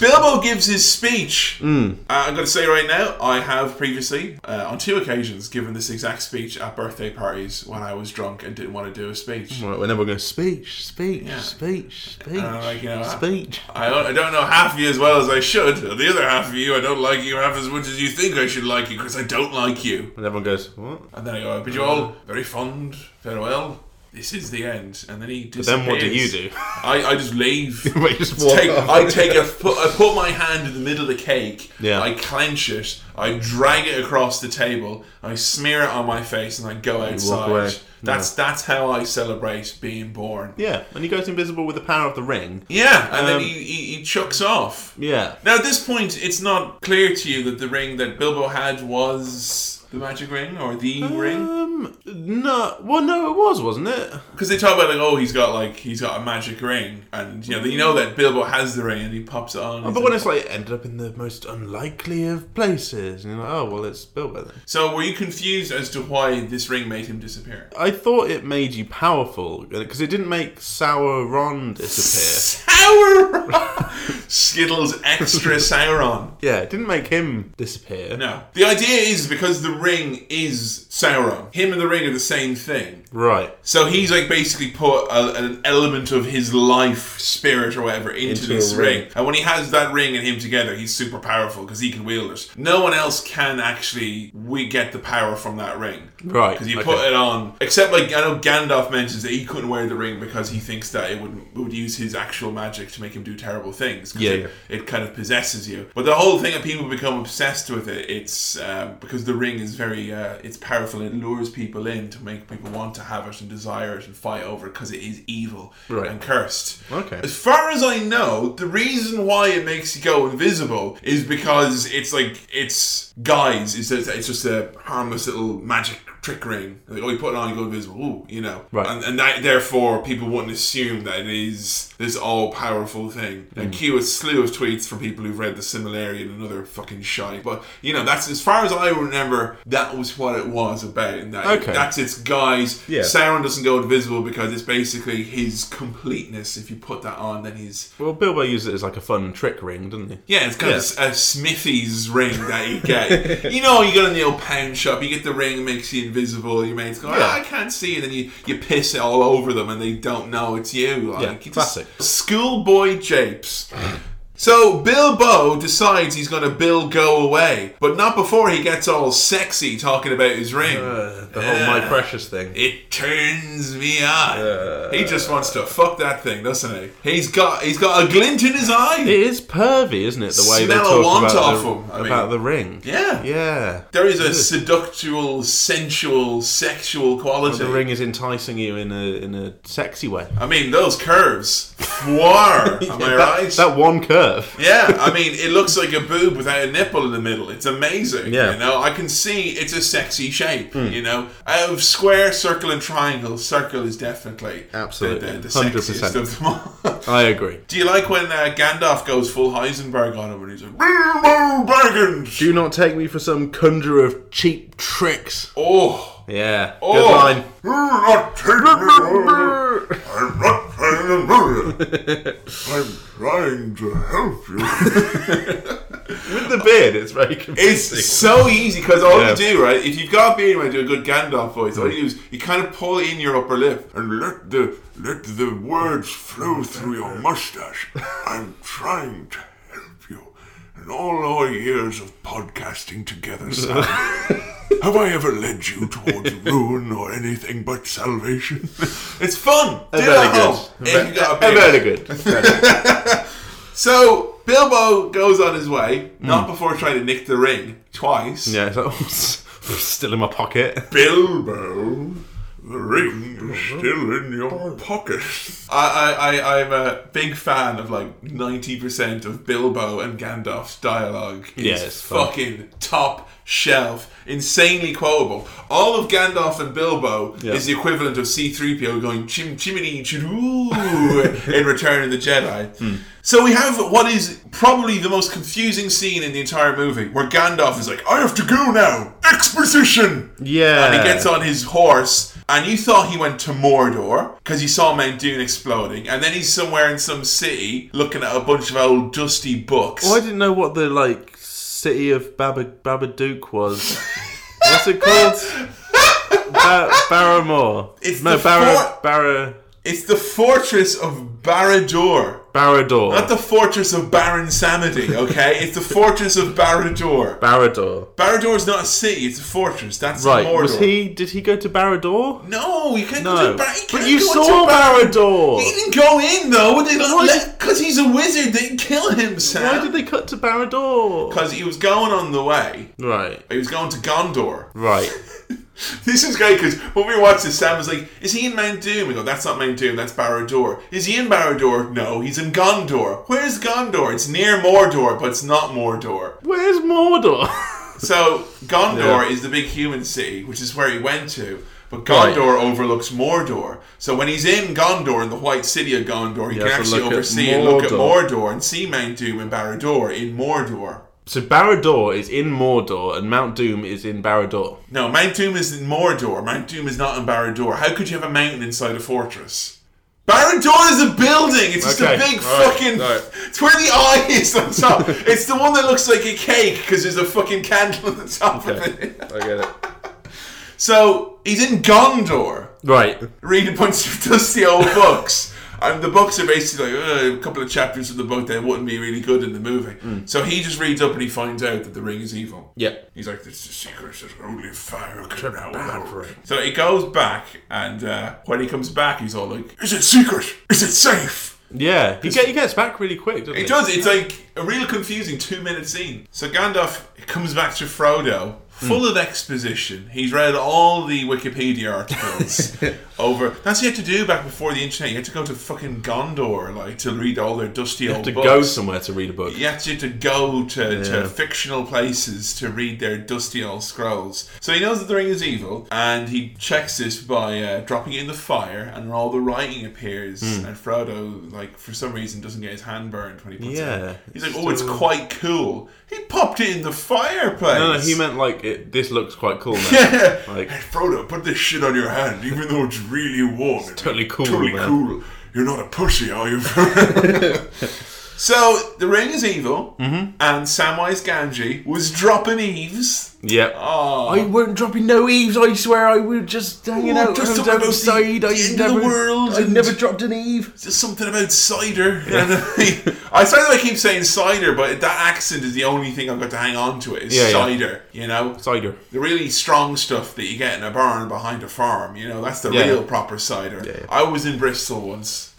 Speaker 1: Bilbo gives his speech.
Speaker 2: Mm.
Speaker 1: Uh, I'm going to say right now, I have previously, uh, on two occasions, given this exact speech at birthday parties when I was drunk and didn't want to do a speech.
Speaker 2: right, whenever we're going to speech, speech,
Speaker 1: Yeah.
Speaker 2: speech, speech,
Speaker 1: Uh, like, you know, I-
Speaker 2: speech.
Speaker 1: I don't, I don't know half of you as well as I should. The other half of you, I don't like you half as much as you think I should like you because I don't like you.
Speaker 2: And everyone goes, what?
Speaker 1: And then I go, I bid you
Speaker 2: Mm.
Speaker 1: all very fond farewell. This is the end. And then he disappears.
Speaker 2: Then what do you do?
Speaker 1: I, I just
Speaker 2: *laughs*
Speaker 1: leave.
Speaker 2: But you just walk
Speaker 1: Take,
Speaker 2: off.
Speaker 1: I take a put, I put my hand in the middle of the cake.
Speaker 2: Yeah.
Speaker 1: I clench it. I drag it across the table. I smear it on my face, and I go outside.
Speaker 2: away.
Speaker 1: That's that's how I celebrate being born.
Speaker 2: Yeah, and he goes invisible with the power of the ring.
Speaker 1: Yeah, and then
Speaker 2: Um,
Speaker 1: he, he, he chucks off.
Speaker 2: Yeah.
Speaker 1: Now, at this point, it's not clear to you that the ring that Bilbo had was the magic ring or the ring?
Speaker 2: Um, no, well, no, it was, wasn't it?
Speaker 1: Because they talk about like, oh, he's got like he's got a magic ring, and you know you know that Bilbo has the ring, and he pops it on.
Speaker 2: Oh, But when it's like ended up in the most unlikely of places, and you're like, oh well, it's Bilbo then.
Speaker 1: so were you confused as to why this ring made him disappear?
Speaker 2: I thought it made you powerful because it didn't make Sauron disappear.
Speaker 1: Sauron, *laughs* Skittles extra Sauron.
Speaker 2: yeah, it didn't make him disappear.
Speaker 1: No, the idea is because the ring is Sauron. Him and the ring are the same thing.
Speaker 2: Right.
Speaker 1: So he's like basically put a, an element of his life, spirit, or whatever into,
Speaker 2: Into a
Speaker 1: this ring.
Speaker 2: ring.
Speaker 1: And when he has that ring and him together, he's super powerful because he can wield it. No one else can actually we get the power from that ring.
Speaker 2: Right,
Speaker 1: Because you
Speaker 2: okay.
Speaker 1: put it on. Except like I know Gandalf mentions that he couldn't wear the ring because he thinks that it would it would use his actual magic to make him do terrible things. 'cause
Speaker 2: Yeah,
Speaker 1: it,
Speaker 2: yeah.
Speaker 1: it kind of possesses you. But the whole thing that people become obsessed with it, it's um, because the ring is very, uh, it's powerful. It lures people in to make people want to have it and desire it and fight over it because it is evil
Speaker 2: Right.
Speaker 1: and cursed.
Speaker 2: Okay.
Speaker 1: As far as I know, the reason why it makes you go invisible is because it's like it's guys. It's just, it's just a harmless little magic trick ring. Like, oh, you put it on, you go invisible. Ooh, you know.
Speaker 2: Right.
Speaker 1: And, and that, therefore, people wouldn't assume that it is this all powerful thing.
Speaker 2: Mm-hmm.
Speaker 1: And cue a slew of tweets from people who've read the similarity and another fucking shy. But you know, that's as far as I remember. That was what it was about. And that
Speaker 2: Okay.
Speaker 1: that's its guys.
Speaker 2: Yeah.
Speaker 1: Sauron doesn't go invisible because it's basically his completeness. If you put that on, then he's
Speaker 2: Well, Bilbo used it as like a fun trick ring, didn't he?
Speaker 1: yeah, it's kind of a Smithy's ring that you
Speaker 2: *laughs*
Speaker 1: get. you know, you go to the old pound shop, you get the ring, it makes you invisible. Your mates go, "Ah, I
Speaker 2: Yeah.
Speaker 1: can't see, and then you you piss it all over them, and they don't know it's you. Like,
Speaker 2: Yeah,
Speaker 1: you just-
Speaker 2: classic.
Speaker 1: schoolboy japes. So Bilbo decides he's gonna Bill go away, but not before he gets all sexy talking about his ring.
Speaker 2: Uh, the whole my precious thing.
Speaker 1: It turns me on. he just wants to fuck that thing, doesn't he? He's got he's got a glint in his eye.
Speaker 2: It is pervy, isn't it? The way they
Speaker 1: Smell a
Speaker 2: talk
Speaker 1: want
Speaker 2: about,
Speaker 1: off
Speaker 2: the,
Speaker 1: 'em, I mean.
Speaker 2: about the ring.
Speaker 1: Yeah.
Speaker 2: Yeah.
Speaker 1: There is a seductual, sensual, sexual quality.
Speaker 2: The ring is enticing you in a in a sexy way.
Speaker 1: I mean, those curves. *laughs* War, am I
Speaker 2: that,
Speaker 1: right?
Speaker 2: that one curve.
Speaker 1: yeah, I mean, it looks like a boob without a nipple in the middle. It's amazing.
Speaker 2: Yeah.
Speaker 1: You know, I can see it's a sexy shape. You know, out of square, circle, and triangle, circle is definitely
Speaker 2: Absolutely.
Speaker 1: the, the, the
Speaker 2: 100%.
Speaker 1: sexiest of them all. *laughs*
Speaker 2: I agree.
Speaker 1: Do you like when uh, Gandalf goes full Heisenberg on him and he's like, Bilbo Baggins?
Speaker 2: Do not take me for some conjurer of cheap tricks.
Speaker 1: Oh,
Speaker 2: Yeah.
Speaker 1: oh,
Speaker 2: Good line.
Speaker 1: do not take me. I'm not trying to know you.
Speaker 2: *laughs*
Speaker 1: I'm trying to help you.
Speaker 2: With the beard, it's
Speaker 1: *laughs*
Speaker 2: very
Speaker 1: It's
Speaker 2: convincing.
Speaker 1: so easy because all
Speaker 2: Yeah. Mm.
Speaker 1: you do, right? If you've got a beard, when you do a good Gandalf voice, all you do is you kind of pull in your upper lip and let the let the words flow through
Speaker 2: *laughs*
Speaker 1: your mustache. I'm trying to help you. In all our years of podcasting together,
Speaker 2: *laughs*
Speaker 1: Sam, have I ever led you towards ruin or anything but salvation? *laughs* It's fun. Do it
Speaker 2: very
Speaker 1: at home
Speaker 2: good.
Speaker 1: if you've got a beard.
Speaker 2: Very good.
Speaker 1: So Bilbo goes on his way, not before trying to nick the ring twice.
Speaker 2: *laughs* Mm. yeah. It's like, *laughs* still in my pocket.
Speaker 1: Bilbo, the ring is still in your pocket. Uh-huh. I, I, I, I'm a big fan of like 90% of Bilbo and Gandalf's dialogue. It's
Speaker 2: Yeah, it's fun.
Speaker 1: fucking top shelf, insanely quotable. All of Gandalf and Bilbo
Speaker 2: Yeah.
Speaker 1: is the equivalent of C3PO going chim chimini chiroo *laughs* in Return of the Jedi.
Speaker 2: Hmm.
Speaker 1: So we have what is probably the most confusing scene in the entire movie, where Gandalf is like, "I have to go now, exposition."
Speaker 2: Yeah.
Speaker 1: and he gets on his horse, and you thought he went to Mordor because you saw Mount Dune exploding, and then he's somewhere in some city looking at a bunch of old dusty books.
Speaker 2: Well, I didn't know what the like city of Bab- Babadook was. What's
Speaker 1: *laughs*
Speaker 2: it called? Ba- Barrowmore.
Speaker 1: It's
Speaker 2: no
Speaker 1: the
Speaker 2: Barrow
Speaker 1: fort-
Speaker 2: Barrow
Speaker 1: It's the fortress of Barad-dûr. Not
Speaker 2: Barrador.
Speaker 1: the fortress of Baron Samedi, okay? it's the fortress of Barad-dûr.
Speaker 2: Barrador.
Speaker 1: Barad-dûr is not a city; it's a fortress. That's
Speaker 2: Right.
Speaker 1: Mordor.
Speaker 2: Was he? Did he go to Barrador?
Speaker 1: No, you can't go
Speaker 2: No.
Speaker 1: to Bar- you
Speaker 2: but
Speaker 1: can't
Speaker 2: you
Speaker 1: go
Speaker 2: saw
Speaker 1: to Bar-
Speaker 2: Barrador.
Speaker 1: He didn't go in though. They
Speaker 2: Why
Speaker 1: because he's a wizard. They kill him,
Speaker 2: Why did
Speaker 1: Sam.
Speaker 2: they cut to Barrador?
Speaker 1: Because he was going on the way.
Speaker 2: Right.
Speaker 1: He was going to Gondor. *laughs*
Speaker 2: Right.
Speaker 1: This is great because when we watched this, Sam was like, "Is he in Mount Doom?" We go, "That's not Mount Doom. That's Barad-dûr." Is he in Barad-dûr? No, he's in Gondor. Where's Gondor? It's near Mordor, but it's not Mordor.
Speaker 2: Where's Mordor? *laughs*
Speaker 1: So Gondor
Speaker 2: Yeah.
Speaker 1: is the big human city, which is where he went to. But Gondor overlooks Mordor. So when he's in Gondor, in the White City of Gondor, he
Speaker 2: Yeah,
Speaker 1: can
Speaker 2: so
Speaker 1: actually
Speaker 2: look at
Speaker 1: oversee and look at
Speaker 2: Mordor.
Speaker 1: Mordor and see Mount Doom and Barad-dûr in Mordor.
Speaker 2: So Barad-dûr is in Mordor, and Mount Doom is in Barad-dûr.
Speaker 1: No, Mount Doom is in Mordor. Mount Doom is not in Barad-dûr. How could you have a mountain inside a fortress? Barad-dûr is a building. It's just
Speaker 2: Okay,
Speaker 1: a big
Speaker 2: all right,
Speaker 1: fucking.
Speaker 2: all right.
Speaker 1: It's where the eye is on top. it's the one that looks like a cake because there's a fucking candle on the top of it.
Speaker 2: I get it.
Speaker 1: So he's in Gondor,
Speaker 2: Right.
Speaker 1: reading a bunch of dusty old books. And the books are basically like uh, a couple of chapters of the book that wouldn't be really good in the movie. So he just reads up and he finds out that the ring is evil.
Speaker 2: Mm. Yeah.
Speaker 1: He's like, "This is a secret that only fire can
Speaker 2: bad for
Speaker 1: know."
Speaker 2: it.
Speaker 1: So he goes back, and uh, when he comes back, he's all like, "Is it secret? Is it safe?"
Speaker 2: Yeah. He, get, he gets back really quick, doesn't he?
Speaker 1: It does. It's like a real confusing two-minute scene. So Gandalf comes back to Frodo, full of exposition. He's read all the Wikipedia
Speaker 2: *laughs*
Speaker 1: articles over. That's what you had to do back before the internet. You had to go to fucking Gondor, like, to read all their dusty old
Speaker 2: To
Speaker 1: books.
Speaker 2: go somewhere to read a book.
Speaker 1: You had to, to go to,
Speaker 2: Yeah.
Speaker 1: to fictional places to read their dusty old scrolls. So he knows that the ring is evil, and he checks this by uh, dropping it in the fire, and all the writing appears.
Speaker 2: Hmm.
Speaker 1: And Frodo, like for some reason, doesn't get his hand burned when he puts it.
Speaker 2: Yeah.
Speaker 1: in. He's like, "Oh, it's quite cool." He popped it in the fireplace.
Speaker 2: No,
Speaker 1: *laughs*
Speaker 2: no, he meant like it, this looks quite cool. Man.
Speaker 1: Yeah.
Speaker 2: Like-
Speaker 1: hey, Frodo, put this shit on your hand, even though it's really warm. It's
Speaker 2: totally cool,
Speaker 1: Totally
Speaker 2: man.
Speaker 1: cool. You're not a pussy, are
Speaker 2: *laughs*
Speaker 1: you? so the ring is evil,
Speaker 2: Mm-hmm.
Speaker 1: and Samwise Gamgee was dropping eaves.
Speaker 2: Yeah.
Speaker 1: Oh,
Speaker 2: I weren't dropping no eaves. I swear, I was just hanging
Speaker 1: Oh,
Speaker 2: out
Speaker 1: just
Speaker 2: just
Speaker 1: talking about the
Speaker 2: outside. I
Speaker 1: end of
Speaker 2: never,
Speaker 1: the world
Speaker 2: I
Speaker 1: and-
Speaker 2: never dropped an eave.
Speaker 1: just something about
Speaker 2: *laughs*
Speaker 1: cider. *laughs* I sorry that I keep saying cider, but that accent is the only thing I've got to hang on to. It is
Speaker 2: Yeah, yeah.
Speaker 1: cider. You know,
Speaker 2: Cider.
Speaker 1: the really strong stuff that you get in a barn behind a farm. You know, that's the
Speaker 2: Yeah.
Speaker 1: real proper cider. I was in Bristol
Speaker 2: *laughs*
Speaker 1: once.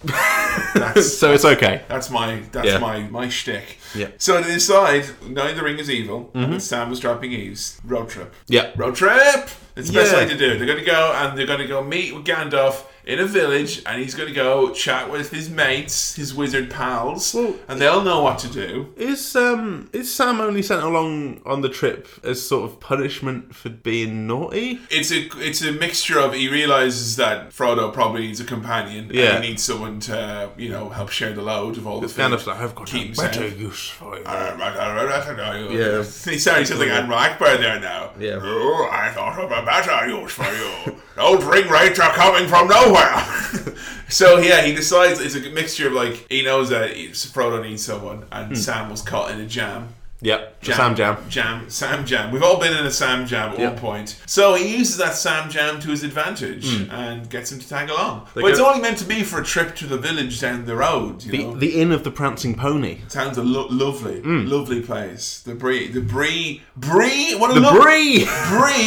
Speaker 1: that's
Speaker 2: So it's okay.
Speaker 1: that's my that's
Speaker 2: Yeah.
Speaker 1: my my shtick.
Speaker 2: Yeah. Mm-hmm.
Speaker 1: So they decide knowing the ring is evil, and Sam was dropping Eve's road trip.
Speaker 2: Yeah.
Speaker 1: Road trip. It's the best
Speaker 2: Yeah.
Speaker 1: way to do. it. They're going to go and they're going to go meet with Gandalf in a village, and he's going to go chat with his mates, his wizard pals,
Speaker 2: Well-
Speaker 1: and they'll know what to do.
Speaker 2: Is um is Sam only sent along on the trip as sort of punishment for being naughty?
Speaker 1: It's a it's a mixture of he realizes that Frodo probably needs a companion.
Speaker 2: Yeah.
Speaker 1: and he needs someone to you know help share the load of all the food.
Speaker 2: Gandalf's like, I've got
Speaker 1: Keep
Speaker 2: a better use for you.
Speaker 1: Yeah. He sounds like Anne Blackbird there now.
Speaker 2: Yeah.
Speaker 1: Oh, I thought of a better use for you. Those ring rates are coming from nowhere. *laughs* so, yeah, he decides it's a mixture of like, he knows that Frodo needs someone, and Sam was caught in a jam.
Speaker 2: Yep. Sam Hmm. Jam.
Speaker 1: Jam. Sam Jam. We've all been in a Sam Jam at one point. So he uses that Sam Jam to his advantage and gets him to tag along. but
Speaker 2: Hmm. go-
Speaker 1: it's only meant to be for a trip to the village down the road. You know?
Speaker 2: The, the inn of the prancing pony.
Speaker 1: Sounds a lo- lovely,
Speaker 2: Mm.
Speaker 1: lovely place. The Brie, the Brie, Brie. What a
Speaker 2: The
Speaker 1: lo-
Speaker 2: Bree.
Speaker 1: Brie.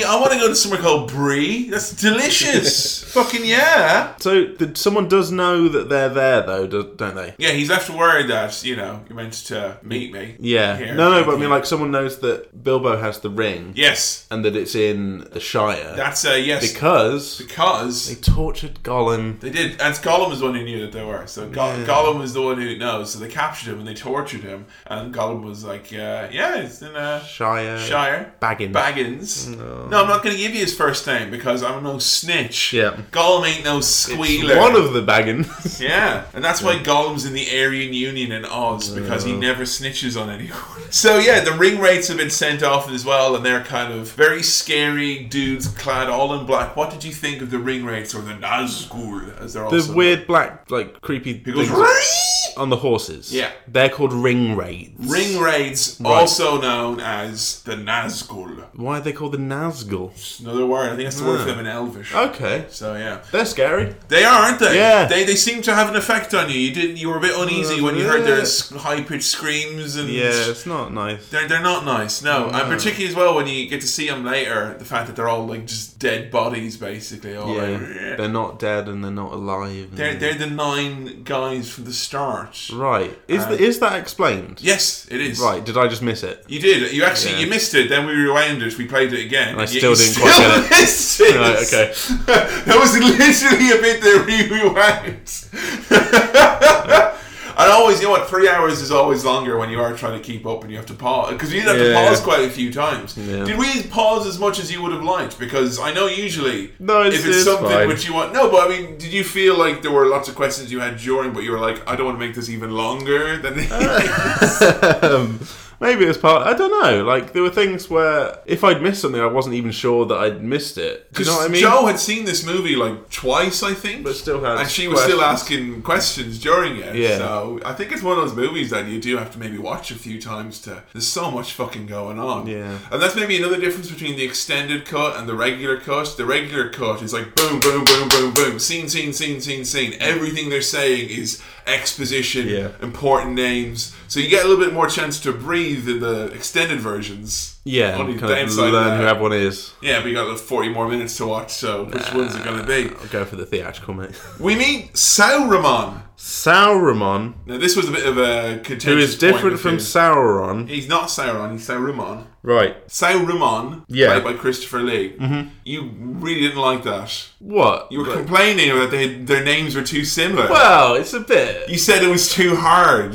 Speaker 1: I want to go to somewhere called Brie. That's
Speaker 2: *laughs*
Speaker 1: delicious. Fucking yeah.
Speaker 2: *laughs* So the, someone does know that they're there though, do- don't they?
Speaker 1: Yeah, he's left worried that you know you meant to meet me.
Speaker 2: Yeah.
Speaker 1: here.
Speaker 2: no, no, but I mean, like, someone knows that Bilbo has the ring
Speaker 1: yes,
Speaker 2: and that it's in the Shire
Speaker 1: that's a yes
Speaker 2: because
Speaker 1: because
Speaker 2: they tortured Gollum.
Speaker 1: They did, and Gollum was the one who knew that they were. So Go- Gollum was the one who knows. So they captured him and they tortured him. And Gollum was like, uh, "Yeah, it's in uh,
Speaker 2: Shire.
Speaker 1: Shire."
Speaker 2: Baggins.
Speaker 1: Baggins. No. I'm not going to give you his first name because I'm no snitch.
Speaker 2: Yeah.
Speaker 1: Gollum ain't no squealer.
Speaker 2: One of
Speaker 1: *laughs*
Speaker 2: the Baggins.
Speaker 1: yeah, and that's why Gollum's in the Aryan Union in Oz because he never snitches on anyone. *laughs* So yeah, the ring rates have been sent off as well, and they're kind of very scary dudes clad all in black. What did you think of the ring rates or the Nazgul as they're also
Speaker 2: the weird black, like, creepy
Speaker 1: He goes,
Speaker 2: things
Speaker 1: "Ring!"
Speaker 2: on the horses.
Speaker 1: Yeah.
Speaker 2: They're called ring raids.
Speaker 1: Ring raids, also known as the Nazgul.
Speaker 2: Why are they called the Nazgul?
Speaker 1: It's another word. I think that's the word for them in Elvish.
Speaker 2: Okay.
Speaker 1: So yeah,
Speaker 2: They're scary.
Speaker 1: they are, aren't they?
Speaker 2: Yeah.
Speaker 1: They, they seem to have an effect on you. You didn't. You were a bit uneasy when you heard their high pitched screams and
Speaker 2: Yeah, it's not nice.
Speaker 1: They're, they're not nice, no. And particularly as well when you get to see them later, the fact that they're all like just dead bodies, basically. All
Speaker 2: Yeah.
Speaker 1: like,
Speaker 2: They're not dead and they're not alive.
Speaker 1: they're, they're the nine guys from the start.
Speaker 2: Right. Is, the, is that explained?
Speaker 1: Uh, Yes, it is.
Speaker 2: Right. Did I just
Speaker 1: *laughs*
Speaker 2: miss it?
Speaker 1: You did. You actually
Speaker 2: Yeah.
Speaker 1: you missed it. Then we rewound it. We played it again. And
Speaker 2: I
Speaker 1: yet
Speaker 2: still
Speaker 1: you
Speaker 2: didn't quite get it.
Speaker 1: missed it.
Speaker 2: Right,
Speaker 1: *laughs*
Speaker 2: okay.
Speaker 1: that was literally a bit that we rewound. and *laughs* And always, you know what? Three hours is always longer when you are trying to keep up and you have to pause because you have to
Speaker 2: Yeah.
Speaker 1: pause quite a few times.
Speaker 2: Yeah.
Speaker 1: Did we pause as much as you would have liked? Because I know usually,
Speaker 2: No, it's-
Speaker 1: if it's,
Speaker 2: it's
Speaker 1: something
Speaker 2: fine.
Speaker 1: which you want, no. But I mean, did you feel like there were lots of questions you had during, but you were like, I don't want to make this even longer
Speaker 2: Uh,
Speaker 1: than.
Speaker 2: um, maybe it was part. I don't know. Like there were things where if I'd missed something, I wasn't even sure that I'd missed it. Do you know what I mean?
Speaker 1: Joe had seen this movie like twice, I think,
Speaker 2: But still had
Speaker 1: and she was still
Speaker 2: questions.
Speaker 1: asking questions during it.
Speaker 2: Yeah.
Speaker 1: So I think it's one of those movies that you do have to maybe watch a few times to. There's so much fucking going on.
Speaker 2: Yeah.
Speaker 1: And that's maybe another difference between the extended cut and the regular cut. The regular cut is like boom, boom, boom, boom, boom, scene, scene, scene, scene, scene. Everything they're saying is exposition,
Speaker 2: Yeah.
Speaker 1: important names. So you get a little bit more chance to breathe in the extended versions.
Speaker 2: yeah,
Speaker 1: Only
Speaker 2: kind of
Speaker 1: downside of
Speaker 2: learn
Speaker 1: that-
Speaker 2: who everyone is.
Speaker 1: yeah, we got like 40 more minutes to watch, so which one's it going to be?
Speaker 2: I'll go for the theatrical mate.
Speaker 1: *laughs* We meet Sauron.
Speaker 2: Sauron,
Speaker 1: Now, this was a bit of a contentious
Speaker 2: who is
Speaker 1: point
Speaker 2: different
Speaker 1: with
Speaker 2: from
Speaker 1: him.
Speaker 2: Sauron,
Speaker 1: He's not Sauron, he's Sauron.
Speaker 2: right?
Speaker 1: Sauron,
Speaker 2: Yeah. Mm-hmm.
Speaker 1: played by Christopher Lee. You really didn't like that.
Speaker 2: What?
Speaker 1: You were complaining that they, their names were too similar.
Speaker 2: well, it's a bit.
Speaker 1: You said it was too hard.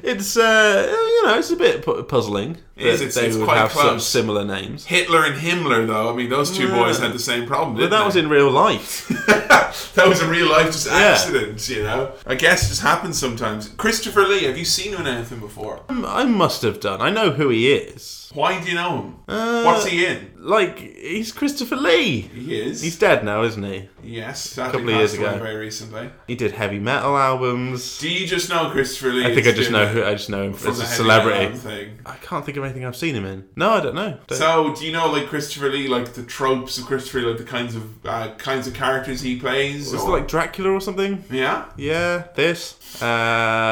Speaker 2: It's uh, you know, it's a bit pu- puzzling. That
Speaker 1: is, it's-
Speaker 2: they
Speaker 1: it's
Speaker 2: would
Speaker 1: quite
Speaker 2: have such
Speaker 1: close.
Speaker 2: similar names.
Speaker 1: Hitler and Himmler, though. I mean, those two boys had the same problem.
Speaker 2: But
Speaker 1: Didn't
Speaker 2: that was
Speaker 1: they?
Speaker 2: in real life.
Speaker 1: *laughs* that was a real life just accident, you know. I guess it just happens sometimes. Christopher Lee, have you seen him in anything before?
Speaker 2: Um, I must have done. I know who he is.
Speaker 1: Why do you know him?
Speaker 2: Uh,
Speaker 1: What's he in?
Speaker 2: Like he's Christopher Lee.
Speaker 1: He is.
Speaker 2: He's dead now, isn't he?
Speaker 1: yes, a
Speaker 2: couple of years ago.
Speaker 1: very recently.
Speaker 2: He did heavy metal albums.
Speaker 1: Do you just know Christopher Lee?
Speaker 2: I think I
Speaker 1: is
Speaker 2: just
Speaker 1: doing
Speaker 2: know
Speaker 1: it
Speaker 2: who I just know him
Speaker 1: from
Speaker 2: as
Speaker 1: the
Speaker 2: a
Speaker 1: Heavy
Speaker 2: celebrity.
Speaker 1: Metal Thing.
Speaker 2: I can't think of anything I've seen him in. No, I don't know. Don't-
Speaker 1: So, do you know like Christopher Lee, like the tropes of Christopher Lee, like the kinds of uh, kinds of characters he plays?
Speaker 2: was it
Speaker 1: or-
Speaker 2: like Dracula or something?
Speaker 1: yeah,
Speaker 2: Yeah, this.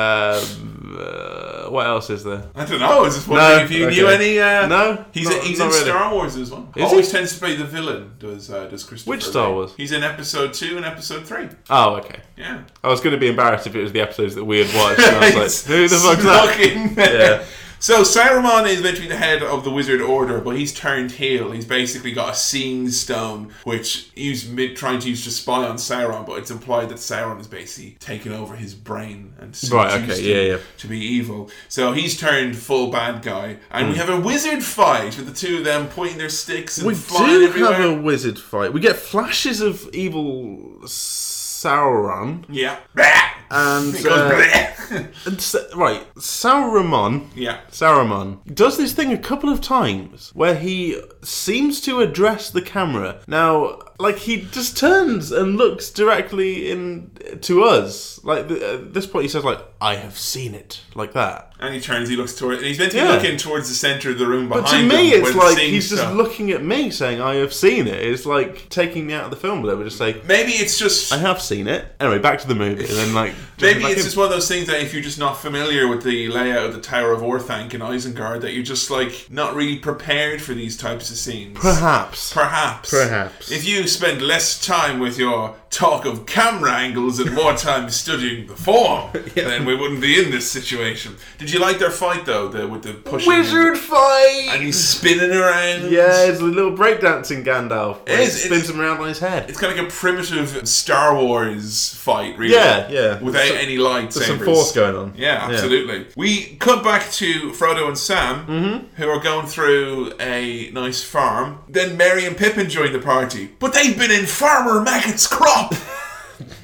Speaker 2: Um, uh, what else is there?
Speaker 1: I don't know. I was just wondering
Speaker 2: No,
Speaker 1: if you
Speaker 2: okay.
Speaker 1: knew any. Uh,
Speaker 2: No,
Speaker 1: he's
Speaker 2: not-
Speaker 1: he's
Speaker 2: not
Speaker 1: in
Speaker 2: really.
Speaker 1: Star Wars as well.
Speaker 2: Is
Speaker 1: Always
Speaker 2: he?
Speaker 1: tends to play the villain. Does uh, does Christopher?
Speaker 2: Which Star
Speaker 1: Lee.
Speaker 2: Wars?
Speaker 1: He's in Episode Two and Episode Three.
Speaker 2: Oh, okay.
Speaker 1: Yeah.
Speaker 2: I was going to be embarrassed if it was the episodes that we had watched. And I
Speaker 1: *laughs*
Speaker 2: was like, who the fuck's that? Yeah.
Speaker 1: that? So Saruman is meant to be the head of the Wizard Order, but he's turned heel. He's basically got a seeing stone, which he's mid- trying to use to spy on Sauron, but it's implied that Sauron is basically taken over his brain and
Speaker 2: Right,
Speaker 1: seduced
Speaker 2: okay,
Speaker 1: him
Speaker 2: yeah, yeah.
Speaker 1: to be evil. So he's turned full bad guy, and we have a wizard fight with the two of them pointing their sticks and
Speaker 2: Hmm. We
Speaker 1: flying
Speaker 2: do
Speaker 1: everywhere.
Speaker 2: have a wizard fight. We get flashes of evil Sauron.
Speaker 1: yeah, *laughs*
Speaker 2: And,
Speaker 1: It goes
Speaker 2: uh,
Speaker 1: bleh. *laughs*
Speaker 2: And Sa- right, Sauron.
Speaker 1: yeah.
Speaker 2: Saruman does this thing a couple of times where he seems to address the camera. Now, like he just turns and looks directly in to us. Like th- at this point, he says, "Like I have seen it," like that.
Speaker 1: And he turns, he looks toward, and he's meant to be
Speaker 2: Yeah.
Speaker 1: looking towards the center of the room behind
Speaker 2: But to
Speaker 1: him.
Speaker 2: me,
Speaker 1: where
Speaker 2: it's
Speaker 1: the
Speaker 2: like
Speaker 1: scene
Speaker 2: he's just
Speaker 1: stuff-
Speaker 2: looking at me, saying, "I have seen it." It's like taking me out of the film. But I would just say,
Speaker 1: Maybe it's just.
Speaker 2: "I have seen it." Anyway, back to the movie, and then
Speaker 1: *laughs*
Speaker 2: like jumping
Speaker 1: Maybe
Speaker 2: back
Speaker 1: it's
Speaker 2: in.
Speaker 1: just one of those things that if you're just not familiar with the layout of the Tower of Orthanc in Isengard, that you're just like not really prepared for these types of scenes.
Speaker 2: perhaps.
Speaker 1: Perhaps.
Speaker 2: Perhaps.
Speaker 1: If you spend less time with your talk of camera angles and more time studying the
Speaker 2: *laughs*
Speaker 1: form, then we wouldn't be in this situation. Did you like their fight though, the, with the pushing?
Speaker 2: Wizard fight.
Speaker 1: And he's spinning around.
Speaker 2: Yeah, it's a little breakdancing Gandalf. Where
Speaker 1: It
Speaker 2: it
Speaker 1: is, it
Speaker 2: spins
Speaker 1: is.
Speaker 2: him around on his head.
Speaker 1: It's kind of like a primitive Star Wars fight, really.
Speaker 2: Yeah, yeah.
Speaker 1: Without
Speaker 2: Some-
Speaker 1: any lightsabers.
Speaker 2: There's some force going on.
Speaker 1: Yeah, absolutely. We cut back to Frodo and Sam, who are going through a nice farm. Then Mary and Pippin join the party, but they've been in Farmer Maggot's crop.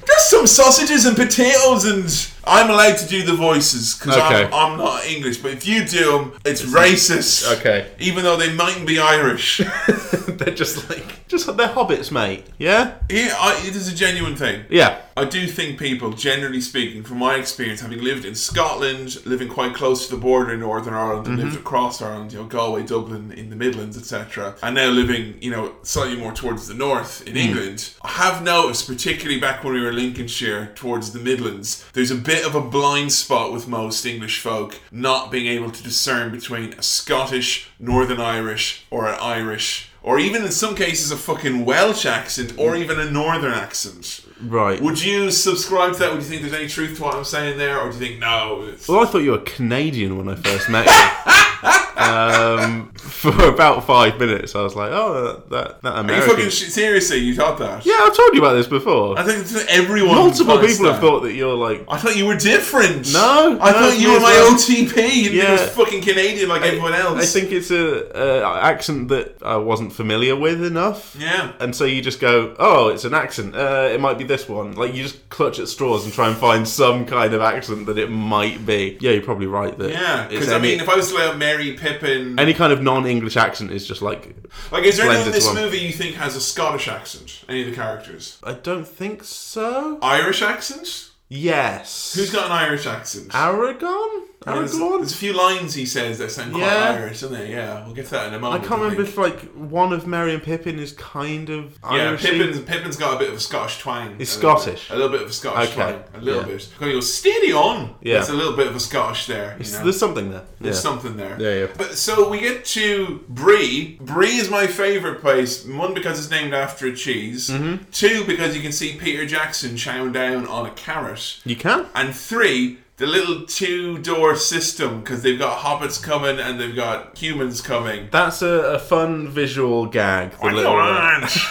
Speaker 1: Just some sausages and potatoes, and I'm allowed to do the voices because
Speaker 2: Okay.
Speaker 1: I'm, I'm not English. But if you do them, it's racist.
Speaker 2: Okay.
Speaker 1: Even though they mightn't be Irish.
Speaker 2: *laughs* they're just like just they're hobbits, mate. Yeah,
Speaker 1: yeah, I, it is a genuine thing.
Speaker 2: yeah.
Speaker 1: I do think people, generally speaking, from my experience, having lived in Scotland, living quite close to the border in Northern Ireland, and lived across Ireland, you know, Galway, Dublin, in the Midlands, etc., and now living, you know, slightly more towards the north in England, I have noticed, particularly back when we were in Lincolnshire, towards the Midlands, there's a bit of a blind spot with most English folk not being able to discern between a Scottish, Northern Irish, or an Irish. Or even in some cases, a fucking Welsh accent, or even a Northern accent.
Speaker 2: Right.
Speaker 1: Would you subscribe to that? Would you think there's any truth to what I'm saying there, or do you think no? It's... *laughs*
Speaker 2: well, I thought you were Canadian when I first met you. um, *laughs* for about five minutes. I was like, oh, that that
Speaker 1: Are you
Speaker 2: American.
Speaker 1: fucking sh- seriously? You thought that?
Speaker 2: yeah, I've told you about this before.
Speaker 1: I think that everyone.
Speaker 2: Multiple
Speaker 1: thinks
Speaker 2: people
Speaker 1: that.
Speaker 2: have thought that you're like.
Speaker 1: I thought you were different.
Speaker 2: No,
Speaker 1: I
Speaker 2: no,
Speaker 1: thought
Speaker 2: it's
Speaker 1: you
Speaker 2: me
Speaker 1: were
Speaker 2: as
Speaker 1: my
Speaker 2: well.
Speaker 1: OTP. You think it was
Speaker 2: Yeah.
Speaker 1: fucking Canadian like everyone else.
Speaker 2: I think it's a, a accent that I wasn't familiar with enough.
Speaker 1: Yeah.
Speaker 2: And so you just go, oh, it's an accent. Uh, it might be this one. Like you just clutch at straws and try and find some kind of accent that it might be. Yeah, you're probably right. That
Speaker 1: Yeah,
Speaker 2: it's
Speaker 1: because I
Speaker 2: any-
Speaker 1: mean, if I was to lay out Mary Pippin,
Speaker 2: any kind of non-English accent is just like
Speaker 1: like, is there anyone in
Speaker 2: blended
Speaker 1: this
Speaker 2: one.
Speaker 1: movie you think has a Scottish accent? Any of the characters?
Speaker 2: I don't think so.
Speaker 1: Irish accent?
Speaker 2: Yes.
Speaker 1: Who's got an Irish accent?
Speaker 2: Ah, Aragon?
Speaker 1: There's,
Speaker 2: Aragon?
Speaker 1: there's a few lines he says that sound quite
Speaker 2: Yeah.
Speaker 1: Irish, don't they? Yeah, we'll get to that in a
Speaker 2: I
Speaker 1: moment.
Speaker 2: can't remember
Speaker 1: think.
Speaker 2: if like one of Mary and Pippin is kind of
Speaker 1: Yeah,
Speaker 2: Irish.
Speaker 1: Pippin's, Pippin's got a bit of a Scottish twang.
Speaker 2: He's
Speaker 1: A little bit.
Speaker 2: Scottish.
Speaker 1: A little bit of a Scottish
Speaker 2: Okay,
Speaker 1: twang. A little
Speaker 2: yeah.
Speaker 1: bit. Because he goes, steady on.
Speaker 2: Yeah.
Speaker 1: It's a little bit of a Scottish there. You know?
Speaker 2: There's something there.
Speaker 1: There's
Speaker 2: yeah.
Speaker 1: something there.
Speaker 2: Yeah, yeah.
Speaker 1: But so we get to Brie. Brie is my favorite place. One because it's named after a cheese.
Speaker 2: Mm-hmm.
Speaker 1: Two because you can see Peter Jackson chowing down on a carrot.
Speaker 2: you can.
Speaker 1: And three, the little two-door system because they've got hobbits coming and they've got humans coming.
Speaker 2: That's a, a fun visual gag. The
Speaker 1: What do you
Speaker 2: little, uh,
Speaker 1: want? *laughs*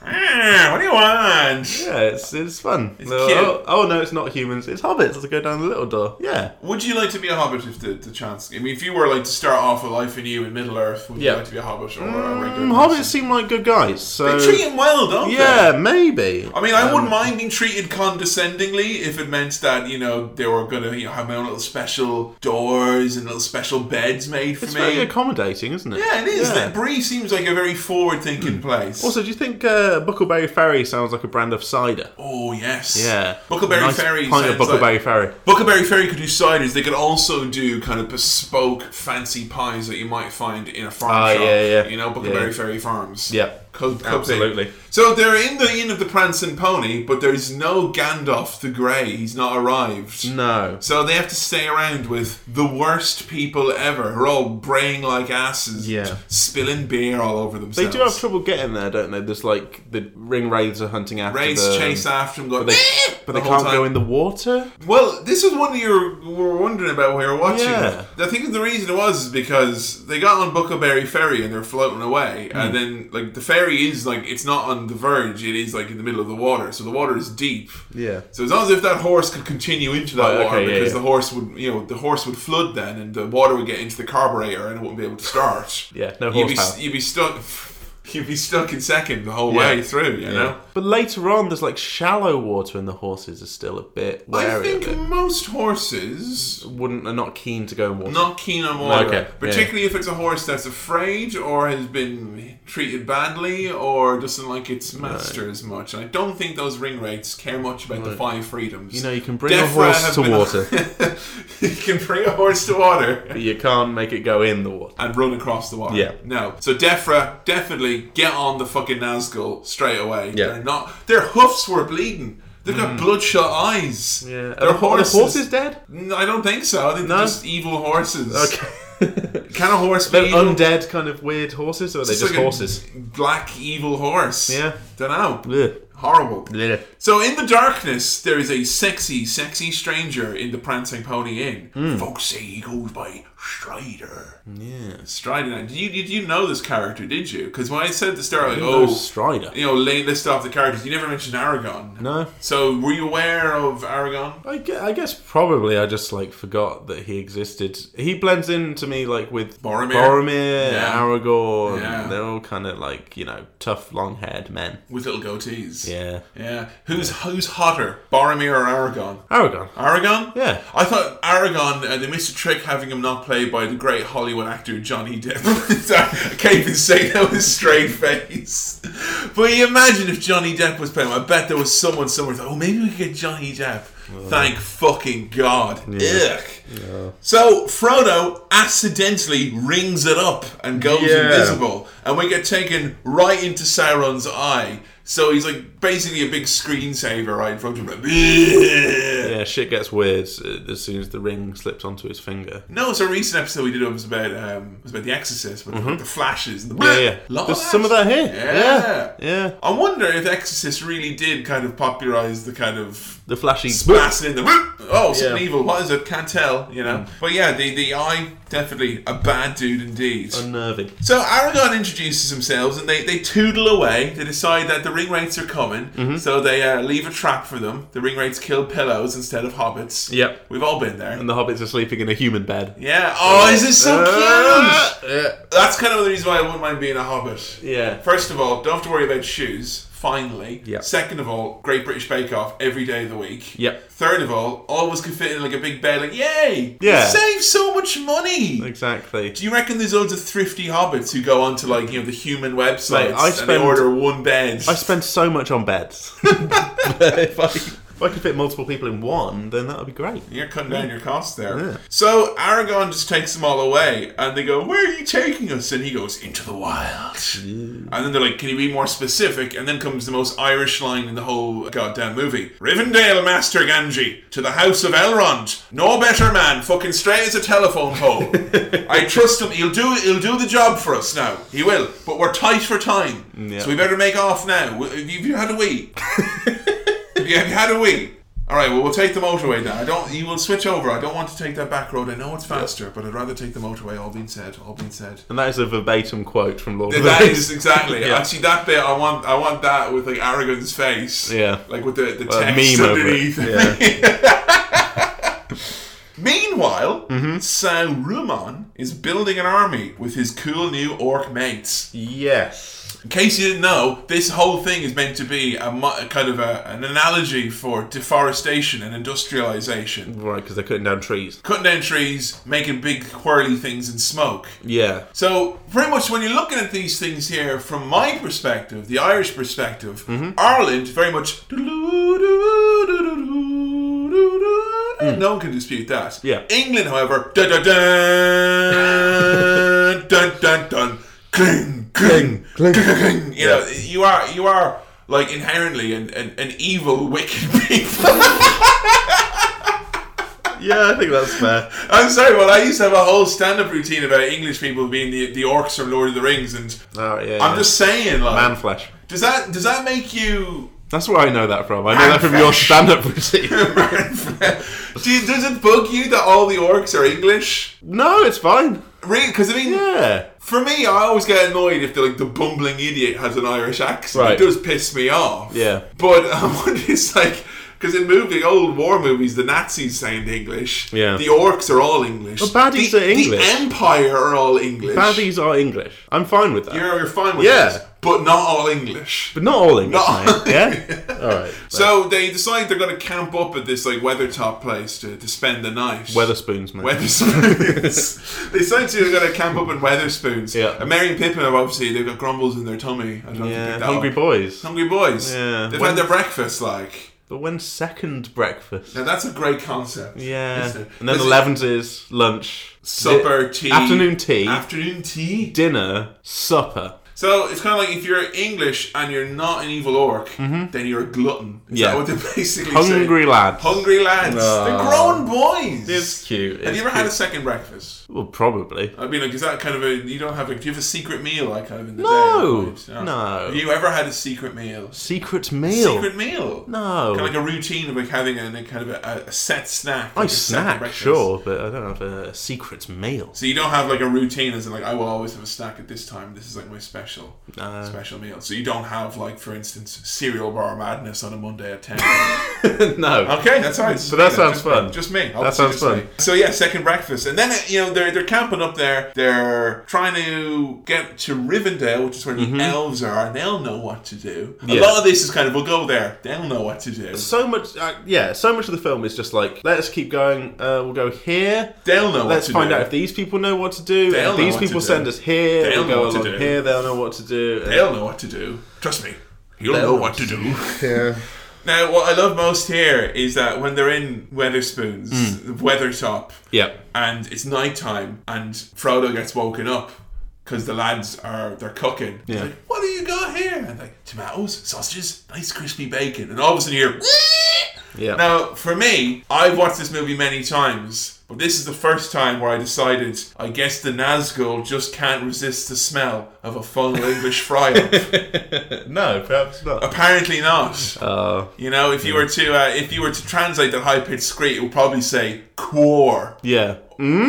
Speaker 1: Eh, what do you want?
Speaker 2: yeah, it's it's fun. Little-
Speaker 1: cute.
Speaker 2: Oh, oh, no, it's not humans. It's hobbits. Let's go down the little door. Yeah.
Speaker 1: Would you like to be a hobbit if the, the chance? I mean, if you were like to start off a life anew in Middle Earth, would
Speaker 2: Yeah.
Speaker 1: you like to be a hobbit or a regular?
Speaker 2: Mm,
Speaker 1: person?
Speaker 2: hobbits seem like good guys. So
Speaker 1: They treat him well, don't they?
Speaker 2: yeah, Um, maybe.
Speaker 1: I mean, I wouldn't mind being treated condescendingly if it meant that you know they were gonna you know, have my own little special doors and little special beds made for
Speaker 2: It's
Speaker 1: me.
Speaker 2: very accommodating, isn't it?
Speaker 1: yeah, it is. That Bree seems like a very forward-thinking place.
Speaker 2: Mm. Also, do you think uh, Buckleberry Ferry sounds like a brand of cider?
Speaker 1: oh yes,
Speaker 2: Yeah.
Speaker 1: Buckleberry
Speaker 2: A nice
Speaker 1: Ferry.
Speaker 2: Pint of
Speaker 1: sounds like-
Speaker 2: Buckleberry Ferry.
Speaker 1: Buckleberry Ferry could do ciders. They could also do kind of bespoke fancy pies that you might find in a farm
Speaker 2: Ah,
Speaker 1: shop.
Speaker 2: yeah, yeah.
Speaker 1: You know, Buckleberry
Speaker 2: Yeah.
Speaker 1: Ferry Farms.
Speaker 2: Yeah.
Speaker 1: Could- could be.
Speaker 2: Absolutely.
Speaker 1: So they're in the Inn of the Prancing Pony, but there's no Gandalf the Grey. He's not arrived.
Speaker 2: No.
Speaker 1: So they have to stay around with the worst people ever, who are all braying like asses,
Speaker 2: Yeah.
Speaker 1: spilling beer all over
Speaker 2: They
Speaker 1: themselves.
Speaker 2: do have trouble getting there, don't they? There's like the ring raids are hunting after
Speaker 1: Raids
Speaker 2: them,
Speaker 1: chase after them, going,
Speaker 2: um, but they,
Speaker 1: "Eh!"
Speaker 2: but they
Speaker 1: the whole
Speaker 2: can't
Speaker 1: time.
Speaker 2: go in the water.
Speaker 1: Well, this is one you were- were wondering about when we were watching.
Speaker 2: Yeah.
Speaker 1: I think the reason it was is because they got on Buckleberry Ferry and they're floating away,
Speaker 2: Hmm.
Speaker 1: and then like the ferry is like it's not on the verge; it is like in the middle of the water, so the water is deep.
Speaker 2: Yeah.
Speaker 1: So it's not as if that horse could continue into that
Speaker 2: Right,
Speaker 1: water
Speaker 2: okay, yeah,
Speaker 1: because
Speaker 2: yeah.
Speaker 1: the horse would, you know, the horse would flood then, and the water would get into the carburetor, and it wouldn't be able to start.
Speaker 2: *laughs* Yeah, no
Speaker 1: you'd be
Speaker 2: horsepower.
Speaker 1: you'd be stuck. *laughs* You'd be stuck in second the whole
Speaker 2: Yeah.
Speaker 1: way through. You know.
Speaker 2: But later on, there's like shallow water, and the horses are still a bit
Speaker 1: I
Speaker 2: wary. of
Speaker 1: think most horses
Speaker 2: it. Wouldn't are not keen to go in water.
Speaker 1: not keen on water,
Speaker 2: Okay,
Speaker 1: particularly if it's a horse that's afraid or has been treated badly or doesn't like its master as much. And I don't think those ring rates care much about the five freedoms.
Speaker 2: You know, you can bring a
Speaker 1: Defra
Speaker 2: horse
Speaker 1: have
Speaker 2: to
Speaker 1: been- *laughs*
Speaker 2: water,
Speaker 1: you can bring a horse to water
Speaker 2: but you can't make it go in the water.
Speaker 1: and run across the water.
Speaker 2: Yeah.
Speaker 1: No. So Defra, definitely get on the fucking Nazgul straight away.
Speaker 2: Yeah. Hmm.
Speaker 1: They're not. Their hoofs were bleeding. They've got bloodshot eyes.
Speaker 2: Yeah,
Speaker 1: Their
Speaker 2: are, the- are the horses dead?
Speaker 1: *laughs* No, I don't think so. I think
Speaker 2: No?
Speaker 1: they're just evil horses. *laughs*
Speaker 2: Okay.
Speaker 1: Can a horse be
Speaker 2: They're
Speaker 1: evil?
Speaker 2: undead, kind of weird horses, or are they just,
Speaker 1: It's like a
Speaker 2: horses?
Speaker 1: *laughs* Black evil horse.
Speaker 2: Yeah.
Speaker 1: Don't know.
Speaker 2: Ugh.
Speaker 1: Horrible.
Speaker 2: Ugh.
Speaker 1: So in the darkness, there is a sexy, sexy stranger in the Prancing Pony Inn.
Speaker 2: Hmm.
Speaker 1: Folks say he goes by Strider.
Speaker 2: Yeah.
Speaker 1: Strider. Now, Did you did you know this character? Did you? Because when I said at the start, like,
Speaker 2: Oh,
Speaker 1: oh,
Speaker 2: Strider.
Speaker 1: you know, lay list off the characters. You never mentioned Aragon.
Speaker 2: No.
Speaker 1: So were you aware of Aragon?
Speaker 2: I guess, I guess probably I just like forgot that he existed. He blends in to me like with
Speaker 1: Boromir.
Speaker 2: Boromir,
Speaker 1: Yeah.
Speaker 2: Aragorn.
Speaker 1: Yeah.
Speaker 2: They're all kind of like you know tough, long-haired men.
Speaker 1: With little goatees.
Speaker 2: Yeah,
Speaker 1: Yeah. Who's who's hotter, Boromir or Aragon?
Speaker 2: Aragorn.
Speaker 1: Aragon?
Speaker 2: Yeah.
Speaker 1: I thought Aragon, uh, they missed a trick having him not played by the great Hollywood actor Johnny Depp. *laughs* Sorry, I can't even say that with a straight face. But you imagine if Johnny Depp was playing him. I bet there was someone somewhere thought, oh, maybe we could get Johnny Depp. Thank fucking God. Ugh. So Frodo accidentally rings it up and goes
Speaker 2: Yeah.
Speaker 1: invisible. And we get taken right into Sauron's eye. So he's like basically a big screensaver right in front of him. Ugh.
Speaker 2: Yeah, shit gets weird uh, as soon as the ring slips onto his finger.
Speaker 1: No, it's a recent episode we did. It was about um, it was about the Exorcist with the flashes. And the
Speaker 2: Mm-hmm. Yeah, yeah.
Speaker 1: Lot
Speaker 2: There's some of that here.
Speaker 1: Yeah.
Speaker 2: Yeah, yeah.
Speaker 1: I wonder if The Exorcist really did kind of popularize the kind of
Speaker 2: The flashy.
Speaker 1: blasting in the. Oh, something
Speaker 2: Yeah. Mm.
Speaker 1: evil. What is it? Can't tell. tell, you know. But yeah, the the eye definitely a bad dude indeed.
Speaker 2: *laughs* Unnerving.
Speaker 1: So Aragon introduces themselves and they, they toodle away. They decide that the ring rates are coming,
Speaker 2: Mm-hmm.
Speaker 1: so they uh, leave a trap for them. The ring rates kill pillows instead of hobbits.
Speaker 2: Yep.
Speaker 1: We've all been there.
Speaker 2: And the hobbits are sleeping in a human bed.
Speaker 1: Yeah. Oh, is this so cute?
Speaker 2: Ah! Yeah.
Speaker 1: That's kind of the reason why I wouldn't mind being a hobbit.
Speaker 2: Yeah.
Speaker 1: First of all, don't have to worry about shoes. Finally.
Speaker 2: Yep.
Speaker 1: Second of all, Great British Bake Off every day of the week.
Speaker 2: Yep.
Speaker 1: Third of all, always could fit in like a big bed. Like, yay!
Speaker 2: Yeah.
Speaker 1: Save so much money.
Speaker 2: Exactly.
Speaker 1: do you reckon there's loads of thrifty hobbits who go onto like you know the human websites
Speaker 2: Mate, I
Speaker 1: and they
Speaker 2: spend-
Speaker 1: order one bed?
Speaker 2: I spend so much on beds. *laughs* if, I, if I could fit multiple people in one, then that would be great.
Speaker 1: You're cutting down your costs there.
Speaker 2: Yeah.
Speaker 1: So Aragon just takes them all away, and they go, "Where are you taking us?" And he goes, "Into the wild." And then they're like, "Can you be more specific?" And then comes the most Irish line in the whole goddamn movie: "Rivendell, Master Ganji, to the house of Elrond. No better man, fucking straight as a telephone
Speaker 2: *laughs*
Speaker 1: pole. I trust him. He'll do. He'll do the job for us now. He will. But we're tight for time,
Speaker 2: Yeah.
Speaker 1: so we better make off now. Have you have you had a wee?" Have you, have you had a wee? All right, well, we'll take the motorway then. I don't. You will switch over. I don't want to take that back road. I know it's faster, but I'd rather take the motorway. All being said, all being
Speaker 2: *laughs*
Speaker 1: said.
Speaker 2: And that is a verbatim quote from Lord of the
Speaker 1: That
Speaker 2: Rings.
Speaker 1: is exactly.
Speaker 2: Yeah.
Speaker 1: Actually, that bit I want. I want that with like Aragon's face.
Speaker 2: Yeah.
Speaker 1: Like with the the
Speaker 2: A
Speaker 1: text
Speaker 2: meme over
Speaker 1: underneath.
Speaker 2: it. Yeah.
Speaker 1: *laughs* Meanwhile,
Speaker 2: Mm-hmm.
Speaker 1: Saruman is building an army with his cool new orc mates.
Speaker 2: yes.
Speaker 1: In case you didn't know, this whole thing is meant to be a, mo- a kind of a, an analogy for deforestation and industrialization.
Speaker 2: Right, because they're cutting down trees.
Speaker 1: cutting down trees, making big whirly things in smoke.
Speaker 2: Yeah.
Speaker 1: So, pretty much when you're looking at these things here from my perspective, the Irish perspective, Ireland very much. No one can dispute that.
Speaker 2: Yeah.
Speaker 1: England, however, dun dun dun *laughs* dun dun dun cling cling cling cling. You know, you are you are like inherently an, an, an evil, wicked *laughs* people.
Speaker 2: Yeah, I think that's fair.
Speaker 1: I'm sorry, but I used to have a whole stand-up routine about English people being the, the orcs from Lord of the Rings, and
Speaker 2: All right, yeah.
Speaker 1: I'm just saying, like,
Speaker 2: man flesh.
Speaker 1: does that does that make you? *laughs*
Speaker 2: That's where I know that from. I know that from your
Speaker 1: flesh. *laughs*
Speaker 2: stand-up routine.
Speaker 1: Do you, does it bug you that all the orcs are English?
Speaker 2: no, it's fine.
Speaker 1: Really? Because I mean,
Speaker 2: Yeah.
Speaker 1: for me, I always get annoyed if the like the bumbling idiot has an Irish accent.
Speaker 2: Right.
Speaker 1: It does piss me off.
Speaker 2: Yeah.
Speaker 1: But *laughs* I'm wondering, it's like. Because in movie, old war movies, the Nazis sound English.
Speaker 2: Yeah.
Speaker 1: The orcs are all English.
Speaker 2: Well, baddies
Speaker 1: the,
Speaker 2: are English.
Speaker 1: The Empire are all English.
Speaker 2: Baddies are English. I'm fine with that.
Speaker 1: You're, you're fine with
Speaker 2: Yeah.
Speaker 1: this, but not all English.
Speaker 2: but not all English,
Speaker 1: Not-
Speaker 2: mate.
Speaker 1: *laughs*
Speaker 2: Yeah? All right.
Speaker 1: So they decide they're going to camp up at this like weathertop place to, to spend the night.
Speaker 2: Weatherspoons, mate.
Speaker 1: Weatherspoons. *laughs* they decide they're going to camp up in Weatherspoons.
Speaker 2: Yeah.
Speaker 1: And Mary and Pippin have obviously they've got grumbles in their tummy. I don't know if you
Speaker 2: yeah,
Speaker 1: picked that
Speaker 2: hungry
Speaker 1: up.
Speaker 2: boys.
Speaker 1: Hungry boys.
Speaker 2: Yeah.
Speaker 1: They've
Speaker 2: When-
Speaker 1: had their breakfast. Like
Speaker 2: But when second breakfast?
Speaker 1: now, that's a great concept.
Speaker 2: Yeah.
Speaker 1: Isn't it?
Speaker 2: And then
Speaker 1: Listen,
Speaker 2: the Levens is lunch,
Speaker 1: supper,
Speaker 2: di-
Speaker 1: tea,
Speaker 2: afternoon tea,
Speaker 1: afternoon tea.
Speaker 2: dinner, supper.
Speaker 1: So it's kind of like if you're English and you're not an evil orc, then you're a glutton. Is
Speaker 2: Mm-hmm. Yeah.
Speaker 1: that what they're *laughs* basically saying?
Speaker 2: Hungry lads.
Speaker 1: Hungry lads.
Speaker 2: No.
Speaker 1: They're grown boys.
Speaker 2: It's cute.
Speaker 1: have
Speaker 2: it's
Speaker 1: you ever
Speaker 2: cute.
Speaker 1: had a second breakfast?
Speaker 2: Well, probably.
Speaker 1: I mean, like, is that kind of a you don't have like, do you have a secret meal like kind of in the
Speaker 2: No.
Speaker 1: day?
Speaker 2: No.
Speaker 1: Have you ever had a secret meal?
Speaker 2: Secret meal.
Speaker 1: Secret meal.
Speaker 2: No.
Speaker 1: Kind of like a routine of like having a, a kind of a, a set snack.
Speaker 2: I
Speaker 1: like a second
Speaker 2: snack,
Speaker 1: breakfast.
Speaker 2: sure, but I don't have a secret meal.
Speaker 1: *laughs* So you don't have like a routine as in like oh, I will always have a snack at this time. This is like my special
Speaker 2: No.
Speaker 1: special meal. So you don't have like for instance cereal bar madness on a Monday at ten.
Speaker 2: no.
Speaker 1: Okay, that's nice.
Speaker 2: So that
Speaker 1: Yeah,
Speaker 2: sounds
Speaker 1: just
Speaker 2: fun.
Speaker 1: Me, just me. I'll
Speaker 2: That
Speaker 1: say
Speaker 2: sounds
Speaker 1: just
Speaker 2: fun.
Speaker 1: me. So yeah, second breakfast, and then you know they're they're camping up there. They're trying to get to Rivendell, which is where the elves are, and they'll know what to do. A
Speaker 2: Mm-hmm. Yeah.
Speaker 1: lot of this is kind of we'll go there. They'll know what to do.
Speaker 2: So much, uh, yeah. So much of the film is just like, let's keep going. Uh, we'll go here.
Speaker 1: They'll know
Speaker 2: Let's
Speaker 1: what to
Speaker 2: find
Speaker 1: do.
Speaker 2: out if these people know what to do.
Speaker 1: They'll
Speaker 2: if
Speaker 1: know
Speaker 2: these
Speaker 1: what to
Speaker 2: people
Speaker 1: do.
Speaker 2: send us here.
Speaker 1: They'll
Speaker 2: They'll
Speaker 1: know
Speaker 2: go
Speaker 1: what to
Speaker 2: along
Speaker 1: do.
Speaker 2: here. They'll know what to do. and-
Speaker 1: they'll know what to do. Trust me, you'll
Speaker 2: They'll
Speaker 1: know
Speaker 2: know
Speaker 1: what to do. *laughs* Now, what I love most here is that when they're in Weatherspoons,
Speaker 2: Hmm.
Speaker 1: Weathertop,
Speaker 2: Yeah.
Speaker 1: and it's nighttime and Frodo gets woken up because the lads are they're cooking. He's
Speaker 2: Yeah.
Speaker 1: like, what do you got here? And like tomatoes, sausages, nice crispy bacon, and all of a sudden you hear.
Speaker 2: Yeah.
Speaker 1: Now, for me, I've watched this movie many times. But this is the first time where I decided I guess the Nazgul just can't resist the smell of a
Speaker 2: *laughs*
Speaker 1: funnel English fry up.
Speaker 2: no, perhaps not.
Speaker 1: Apparently not.
Speaker 2: Uh,
Speaker 1: You know, if you were to uh, if you were to translate that high pitched screech, it would probably say core.
Speaker 2: yeah. Mmm,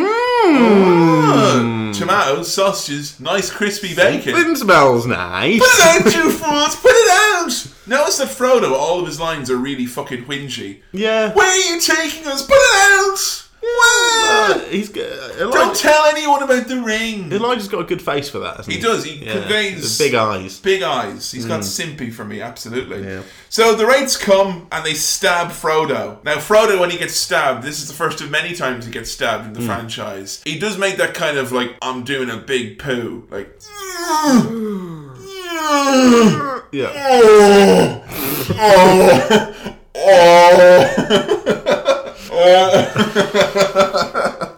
Speaker 1: Ah,
Speaker 2: Mm.
Speaker 1: tomatoes, sausages, nice crispy bacon.
Speaker 2: It smells nice.
Speaker 1: Put it out, you fools! Put it out! Notice that Frodo, all of his lines are really fucking whingy.
Speaker 2: yeah.
Speaker 1: Where are you taking us? Put it out! Where?
Speaker 2: Uh, he's g-
Speaker 1: Don't
Speaker 2: Elijah,
Speaker 1: tell anyone about the ring.
Speaker 2: Elijah's got a good face for that. Hasn't he,
Speaker 1: He does. He
Speaker 2: Yeah.
Speaker 1: conveys
Speaker 2: The big
Speaker 1: *laughs*
Speaker 2: eyes.
Speaker 1: big eyes. He's got simpy for me, absolutely.
Speaker 2: Yeah.
Speaker 1: So the raids come and they stab Frodo. Now Frodo, when he gets stabbed, this is the first of many times he gets stabbed in the franchise. He does make that kind of like I'm doing a big poo, like. *sighs*
Speaker 2: Yeah.
Speaker 1: Oh, oh, oh, oh. *laughs*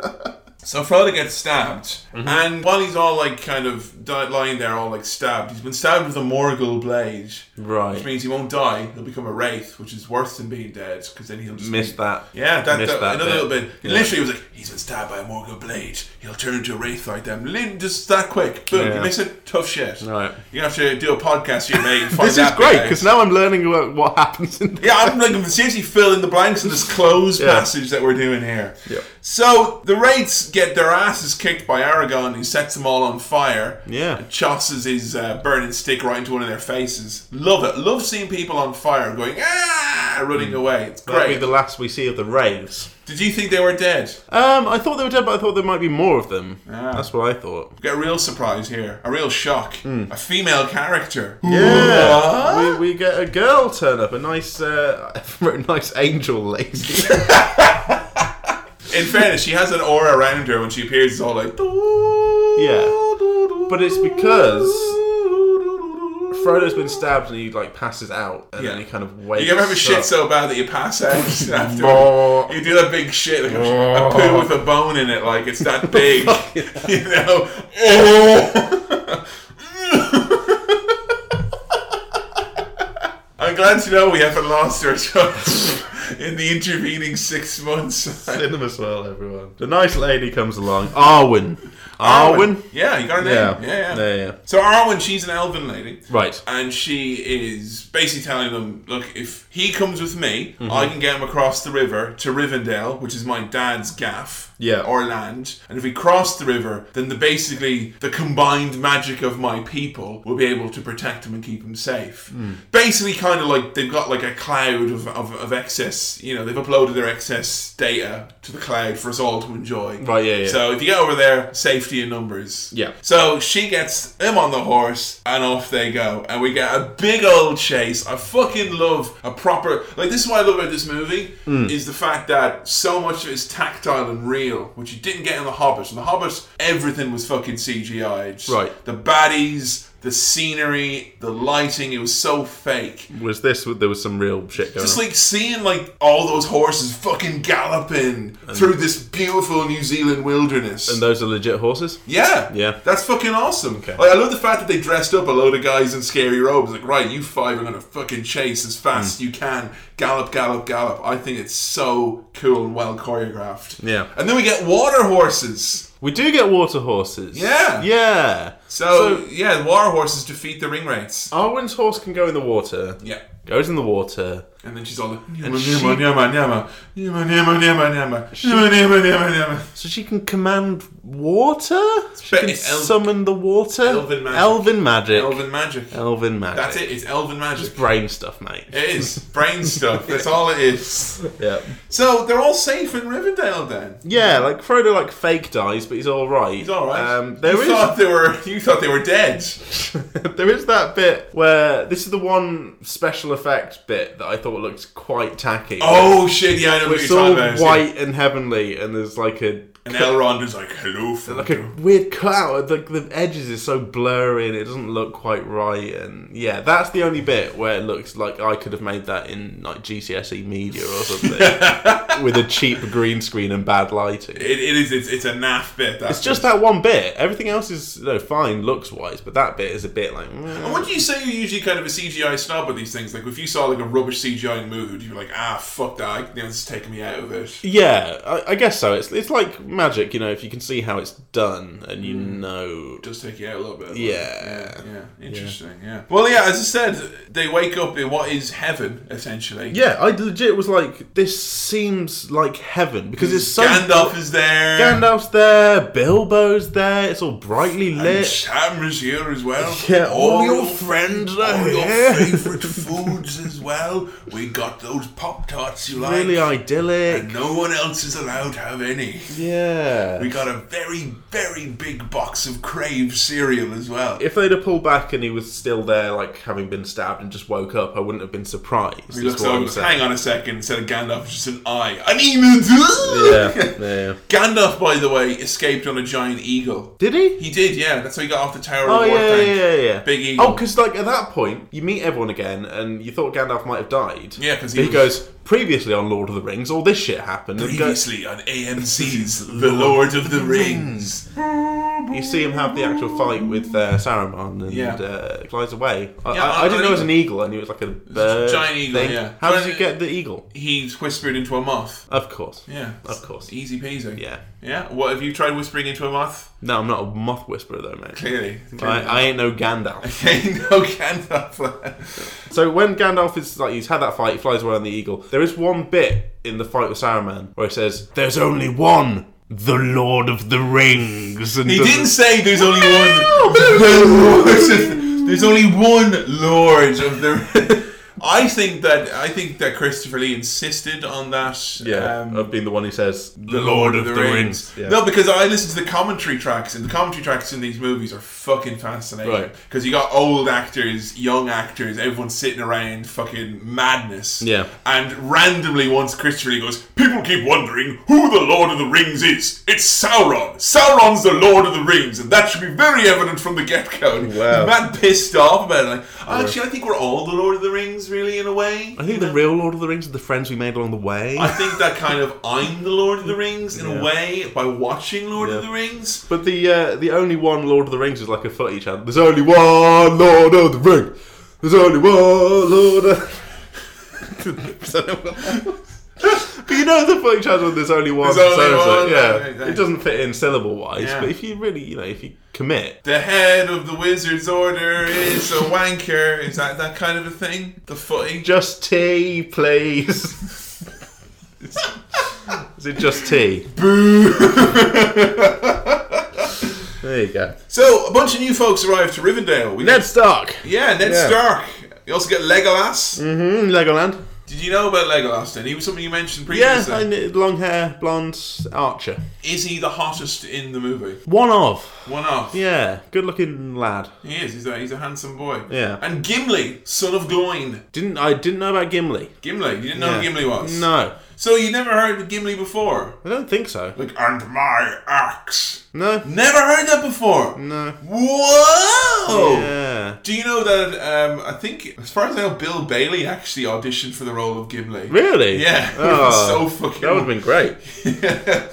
Speaker 1: So Frodo gets stabbed, and while he's all like kind of di- lying there, all like stabbed, he's been stabbed with a Morgul blade, which
Speaker 2: Right.
Speaker 1: means he won't die. He'll become a wraith, which is worse than being dead, because then he'll just be-
Speaker 2: Missed that.
Speaker 1: yeah, that,
Speaker 2: Missed
Speaker 1: that,
Speaker 2: that
Speaker 1: another
Speaker 2: bit.
Speaker 1: little bit. He
Speaker 2: Yeah.
Speaker 1: Literally, was like, he's been stabbed by a Morgul blade. He'll turn into a wraith like them. Lin- Just that quick. Boom. You
Speaker 2: Yeah.
Speaker 1: miss it. Tough shit.
Speaker 2: Right.
Speaker 1: You have to do a podcast you made.
Speaker 2: *laughs*
Speaker 1: Find
Speaker 2: This is
Speaker 1: that bit
Speaker 2: great
Speaker 1: out.
Speaker 2: because now I'm learning about what happens in. The-
Speaker 1: Yeah, I'm like seriously fill in the blanks in this closed
Speaker 2: *laughs* Yeah.
Speaker 1: passage that we're doing here.
Speaker 2: Yeah.
Speaker 1: So the Wraiths get their asses kicked by Aragon, who sets them all on fire.
Speaker 2: Yeah.
Speaker 1: And tosses his uh, burning stick right into one of their faces. Love it. Love seeing people on fire going ah, running away. It's
Speaker 2: Mm. That'll be
Speaker 1: great.
Speaker 2: the last we see of the raves.
Speaker 1: Did you think they were dead?
Speaker 2: Um, I thought they were dead, but I thought there might be more of them.
Speaker 1: Ah.
Speaker 2: That's what I thought.
Speaker 1: Get a real surprise here. A real shock. A female character. What?
Speaker 2: Yeah, we, we get a girl turn up, a nice, uh, *laughs* I wrote nice angel lady. *laughs*
Speaker 1: In fairness, she has an aura around her when she appears. It's all like
Speaker 2: Yeah. But it's because Frodo's been stabbed and he like passes out, and
Speaker 1: Yeah.
Speaker 2: then he kind of wakes.
Speaker 1: You ever have a shit
Speaker 2: up.
Speaker 1: so bad that you pass out
Speaker 2: Bah.
Speaker 1: after? you do that big shit, like a, a poo with a bone in it, like it's that *laughs* big, you *laughs* know. I'm glad to know we haven't lost our judge in the intervening six months.
Speaker 2: Cinema swirl, everyone. The nice lady comes along. Arwen. Arwen.
Speaker 1: Yeah, you got her name.
Speaker 2: Yeah.
Speaker 1: Yeah, yeah.
Speaker 2: Yeah, yeah.
Speaker 1: So Arwen, she's an elven lady.
Speaker 2: Right.
Speaker 1: and she is basically telling them, look, if he comes with me,
Speaker 2: Mm-hmm.
Speaker 1: I can get him across the river to Rivendell, which is my dad's gaff
Speaker 2: Yeah.
Speaker 1: or land. And if we cross the river, then the basically the combined magic of my people will be able to protect him and keep him safe.
Speaker 2: Hmm.
Speaker 1: Basically, kind of like they've got like a cloud of, of, of excess, you know, they've uploaded their excess data to the cloud for us all to enjoy.
Speaker 2: Right, yeah, yeah.
Speaker 1: So if you get over there, safety in numbers.
Speaker 2: Yeah.
Speaker 1: So she gets him on the horse, and off they go, and we get a big old chase. I fucking love a proper like this is what I love about this movie
Speaker 2: Hmm.
Speaker 1: is the fact that so much of it is tactile and real, which you didn't get in the Hobbit. In the Hobbit, everything was fucking CGI.
Speaker 2: Right.
Speaker 1: The baddies, the scenery, the lighting, it was so fake.
Speaker 2: Was this? There was some real shit going
Speaker 1: Just
Speaker 2: on.
Speaker 1: like seeing like all those horses fucking galloping through this beautiful New Zealand wilderness.
Speaker 2: And those are legit horses.
Speaker 1: Yeah.
Speaker 2: Yeah.
Speaker 1: That's fucking awesome. Like, I love the fact that they dressed up a load of guys in scary robes. Like, right, you five are going to fucking chase as fast as
Speaker 2: Hmm.
Speaker 1: you can. Gallop, gallop, gallop. I think it's so cool and well choreographed.
Speaker 2: Yeah.
Speaker 1: And then we get water horses.
Speaker 2: We do get water horses.
Speaker 1: Yeah.
Speaker 2: Yeah.
Speaker 1: So, yeah, the water horses defeat the ring rates.
Speaker 2: Arwen's horse can go in the water.
Speaker 1: Yeah.
Speaker 2: Goes in the water.
Speaker 1: And then she's all like,
Speaker 2: And
Speaker 1: nyama,
Speaker 2: she-
Speaker 1: nyama, nyama, nyama, nyama, nyama, nyama, nyama, nyama, nyama, nyama, nyama.
Speaker 2: So she can command water? She
Speaker 1: bit-
Speaker 2: can
Speaker 1: it's el-
Speaker 2: summon the water?
Speaker 1: elven magic.
Speaker 2: Elven magic.
Speaker 1: Elven magic.
Speaker 2: Elven magic.
Speaker 1: That's it. It's elven magic.
Speaker 2: Brain stuff, mate.
Speaker 1: It
Speaker 2: *laughs*
Speaker 1: is. Brain stuff. That's all it is.
Speaker 2: Yeah.
Speaker 1: So they're all safe in Rivendell then.
Speaker 2: Yeah, like Frodo like fake dies, but he's alright.
Speaker 1: He's all right.
Speaker 2: Um, there
Speaker 1: you
Speaker 2: is-
Speaker 1: thought they were *laughs* you thought they were dead.
Speaker 2: *laughs* there is that bit where this is the one special effect bit that I thought looked quite tacky.
Speaker 1: Oh shit! Yeah, I know what
Speaker 2: it's
Speaker 1: you're
Speaker 2: all
Speaker 1: talking about.
Speaker 2: white and heavenly, and there's like a
Speaker 1: And Elrond is like, hello,
Speaker 2: like a
Speaker 1: Frodo.
Speaker 2: weird cutout. Like the edges is so blurry and it doesn't look quite right. And yeah, that's the only bit where it looks like I could have made that in like GCSE E media or
Speaker 1: *laughs*
Speaker 2: something with a cheap green screen and bad lighting.
Speaker 1: It, it is, it's, it's a naff bit. That
Speaker 2: It's just that one bit. Everything else is you know, fine looks wise, but that bit is a bit like. mm.
Speaker 1: And would you say you're usually kind of a CGI snob with these things? Like, if you saw like a rubbish CGI in a movie, would you be like, ah, fuck that, I- you know, it's taking me out of it?
Speaker 2: Yeah, I, I guess so. It's it's like magic, you know. If you can see how it's done and you know,
Speaker 1: It does take you out a little bit.
Speaker 2: yeah,
Speaker 1: Yeah, interesting. Yeah. Well, yeah. As I said, they wake up in what is heaven, essentially.
Speaker 2: yeah. I legit was like, this seems like heaven because it's so
Speaker 1: Gandalf is there.
Speaker 2: Gandalf's there, Bilbo's there. It's all brightly
Speaker 1: And
Speaker 2: lit.
Speaker 1: Sam is here as *laughs* well.
Speaker 2: Yeah, all your friends are
Speaker 1: oh. all
Speaker 2: here.
Speaker 1: your *laughs* favourite foods as well. We got those Pop Tarts you like.
Speaker 2: Really idyllic.
Speaker 1: and no one else is allowed to have any.
Speaker 2: Yeah.
Speaker 1: We got a very, very big box of Crave cereal as well.
Speaker 2: if they'd have pulled back and he was still there, like having been stabbed and just woke up, I wouldn't have been surprised.
Speaker 1: He
Speaker 2: is
Speaker 1: looks
Speaker 2: what I'm
Speaker 1: over,
Speaker 2: saying.
Speaker 1: hang on a second, instead of Gandalf, it's just an eye. An emu!
Speaker 2: Yeah, *laughs* yeah.
Speaker 1: *laughs* Gandalf, by the way, escaped on a giant eagle.
Speaker 2: Did he?
Speaker 1: He did, yeah. That's how he got off the Tower
Speaker 2: Oh
Speaker 1: of War
Speaker 2: yeah, yeah,
Speaker 1: thing.
Speaker 2: yeah, yeah.
Speaker 1: Big eagle.
Speaker 2: Oh, because like at that point, you meet everyone again, and you thought Gandalf might have died.
Speaker 1: Yeah, 'cause he
Speaker 2: he,
Speaker 1: was-
Speaker 2: goes previously on Lord of the Rings, all this shit happened. And go,
Speaker 1: Previously on AMC's The Lord of the Rings.
Speaker 2: you see him have the actual fight with uh, Saruman, and
Speaker 1: Yeah.
Speaker 2: uh, flies away. I,
Speaker 1: Yeah,
Speaker 2: I- I
Speaker 1: I- I
Speaker 2: didn't know it was
Speaker 1: think-
Speaker 2: an eagle. I knew it was like a bird
Speaker 1: giant eagle,
Speaker 2: thing.
Speaker 1: yeah.
Speaker 2: How
Speaker 1: Giant-
Speaker 2: did you get the eagle?
Speaker 1: He's whispered into a moth.
Speaker 2: Of course.
Speaker 1: Yeah.
Speaker 2: Of course.
Speaker 1: Easy peasy.
Speaker 2: Yeah.
Speaker 1: Yeah. What have you tried whispering into a moth?
Speaker 2: No, I'm not a moth whisperer though, mate.
Speaker 1: Clearly.
Speaker 2: I, I ain't no Gandalf.
Speaker 1: Okay, *laughs* no Gandalf.
Speaker 2: So when Gandalf is like he's had that fight, he flies away on the eagle. There is one bit in the fight with Saruman where he says, "There's only one, the Lord of the Rings." And
Speaker 1: He
Speaker 2: does-
Speaker 1: didn't say there's only one. there's only one Lord of the. I think that I think that Christopher Lee insisted on that.
Speaker 2: Yeah,
Speaker 1: um,
Speaker 2: of being the one who says, "The Yeah.
Speaker 1: No, because I listen to the commentary tracks, and the commentary tracks in these movies are fucking fascinating.
Speaker 2: Right.
Speaker 1: Because you got old actors, young actors, everyone sitting around fucking madness.
Speaker 2: Yeah.
Speaker 1: And randomly, once Christopher Lee goes, people keep wondering who the Lord of the Rings is. It's Sauron. Sauron's the Lord of the Rings, and that should be very evident from the get go.
Speaker 2: Wow.
Speaker 1: Man pissed off about it. Like, actually, I think we're all the Lord of the Rings, really, in a way.
Speaker 2: I think the real Lord of the Rings are the friends we made along the way.
Speaker 1: I think that kind of I'm the Lord of the Rings in
Speaker 2: Yeah.
Speaker 1: a way by watching Lord of
Speaker 2: Yeah.
Speaker 1: the Rings.
Speaker 2: but the uh, the only one Lord of the Rings is like a footy chant. There's only one Lord of the Ring. There's only one Lord. of... *laughs* There's only one- But you know the footy chant when there's only one.
Speaker 1: There's only
Speaker 2: so-and-so.
Speaker 1: one,
Speaker 2: Yeah,
Speaker 1: yeah, exactly.
Speaker 2: it doesn't fit in syllable wise.
Speaker 1: Yeah.
Speaker 2: But if you really, you know, if you commit,
Speaker 1: The head of the wizard's order is a wanker. Is that that kind of a thing? The footy?
Speaker 2: just tea, please. *laughs* is it just tea? There you go.
Speaker 1: So a bunch of new folks arrive to Rivendell. We
Speaker 2: Ned Stark.
Speaker 1: yeah, Ned
Speaker 2: Yeah.
Speaker 1: Stark. You also get Legolas.
Speaker 2: Mm, Legoland.
Speaker 1: Did you know about Legolas? Then he was something you mentioned
Speaker 2: Yeah,
Speaker 1: previously.
Speaker 2: I kn- long hair, blonde archer.
Speaker 1: is he the hottest in the movie?
Speaker 2: One of.
Speaker 1: One off.
Speaker 2: Yeah, good looking lad.
Speaker 1: He is. He's a, he's a handsome boy.
Speaker 2: Yeah.
Speaker 1: And Gimli, son of Gloin.
Speaker 2: Didn't I didn't know about Gimli.
Speaker 1: Gimli. You didn't know who
Speaker 2: Yeah.
Speaker 1: Gimli was.
Speaker 2: No,
Speaker 1: So you never heard of Gimli before?
Speaker 2: I don't think so.
Speaker 1: Like, and my axe.
Speaker 2: No,
Speaker 1: Never heard that before.
Speaker 2: no.
Speaker 1: Whoa!
Speaker 2: Yeah.
Speaker 1: Do you know that? Um, I think, as far as I know, Bill Bailey actually auditioned for the role of Gimli.
Speaker 2: Really?
Speaker 1: Yeah. *laughs* it would've been
Speaker 2: Oh,
Speaker 1: so fucking.
Speaker 2: that would have been great.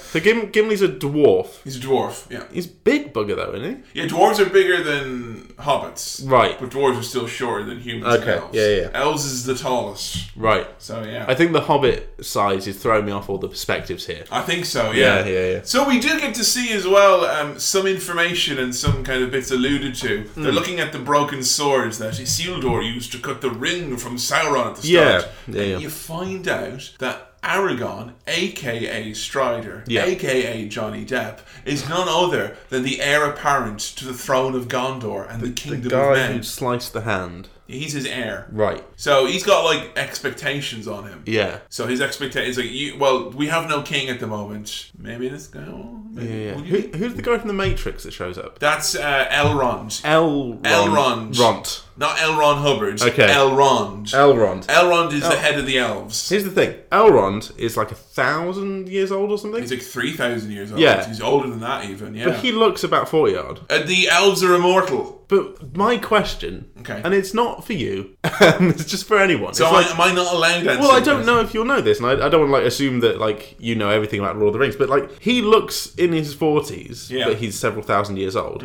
Speaker 1: *laughs*
Speaker 2: So Gim- Gimli's a dwarf.
Speaker 1: He's a dwarf. Yeah.
Speaker 2: He's big bugger though, isn't
Speaker 1: Yeah. Dwarves are bigger than hobbits.
Speaker 2: Right.
Speaker 1: But dwarves are still shorter than humans.
Speaker 2: Okay,
Speaker 1: And elves.
Speaker 2: yeah, yeah.
Speaker 1: Elves is the tallest.
Speaker 2: he? Right.
Speaker 1: So yeah.
Speaker 2: I think the Hobbit size is throwing me off all the perspectives here.
Speaker 1: I think so,
Speaker 2: Yeah,
Speaker 1: yeah.
Speaker 2: yeah, yeah.
Speaker 1: So we do get to see as well um, some information and some kind of bits alluded to.
Speaker 2: Hmm.
Speaker 1: They're looking at the broken swords that Isildur used to cut the ring from Sauron at the start.
Speaker 2: Yeah, yeah, yeah.
Speaker 1: And you find out that Aragon, aka Strider,
Speaker 2: Yeah.
Speaker 1: aka Johnny Depp, is none other than the heir apparent to the throne of Gondor and the, Kingdom of Men.
Speaker 2: sliced the hand.
Speaker 1: He's his heir.
Speaker 2: Right.
Speaker 1: So he's got like expectations on him.
Speaker 2: Yeah.
Speaker 1: So his expectations like, you, well, we have no king at the moment. Maybe this guy. Will,
Speaker 2: Yeah.
Speaker 1: maybe,
Speaker 2: yeah.
Speaker 1: will you
Speaker 2: Who,
Speaker 1: be?
Speaker 2: who's the guy from the Matrix that shows up?
Speaker 1: That's uh, Elrond,
Speaker 2: Elrond.
Speaker 1: Elrond.
Speaker 2: Ront.
Speaker 1: not Elron Hubbard.
Speaker 2: Okay. Uh, oh.
Speaker 1: Elrond.
Speaker 2: Elrond.
Speaker 1: Elrond is the head of the elves.
Speaker 2: Here's the thing. Elrond is like a thousand years old or something.
Speaker 1: He's like three thousand years old.
Speaker 2: Yeah.
Speaker 1: he's older than that even. Yeah.
Speaker 2: But he looks about 40 odd.
Speaker 1: Uh, the elves are immortal.
Speaker 2: But my question,
Speaker 1: Okay.
Speaker 2: and it's not for you, *laughs* it's just for anyone.
Speaker 1: So
Speaker 2: it's
Speaker 1: am,
Speaker 2: like,
Speaker 1: I, am I not allowed that?
Speaker 2: well, I don't know if you'll know this, and I, I don't want to like assume that like you know everything about Lord of the Rings. But like he looks in his forties,
Speaker 1: Yeah. Mm-hmm.
Speaker 2: but he's several thousand years old.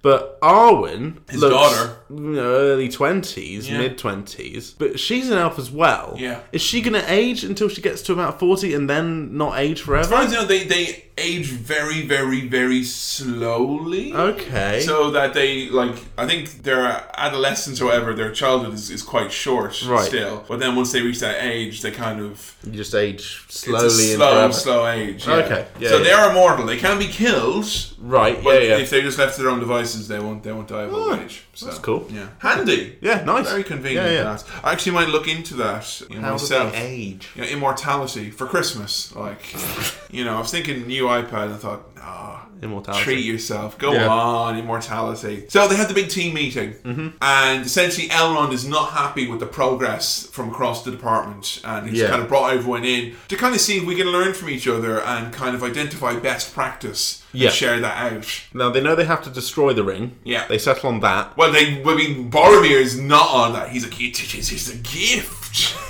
Speaker 2: But Arwen,
Speaker 1: His
Speaker 2: looks,
Speaker 1: daughter.
Speaker 2: you know, early twenties,
Speaker 1: Yeah.
Speaker 2: mid twenties, but she's an elf as well.
Speaker 1: Yeah.
Speaker 2: is she going to age until she gets to about forty and then not age
Speaker 1: As far
Speaker 2: forever?
Speaker 1: as I know, they, they age very, very, very slowly.
Speaker 2: Oh, Okay.
Speaker 1: So that they like, I think their adolescence or whatever, their childhood is, is quite short
Speaker 2: Right.
Speaker 1: still. But then once they reach that age, they kind of
Speaker 2: you just age
Speaker 1: it's
Speaker 2: slowly
Speaker 1: a
Speaker 2: and
Speaker 1: slow,
Speaker 2: forever.
Speaker 1: slow age. yeah.
Speaker 2: Okay. Yeah,
Speaker 1: so
Speaker 2: yeah.
Speaker 1: they're immortal. They can be killed.
Speaker 2: Right.
Speaker 1: But
Speaker 2: yeah. Yeah.
Speaker 1: if they're just left to their own devices, they won't. They won't die of old age. So,
Speaker 2: that's cool.
Speaker 1: Yeah, handy.
Speaker 2: yeah. Nice.
Speaker 1: Very convenient.
Speaker 2: Yeah. yeah.
Speaker 1: That. I actually might look into that you know,
Speaker 2: How does
Speaker 1: myself.
Speaker 2: they age?
Speaker 1: you know, immortality for Christmas. Like,
Speaker 2: *laughs*
Speaker 1: you know, I was thinking new iPad and I thought, nah,
Speaker 2: Immortality.
Speaker 1: treat yourself. Go
Speaker 2: Yeah. Mm-hmm.
Speaker 1: on, immortality. So they had the big team meeting, and essentially Elrond is not happy with the progress from across the department, and he's
Speaker 2: Yeah.
Speaker 1: kind of brought everyone in to kind of see if we can learn from each other and kind of identify best practice
Speaker 2: Yeah.
Speaker 1: and share that out.
Speaker 2: Now they know they have to destroy the ring.
Speaker 1: Yeah.
Speaker 2: They settle on that.
Speaker 1: Well, they, I mean, Boromir is not on that. He's like, it is, it's a gift.
Speaker 2: *laughs*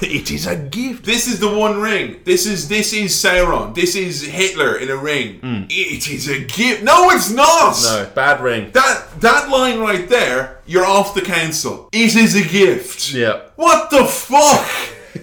Speaker 2: It is a gift.
Speaker 1: This is the One Ring. This is this is Sauron. This is Hitler in a ring. It is a gift. No, it's not.
Speaker 2: Mm. No, bad ring.
Speaker 1: That that line right there. You're off the council. It is a gift.
Speaker 2: Yeah.
Speaker 1: What the fuck?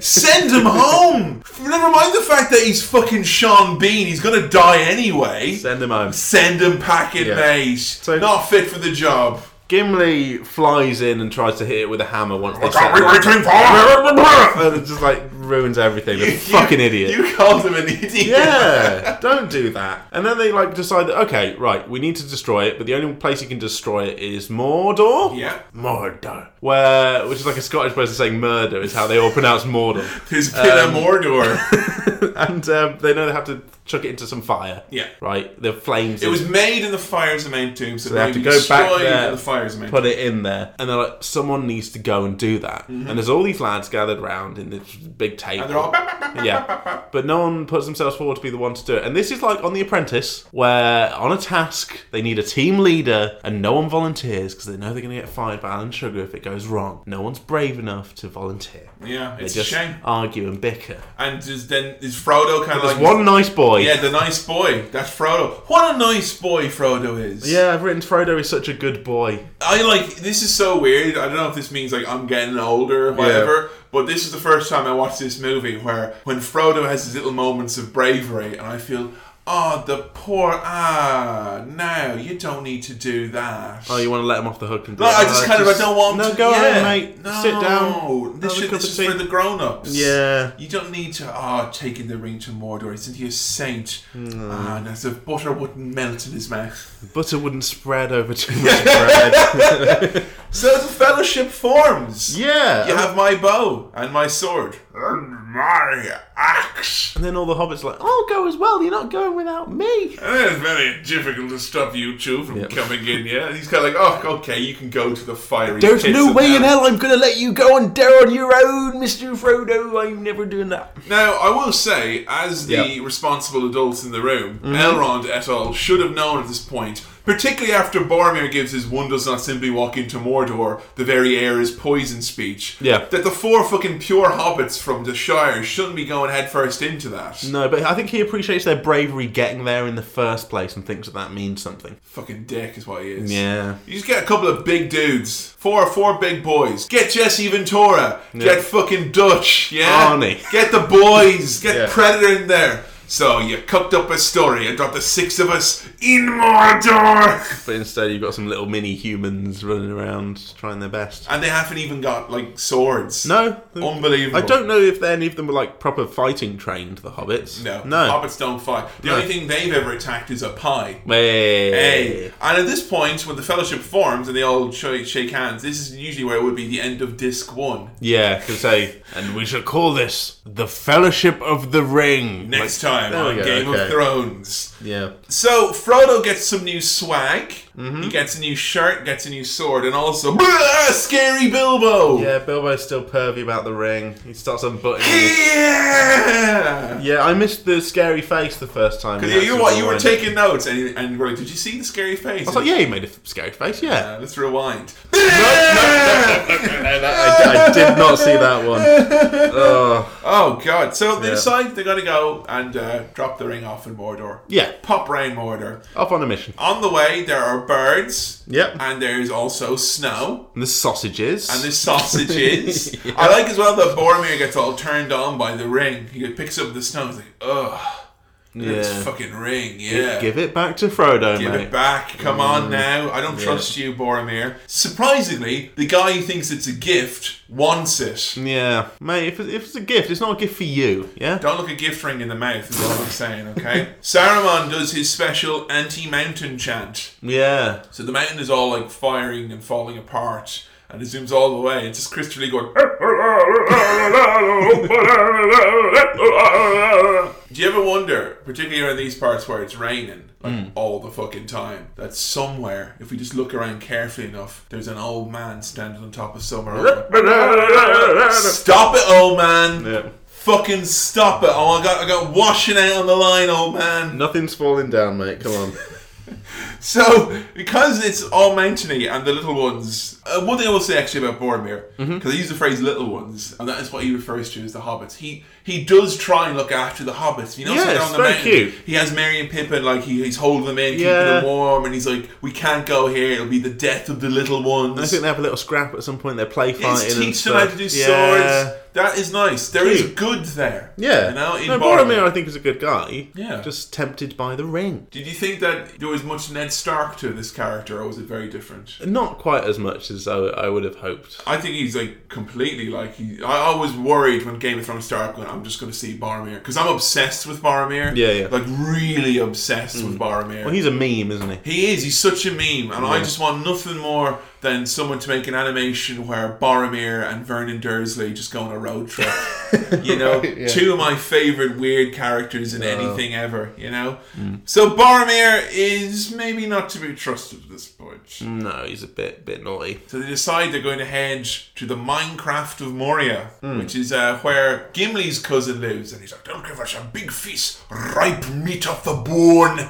Speaker 1: Send him home. Never mind the fact that he's fucking Sean Bean. He's gonna die anyway.
Speaker 2: Send him home.
Speaker 1: Send him packing,
Speaker 2: Yeah.
Speaker 1: mate.
Speaker 2: So-
Speaker 1: not fit for the job.
Speaker 2: Gimli flies in and tries to hit it with a hammer once they
Speaker 1: Can't
Speaker 2: settle.
Speaker 1: we
Speaker 2: on-
Speaker 1: reach him far?
Speaker 2: And it just like ruins everything. The fucking idiot.
Speaker 1: You called him an idiot.
Speaker 2: yeah, don't do that. And then they like decide that okay, right, we need to destroy it, but the only place you can destroy it is Mordor.
Speaker 1: Yeah.
Speaker 2: Mordor. Where, which is like a Scottish person saying murder, is how they all
Speaker 1: *laughs*
Speaker 2: pronounce Mordor.
Speaker 1: His pit um,
Speaker 2: *laughs*
Speaker 1: Mordor.
Speaker 2: and um, they know they have to chuck it into some fire.
Speaker 1: Yeah.
Speaker 2: Right? The flames.
Speaker 1: it
Speaker 2: and
Speaker 1: was made in the fires of Mount Doom, so,
Speaker 2: they have
Speaker 1: maybe
Speaker 2: to go
Speaker 1: destroyed
Speaker 2: back there,
Speaker 1: in the fires of Mount
Speaker 2: put it in there. And they're like, someone needs to go and do that. And there's all these lads gathered round in this big
Speaker 1: Mm-hmm.
Speaker 2: table.
Speaker 1: And they're all bap, bap, bap, bap,
Speaker 2: Yeah.
Speaker 1: bap, bap.
Speaker 2: But no one puts themselves forward to be the one to do it. And this is like on The Apprentice, where on a task, they need a team leader and no one volunteers because they know they're going to get fired by Alan Sugar if it goes wrong. No one's brave enough to volunteer.
Speaker 1: Yeah,
Speaker 2: They
Speaker 1: it's
Speaker 2: just
Speaker 1: a shame.
Speaker 2: argue and bicker.
Speaker 1: And just then is Frodo kind of
Speaker 2: There's
Speaker 1: like
Speaker 2: one nice boy.
Speaker 1: Yeah, the nice boy. That's Frodo. What a nice boy Frodo is.
Speaker 2: Yeah, I've written Frodo is such a good boy.
Speaker 1: I like this is so weird. I don't know if this means like I'm getting older, whatever. But this is the first time I watched this movie where when Frodo has his little moments of bravery, and I feel, oh, the poor ah, now you don't need to do that.
Speaker 2: Oh, you want to let him off the hook and do
Speaker 1: No,
Speaker 2: it.
Speaker 1: I just
Speaker 2: Oh,
Speaker 1: kind of I don't want
Speaker 2: No,
Speaker 1: to.
Speaker 2: go
Speaker 1: yeah.
Speaker 2: ahead, mate.
Speaker 1: No,
Speaker 2: Sit down.
Speaker 1: This,
Speaker 2: Have a
Speaker 1: should,
Speaker 2: cup
Speaker 1: this
Speaker 2: of
Speaker 1: is
Speaker 2: tea.
Speaker 1: for the grown-ups.
Speaker 2: Yeah.
Speaker 1: You don't need to. Ah, taking the ring to Mordor. Isn't he a saint?
Speaker 2: Hmm.
Speaker 1: Ah, and as if butter wouldn't melt in his mouth.
Speaker 2: Butter wouldn't spread over too much bread. *laughs*
Speaker 1: So the fellowship forms.
Speaker 2: yeah.
Speaker 1: You have my bow and my sword and my axe.
Speaker 2: and then all the hobbits are like, I'll go as well. You're not going without me.
Speaker 1: And it's very difficult to stop you two from coming in. Yeah. And he's kind of like, oh, okay, you can go to the fiery.
Speaker 2: There's
Speaker 1: pits
Speaker 2: no
Speaker 1: of
Speaker 2: way in
Speaker 1: hell."
Speaker 2: hell I'm going to let you go on dare on your own, Mr. Frodo. I'm never doing that.
Speaker 1: Now, I will say, as the
Speaker 2: Yep. Mm-hmm.
Speaker 1: responsible adults in the room, Elrond et al. should have known at this point, particularly after Boromir gives his one does not simply walk into Mordor, the very air is poison speech,
Speaker 2: Yeah.
Speaker 1: that the four fucking pure hobbits from the Shire shouldn't be going headfirst into that.
Speaker 2: No, but I think he appreciates their bravery getting there in the first place and thinks that that means something.
Speaker 1: Fucking dick is what he is.
Speaker 2: Yeah.
Speaker 1: You just get a couple of big dudes, four four big boys. Get Jesse Ventura, get fucking Dutch, yeah.
Speaker 2: Arnie.
Speaker 1: Get the boys, get
Speaker 2: Yeah.
Speaker 1: Predator in there. So you cooked up a story and got the six of us in Mordor,
Speaker 2: But instead, you've got some little mini humans running around trying their best.
Speaker 1: and they haven't even got like swords.
Speaker 2: No,
Speaker 1: Unbelievable.
Speaker 2: I don't know if any of them were like proper fighting trained. The hobbits.
Speaker 1: No,
Speaker 2: no.
Speaker 1: hobbits don't fight. The
Speaker 2: No.
Speaker 1: only thing they've ever attacked is a pie.
Speaker 2: Hey.
Speaker 1: Hey. And at this point, when the fellowship forms and they all sh- shake hands, this is usually where it would be the end of disc one.
Speaker 2: Yeah, because say, and we shall call this the Fellowship of the Ring.
Speaker 1: Next
Speaker 2: Like-
Speaker 1: time
Speaker 2: there we
Speaker 1: on
Speaker 2: go,
Speaker 1: Game of
Speaker 2: okay.
Speaker 1: Thrones.
Speaker 2: Yeah.
Speaker 1: So Frodo gets some new swag.
Speaker 2: Mm-hmm.
Speaker 1: He gets a new shirt, gets a new sword, and also *laughs* Blah! scary Bilbo.
Speaker 2: Yeah, Bilbo's still pervy about the ring. He starts unbuttoning. his-
Speaker 1: Yeah.
Speaker 2: Yeah, I missed the scary face the first time.
Speaker 1: Yeah, you know what? You were
Speaker 2: Rewind.
Speaker 1: taking notes, and, and you were like, "Did you see the scary face?"
Speaker 2: I was like, yeah, he made a f- scary face. Yeah.
Speaker 1: Uh, let's
Speaker 2: *laughs*
Speaker 1: rewind.
Speaker 2: I, I did not see that one. Oh.
Speaker 1: Oh god! So they
Speaker 2: Yeah.
Speaker 1: decide they're gonna go and uh, drop the ring off in Mordor.
Speaker 2: Yeah,
Speaker 1: Pop rain Mordor.
Speaker 2: off on a mission.
Speaker 1: On the way, there are birds.
Speaker 2: Yep.
Speaker 1: And there's also snow
Speaker 2: And the sausages.
Speaker 1: and
Speaker 2: *laughs*
Speaker 1: there's sausages. I like as well that Boromir gets all turned on by the ring. He picks up the snow. He's like, ugh, yeah.
Speaker 2: Yeah.
Speaker 1: this fucking ring. Yeah.
Speaker 2: Give Mm. it back to Frodo,
Speaker 1: Give
Speaker 2: mate.
Speaker 1: it back. Come on now. I don't trust you, Boromir. Surprisingly, the guy who thinks it's a gift wants it.
Speaker 2: Yeah, mate. If, if it's a gift, it's not a gift for you. Yeah.
Speaker 1: Don't look a gift ring in the mouth, is all I'm saying,
Speaker 2: *laughs*
Speaker 1: okay? Saruman does his special anti mountain chant.
Speaker 2: Yeah.
Speaker 1: So the mountain is all like firing and falling apart, and it zooms all the way. It's just Christopher Lee going. Do you ever wonder, particularly around these parts where it's raining like all the fucking time, that somewhere, if we just look around carefully enough, there's an old man standing on top of somewhere. Stop it, old man!
Speaker 2: Yeah.
Speaker 1: Fucking stop it! Oh, I got I got washing out on the line, old
Speaker 2: *laughs*
Speaker 1: man.
Speaker 2: Nothing's falling down, mate. Come on.
Speaker 1: So, because it's all mountainy and the little ones, uh, one thing I will say actually about Boromir, because
Speaker 2: Mm-hmm.
Speaker 1: I use the phrase "little ones," and that is what he refers to as the hobbits. He he does try and look after the hobbits. You know,
Speaker 2: Yeah,
Speaker 1: so they're
Speaker 2: it's
Speaker 1: on the
Speaker 2: very
Speaker 1: mountain.
Speaker 2: cute.
Speaker 1: He has Merry and Pippin, like he, he's holding them in,
Speaker 2: Yeah.
Speaker 1: keeping them warm, and he's like, "We can't go here. It'll be the death of the little ones."
Speaker 2: I think they have a little scrap at some point. They're play
Speaker 1: It's
Speaker 2: fighting. and
Speaker 1: teach them how to
Speaker 2: stuff.
Speaker 1: do
Speaker 2: Yeah.
Speaker 1: swords. That is nice. There is
Speaker 2: Cute.
Speaker 1: good there.
Speaker 2: Yeah.
Speaker 1: You know, in
Speaker 2: no,
Speaker 1: Boromir.
Speaker 2: Boromir, I think, is a good guy.
Speaker 1: Yeah.
Speaker 2: Just tempted by the ring.
Speaker 1: Did you think that there was much Ned Stark to this character, or was it very different?
Speaker 2: Not quite as much as I, I would have hoped.
Speaker 1: I think he's like completely like he. I, I was worried when Game of Thrones started. Going, I'm just going to see Boromir because I'm obsessed with Boromir.
Speaker 2: Yeah, yeah.
Speaker 1: Like really obsessed with Boromir.
Speaker 2: Well, he's a meme, isn't he?
Speaker 1: He is. He's such a meme, and I just want nothing more than someone to make an animation where Boromir and Vernon Dursley just go on a road trip.
Speaker 2: *laughs*
Speaker 1: you know,
Speaker 2: yeah. Oh.
Speaker 1: two of my favorite weird characters in anything ever. You know,
Speaker 2: Mm.
Speaker 1: so Boromir is maybe not to be trusted at this point.
Speaker 2: No, he's a bit bit naughty.
Speaker 1: So they decide they're going to head to the Minecraft of Moria,
Speaker 2: Hmm.
Speaker 1: which is uh, where Gimli's cousin lives, and he's like, "Don't give us a big feast, ripe meat off the
Speaker 2: *laughs*
Speaker 1: bone."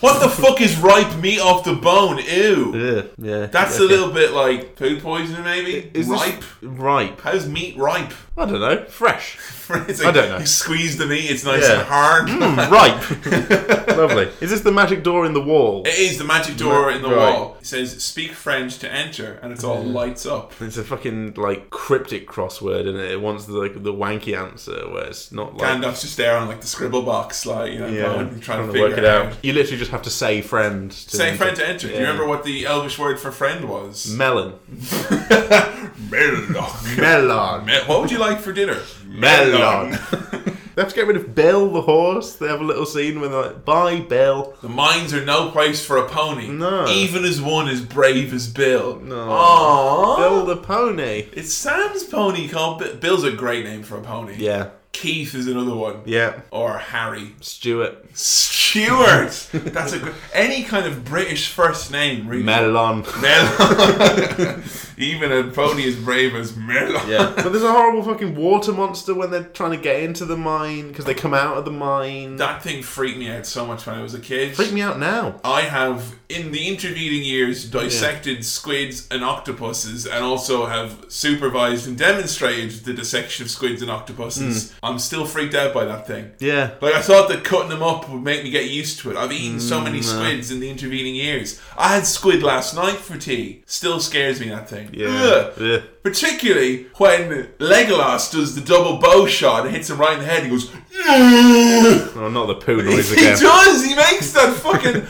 Speaker 1: what the fuck is ripe meat off the bone? Ew.
Speaker 2: Yeah, yeah.
Speaker 1: That's
Speaker 2: okay.
Speaker 1: a little bit like food poisoning, maybe.
Speaker 2: Is this-
Speaker 1: ripe?
Speaker 2: ripe?
Speaker 1: How's meat ripe? *laughs*
Speaker 2: I don't know. Fresh. *laughs*
Speaker 1: It's
Speaker 2: I don't know.
Speaker 1: You squeeze the meat; it's nice
Speaker 2: Yeah.
Speaker 1: and hard.
Speaker 2: Mm, ripe. *laughs* Lovely. Is this the magic door in the wall?
Speaker 1: *laughs* It is the magic door in the
Speaker 2: Right.
Speaker 1: wall. It says "Speak French to enter," and it's all lights up.
Speaker 2: It's a fucking like cryptic crossword, and it? it wants the like the wanky answer where it's not like
Speaker 1: Gandalf's just there on like the scribble box, like you know, going, trying to
Speaker 2: to
Speaker 1: figure
Speaker 2: work it out. You literally just have to say friend. To
Speaker 1: Say
Speaker 2: enter.
Speaker 1: friend to enter. Do you
Speaker 2: Yeah.
Speaker 1: remember what the Elvish word for friend
Speaker 2: *laughs*
Speaker 1: was?
Speaker 2: Melon.
Speaker 1: *laughs* Melon.
Speaker 2: Melon.
Speaker 1: *laughs* What would you like for dinner? *laughs*
Speaker 2: Melon. they have to get rid of Bill the horse. They have a little scene where they're like, "Bye, Bill."
Speaker 1: The mines are no place for a pony.
Speaker 2: No.
Speaker 1: Even as one as brave as Bill. No.
Speaker 2: Bill
Speaker 1: Aww.
Speaker 2: the pony.
Speaker 1: It's Sam's pony called Bi- Bill's a great name for a pony.
Speaker 2: Yeah,
Speaker 1: Keith is another one.
Speaker 2: yeah.
Speaker 1: Or Harry.
Speaker 2: Stuart.
Speaker 1: Stuart.
Speaker 2: *laughs*
Speaker 1: That's a good. Any kind of British first name, really. *laughs*
Speaker 2: Melon.
Speaker 1: Mel- *laughs* Even a pony as brave as Merlot.
Speaker 2: Yeah, *laughs* but there's a horrible fucking water monster when they're trying to get into the mine because they come out of the mine.
Speaker 1: That thing freaked me out so much when I was a kid.
Speaker 2: Freak me out now.
Speaker 1: I have in the intervening years dissected squids and octopuses and also have supervised and demonstrated the dissection of squids and octopuses, I'm still freaked out by that thing.
Speaker 2: Yeah.
Speaker 1: Like I thought that cutting them up would make me get used to it. I've eaten so many squids in the intervening years. I had squid last night for tea. Still scares me that thing.
Speaker 2: Yeah.
Speaker 1: Ugh.
Speaker 2: yeah.
Speaker 1: Particularly when Legolas does the double bow shot and hits him right in the head. He goes. "Ugh."
Speaker 2: Oh, not the poo
Speaker 1: He *laughs*
Speaker 2: noise again.
Speaker 1: does. He makes that fucking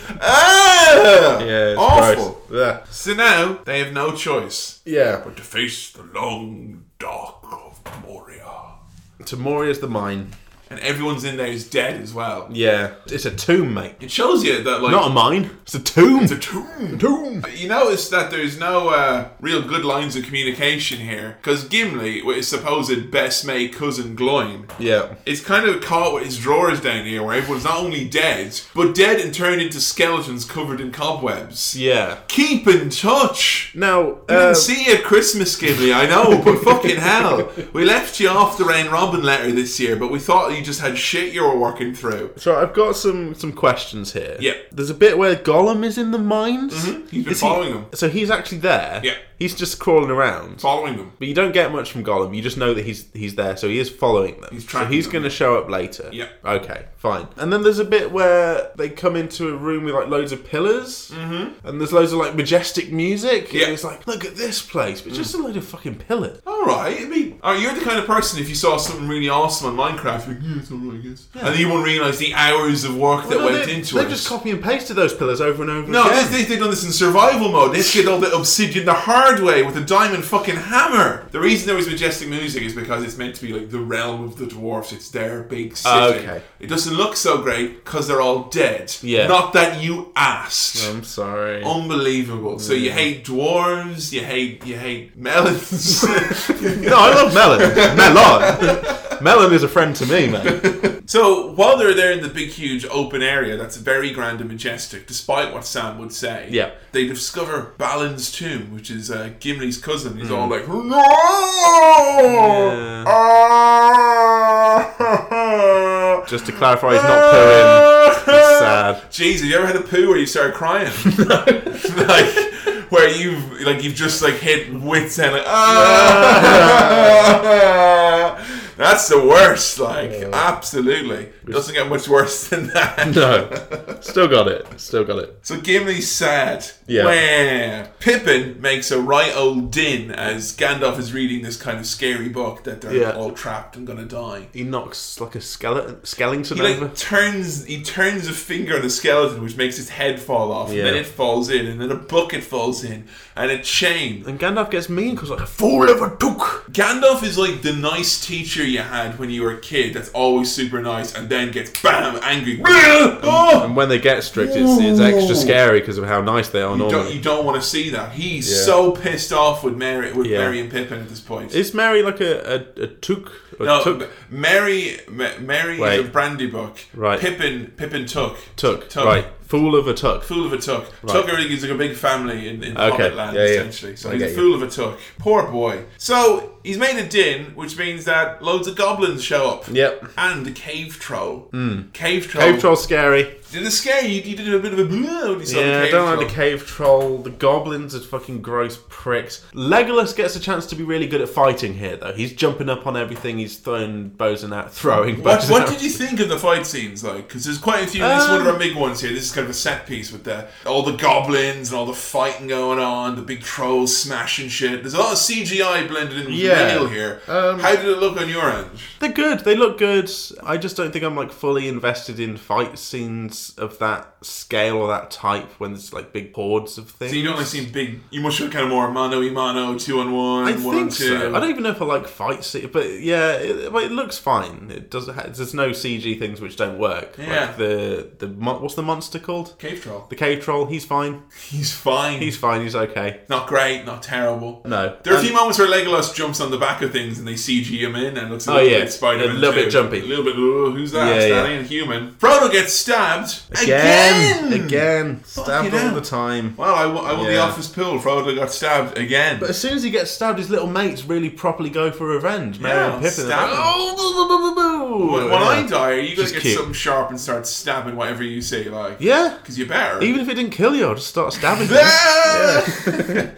Speaker 1: ah,
Speaker 2: Yeah, it's
Speaker 1: awful.
Speaker 2: gross.
Speaker 1: So now they have no choice
Speaker 2: Yeah.
Speaker 1: but to face the long dark of Moria,
Speaker 2: yeah. Tamoria's the mine.
Speaker 1: and everyone's in there is dead as well.
Speaker 2: Yeah. It's a tomb, mate.
Speaker 1: It shows you that like
Speaker 2: Not a mine. It's a tomb.
Speaker 1: the tomb.
Speaker 2: tomb.
Speaker 1: You notice that there's no uh, real good lines of communication here, because Gimli, with his supposed best mate cousin Gloin,
Speaker 2: Yeah.
Speaker 1: is kind of caught with his drawers down here, where everyone's not only dead, but dead and turned into skeletons covered in cobwebs.
Speaker 2: Yeah.
Speaker 1: Keep in touch.
Speaker 2: Now,
Speaker 1: I
Speaker 2: uh,
Speaker 1: didn't see you at Christmas, Gimli. I know, but fucking hell, we left you off the round robin letter this year, but we thought you just had shit you were working through.
Speaker 2: so I've got some some questions here.
Speaker 1: Yep.
Speaker 2: There's a bit where Gollum is in the mines.
Speaker 1: Mm-hmm. He's been
Speaker 2: Is he-
Speaker 1: following them,
Speaker 2: So he's actually there.
Speaker 1: Yeah.
Speaker 2: He's just crawling around.
Speaker 1: following them.
Speaker 2: But you don't get much from Gollum. You just know that he's he's there, so he is following them.
Speaker 1: He's
Speaker 2: so
Speaker 1: tracking
Speaker 2: he's
Speaker 1: them.
Speaker 2: going to show up later.
Speaker 1: Yeah.
Speaker 2: Okay. Fine. And then there's a bit where they come into a room with like loads of pillars, mm-hmm. and there's loads of like majestic music.
Speaker 1: Yeah.
Speaker 2: And it's like, look at this place, but just a load of fucking pillars.
Speaker 1: All right, I mean, all right, you're the kind of person if you saw something really awesome on Minecraft, you're like, yeah, it's all right, I guess. And you wouldn't realise the hours of work that
Speaker 2: No,
Speaker 1: went
Speaker 2: they,
Speaker 1: into
Speaker 2: they
Speaker 1: it.
Speaker 2: just copy and pasted those pillars over and over.
Speaker 1: no,
Speaker 2: again.
Speaker 1: this, they, they've done this in survival mode. They did all the obsidian the hard way with a diamond fucking hammer. The reason there was majestic music is because it's meant to be like the realm of the dwarfs. It's their big city.
Speaker 2: Oh, okay.
Speaker 1: It doesn't look so great because they're all dead.
Speaker 2: Yeah.
Speaker 1: Not that you asked.
Speaker 2: I'm sorry.
Speaker 1: Oh Unbelievable. So you hate dwarves, you hate you hate
Speaker 2: *laughs*
Speaker 1: melons. *laughs*
Speaker 2: No, I love melon. Melon. melon is a friend to me, mate.
Speaker 1: So while they're there in the big, huge open area that's very grand and majestic, despite what Sam would say,
Speaker 2: Yeah.
Speaker 1: they discover Balin's tomb, which is uh, Gimli's cousin. He's
Speaker 2: Hmm.
Speaker 1: all like, "No!" Ah!
Speaker 2: Just to clarify, he's not
Speaker 1: *laughs*
Speaker 2: pooing. sad.
Speaker 1: Jeez, have you ever had a poo where you started
Speaker 2: *laughs*
Speaker 1: crying? *laughs* like where you've like you've just like hit wits and like ah. *laughs* That's the worst, like absolutely. Doesn't get much worse than that.
Speaker 2: *laughs* No, still got it. Still got it.
Speaker 1: So Gimli's sad.
Speaker 2: Yeah.
Speaker 1: Wah. Pippin makes a right old din as Gandalf is reading this kind of scary book that they're
Speaker 2: Yeah.
Speaker 1: all trapped and gonna die.
Speaker 2: He knocks like a skeleton, skeleton
Speaker 1: He
Speaker 2: over.
Speaker 1: like turns he turns a finger on the skeleton, which makes his head fall off,
Speaker 2: Yeah.
Speaker 1: and then it falls in, and then a bucket falls in, and a chain.
Speaker 2: and Gandalf gets mean because
Speaker 1: *laughs*
Speaker 2: like a fool ever took.
Speaker 1: Gandalf is like the nice teacher you had when you were a kid that's always super nice and then gets bam angry. Oh!
Speaker 2: And when they get strict, it's, it's extra scary because of how nice they are
Speaker 1: Don't,
Speaker 2: normally.
Speaker 1: you don't want to see that. He's
Speaker 2: Yeah.
Speaker 1: so pissed off with Mary with
Speaker 2: Yeah.
Speaker 1: Mary and Pippin at this point.
Speaker 2: Is Mary like a a, a took? A
Speaker 1: no,
Speaker 2: took?
Speaker 1: M- Mary Ma- Mary is a
Speaker 2: Wait.
Speaker 1: brandy book.
Speaker 2: Right.
Speaker 1: Pippin Pippin took.
Speaker 2: took.
Speaker 1: Took.
Speaker 2: Right. Fool of a tuck.
Speaker 1: Fool of a Tuck. Tuck already is like a big family in, in
Speaker 2: Okay.
Speaker 1: Hobbit land,
Speaker 2: Yeah, yeah.
Speaker 1: essentially. So
Speaker 2: I
Speaker 1: he's a
Speaker 2: get
Speaker 1: fool of a Tuck. Poor boy. So he's made a din, which means that loads of goblins show up.
Speaker 2: Yep. Hmm.
Speaker 1: And a cave troll. Cave troll.
Speaker 2: Cave troll's scary.
Speaker 1: Did it scare you? You did a bit of a blue when you saw
Speaker 2: Yeah,
Speaker 1: the
Speaker 2: I
Speaker 1: cave
Speaker 2: don't
Speaker 1: troll.
Speaker 2: like the cave troll. The goblins are fucking gross pricks. Legolas gets a chance to be really good at fighting here, though. He's jumping up on everything. He's throwing bows and out, Um, throwing
Speaker 1: What,
Speaker 2: bows.
Speaker 1: what
Speaker 2: and
Speaker 1: did you think of the fight scenes, like? Because there's quite a few. This is one of our big ones here. This is kind of a set piece with the all the goblins and all the fighting going on, the big trolls smashing shit. There's a lot of CGI blended in with
Speaker 2: Yeah. Um,
Speaker 1: real here. How did it look on your end?
Speaker 2: They're good. They look good. I just don't think I'm like fully invested in fight scenes of that scale or that type when there's like big hordes of things.
Speaker 1: So you don't like seeing big. You must have kind of more mano y mano, two on one,
Speaker 2: I
Speaker 1: one on
Speaker 2: think
Speaker 1: two.
Speaker 2: so. I don't even know if I like fight scene, but yeah, it, but it looks fine. It doesn't. Ha- there's no CG things which don't work.
Speaker 1: Yeah.
Speaker 2: Like the the mon- what's the monster called?
Speaker 1: Cave troll.
Speaker 2: The cave troll. He's fine.
Speaker 1: He's fine.
Speaker 2: He's fine. He's okay.
Speaker 1: not great. Not terrible.
Speaker 2: No.
Speaker 1: There are a
Speaker 2: And-
Speaker 1: few moments where Legolas jumps on the back of things and they CG him in and looks a
Speaker 2: Oh,
Speaker 1: little
Speaker 2: yeah.
Speaker 1: bit Spider-Man.
Speaker 2: A little bit
Speaker 1: too.
Speaker 2: jumpy.
Speaker 1: A little bit, "Ooh, who's that?
Speaker 2: Yeah,
Speaker 1: that
Speaker 2: yeah.
Speaker 1: ain't human. Frodo gets stabbed again!
Speaker 2: again, again, stabbed
Speaker 1: hell.
Speaker 2: all the time.
Speaker 1: Well, I won, I won the
Speaker 2: Yeah.
Speaker 1: office pool. Frodo got stabbed again.
Speaker 2: But as soon as he gets stabbed, his little mates really properly go for revenge. Mary
Speaker 1: Yeah,
Speaker 2: and Pippin.
Speaker 1: stab him.
Speaker 2: oh, boo, boo, boo, boo,
Speaker 1: When, when I die, are you gonna
Speaker 2: She's
Speaker 1: get
Speaker 2: cute.
Speaker 1: something sharp and start stabbing whatever you say? Like,
Speaker 2: Yeah.
Speaker 1: because you better.
Speaker 2: Even if it didn't kill you, I'll just start stabbing *laughs* you.
Speaker 1: Ah!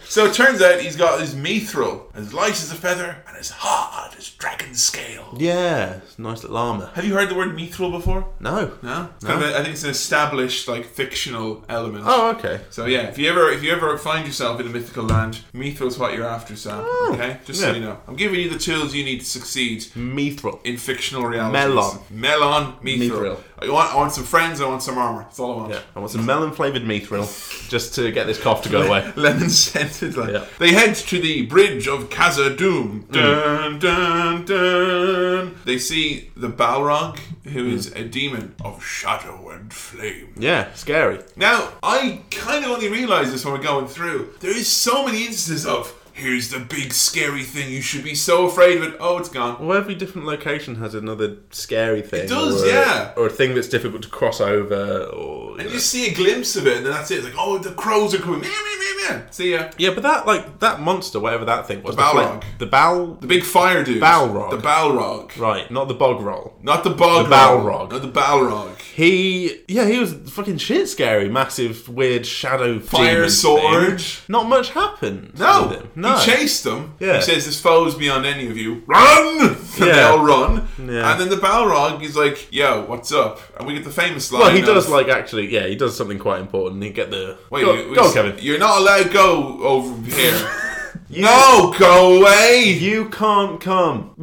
Speaker 1: so it turns out he's got his mithril, as light as a feather, and as hard as dragon scale.
Speaker 2: Yeah, it's a nice little armour.
Speaker 1: Have you heard the word mithril before?
Speaker 2: No.
Speaker 1: No, it's kind of. A, I think it's an established like fictional element.
Speaker 2: Oh, okay.
Speaker 1: So yeah, if you ever if you ever find yourself in a mythical land, Mithril's what you're after, Sam. okay, just so
Speaker 2: Oh. yeah.
Speaker 1: you know, I'm giving you the tools you need to succeed
Speaker 2: Mithril.
Speaker 1: in fictional reality.
Speaker 2: Melon.
Speaker 1: melon, Mithril.
Speaker 2: Mithril.
Speaker 1: I want I want some friends. I want some armor. That's all I want.
Speaker 2: Yeah, I want some melon flavoured mithril just to get this cough to go away.
Speaker 1: *laughs* Lemon scented. Like.
Speaker 2: Yeah. Mm.
Speaker 1: They head to the bridge of Khazad Doom. Dun, dun, dun. They see the Balrog, who is a demon of shadow and flame.
Speaker 2: Mm. Yeah, scary.
Speaker 1: Now, I kind of only realised this when we're going through. There is so many instances of here's the big scary thing you should be so afraid of it. Oh, it's gone.
Speaker 2: Well, every different location has another scary thing. It
Speaker 1: does, yeah.
Speaker 2: Or a thing that's difficult to cross over. Or
Speaker 1: And you see a glimpse of it, and then that's it. It's like, oh, the crows are coming. Meow, meow, meow, meow. See ya.
Speaker 2: yeah, but that like that monster, whatever that thing was,
Speaker 1: Balrog.
Speaker 2: the, fl- the bal,
Speaker 1: The big fire dude.
Speaker 2: Balrog.
Speaker 1: The Balrog.
Speaker 2: right? Not the bog roll.
Speaker 1: Not the Bog.
Speaker 2: The Balrog.
Speaker 1: Not the Balrog.
Speaker 2: He, yeah, he was fucking shit scary, massive, weird shadow
Speaker 1: Fire
Speaker 2: demon
Speaker 1: sword.
Speaker 2: thing. Not much happened.
Speaker 1: No.
Speaker 2: with him. no.
Speaker 1: He chased them.
Speaker 2: Yeah.
Speaker 1: He says, This foe's beyond any of you. Run! *laughs* And they
Speaker 2: Yeah.
Speaker 1: all run.
Speaker 2: Yeah.
Speaker 1: And then the Balrog is like, Yo, what's up? And we get the famous line.
Speaker 2: well, he
Speaker 1: of,
Speaker 2: does like actually, yeah, he does something quite important. He get the
Speaker 1: Wait,
Speaker 2: go,
Speaker 1: we- we-
Speaker 2: go, Kevin.
Speaker 1: You're not allowed to go over
Speaker 2: *laughs*
Speaker 1: here. *laughs* no, go away.
Speaker 2: You can't come.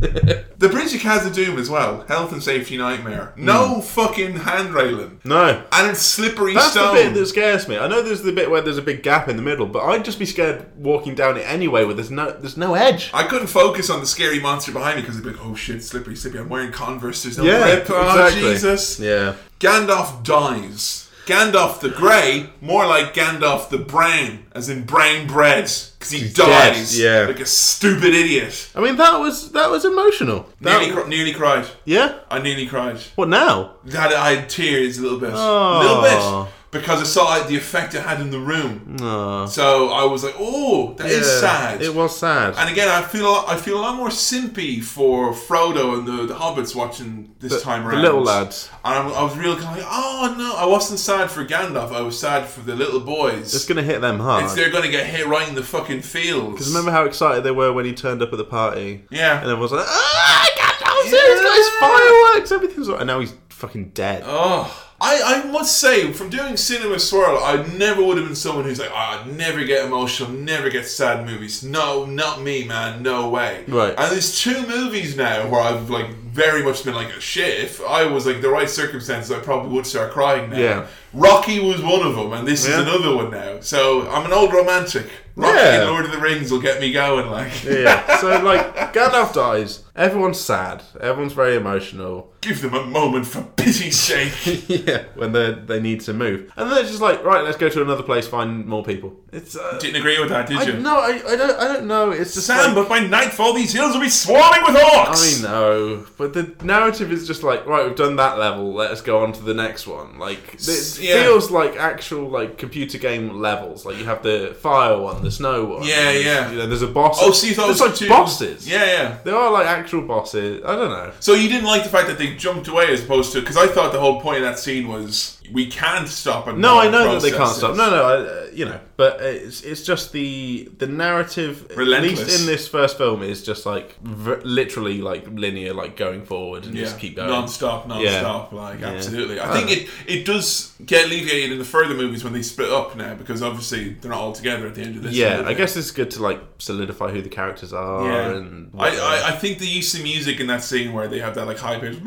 Speaker 1: The Bridge of Khazad Doom as well. Health and safety nightmare. No fucking hand railing.
Speaker 2: *laughs* Hmm. No.
Speaker 1: And it's slippery
Speaker 2: That's
Speaker 1: stone.
Speaker 2: the bit that scares me. I know there's the bit where there's a big gap in the middle, but I'd just be scared walking down it anyway. Where there's no there's no edge.
Speaker 1: I couldn't focus on the scary monster behind me because I'd be like, oh shit, slippery, slippery. I'm wearing Converse, there's no
Speaker 2: Yeah,
Speaker 1: grip. Oh,
Speaker 2: exactly.
Speaker 1: Jesus.
Speaker 2: Yeah.
Speaker 1: Gandalf dies. Gandalf the Grey, more like Gandalf the Brain, as in brain bread, because he
Speaker 2: dead,
Speaker 1: dies
Speaker 2: yeah.
Speaker 1: like a stupid idiot.
Speaker 2: I mean that was that was emotional. That-
Speaker 1: Nearly, cr- nearly cried.
Speaker 2: yeah.
Speaker 1: I nearly cried.
Speaker 2: What now?
Speaker 1: That I had tears a little bit, a little
Speaker 2: Aw.
Speaker 1: bit, because I saw the effect it had in the room.
Speaker 2: Oh,
Speaker 1: So I was like, "Oh, that is sad."
Speaker 2: It was sad.
Speaker 1: and again, I feel I feel a lot more simpy for Frodo and the, the hobbits watching this time
Speaker 2: the
Speaker 1: around.
Speaker 2: little lads.
Speaker 1: And I'm, I was really kind of like, oh no, I wasn't sad for Gandalf. I was sad for the little boys.
Speaker 2: It's gonna hit them hard.
Speaker 1: It's- they're going to get hit right in the fucking fields.
Speaker 2: Because remember how excited they were when he turned up at the party?
Speaker 1: Yeah.
Speaker 2: And everyone was like, ah, Gandalf's here, he's got his fireworks, everything's all-" And now he's fucking dead.
Speaker 1: Oh. I, I must say, from doing Cinema Swirl, I never would have been someone who's like, "Ah, I'd never get emotional, never get sad movies. No, not me, man, no way.
Speaker 2: Right.
Speaker 1: And there's two movies now where I've like very much been like, shit, if I was like the right circumstances, I probably would start crying now.
Speaker 2: Yeah.
Speaker 1: Rocky was one of them, and this
Speaker 2: Yeah.
Speaker 1: is another one now. So I'm an old romantic. Rocky
Speaker 2: Yeah.
Speaker 1: and Lord of the Rings will get me going, like.
Speaker 2: yeah. So, like, Gandalf dies, everyone's sad, everyone's very
Speaker 1: *laughs*
Speaker 2: emotional.
Speaker 1: *laughs* Give them a moment for pity's sake.
Speaker 2: *laughs* yeah. When they they need to move. And then it's just like, right, let's go to another place, find more people. It's, uh,
Speaker 1: Didn't agree with that, did
Speaker 2: I,
Speaker 1: you?
Speaker 2: no, I, I don't, I don't know. It's just
Speaker 1: Sam,
Speaker 2: like-
Speaker 1: but by nightfall, these hills will be swarming with orcs.
Speaker 2: I know, but the narrative is just like, right, we've done that level, let us go on to the next one. Like, it
Speaker 1: yeah.
Speaker 2: feels like actual, like, computer game levels. Like, you have the fire one, the snow one.
Speaker 1: Yeah,
Speaker 2: there's-
Speaker 1: yeah.
Speaker 2: You know, there's a boss.
Speaker 1: Oh, see, thought it
Speaker 2: there's,
Speaker 1: was
Speaker 2: like,
Speaker 1: two-
Speaker 2: bosses.
Speaker 1: Yeah, yeah.
Speaker 2: There are, like, actual bosses. I don't know.
Speaker 1: So you didn't like the fact that they jumped away as opposed to because I thought the whole point of that scene was we can't stop. And
Speaker 2: No, I know that they can't stop. No, no, I, uh, you know, but it's it's just the the narrative. At
Speaker 1: Relentless.
Speaker 2: least in this first film is just like v- literally like linear, like going forward and just keep going.
Speaker 1: non-stop, non-stop, like absolutely. I
Speaker 2: Uh,
Speaker 1: think it it does get alleviated in the further movies when they split up now because obviously they're not all together at the end of this.
Speaker 2: Yeah,
Speaker 1: one,
Speaker 2: I
Speaker 1: are
Speaker 2: guess it's good to like solidify who the characters are
Speaker 1: Yeah.
Speaker 2: and
Speaker 1: I, I, I think the use of music in that scene where they have that like high pitched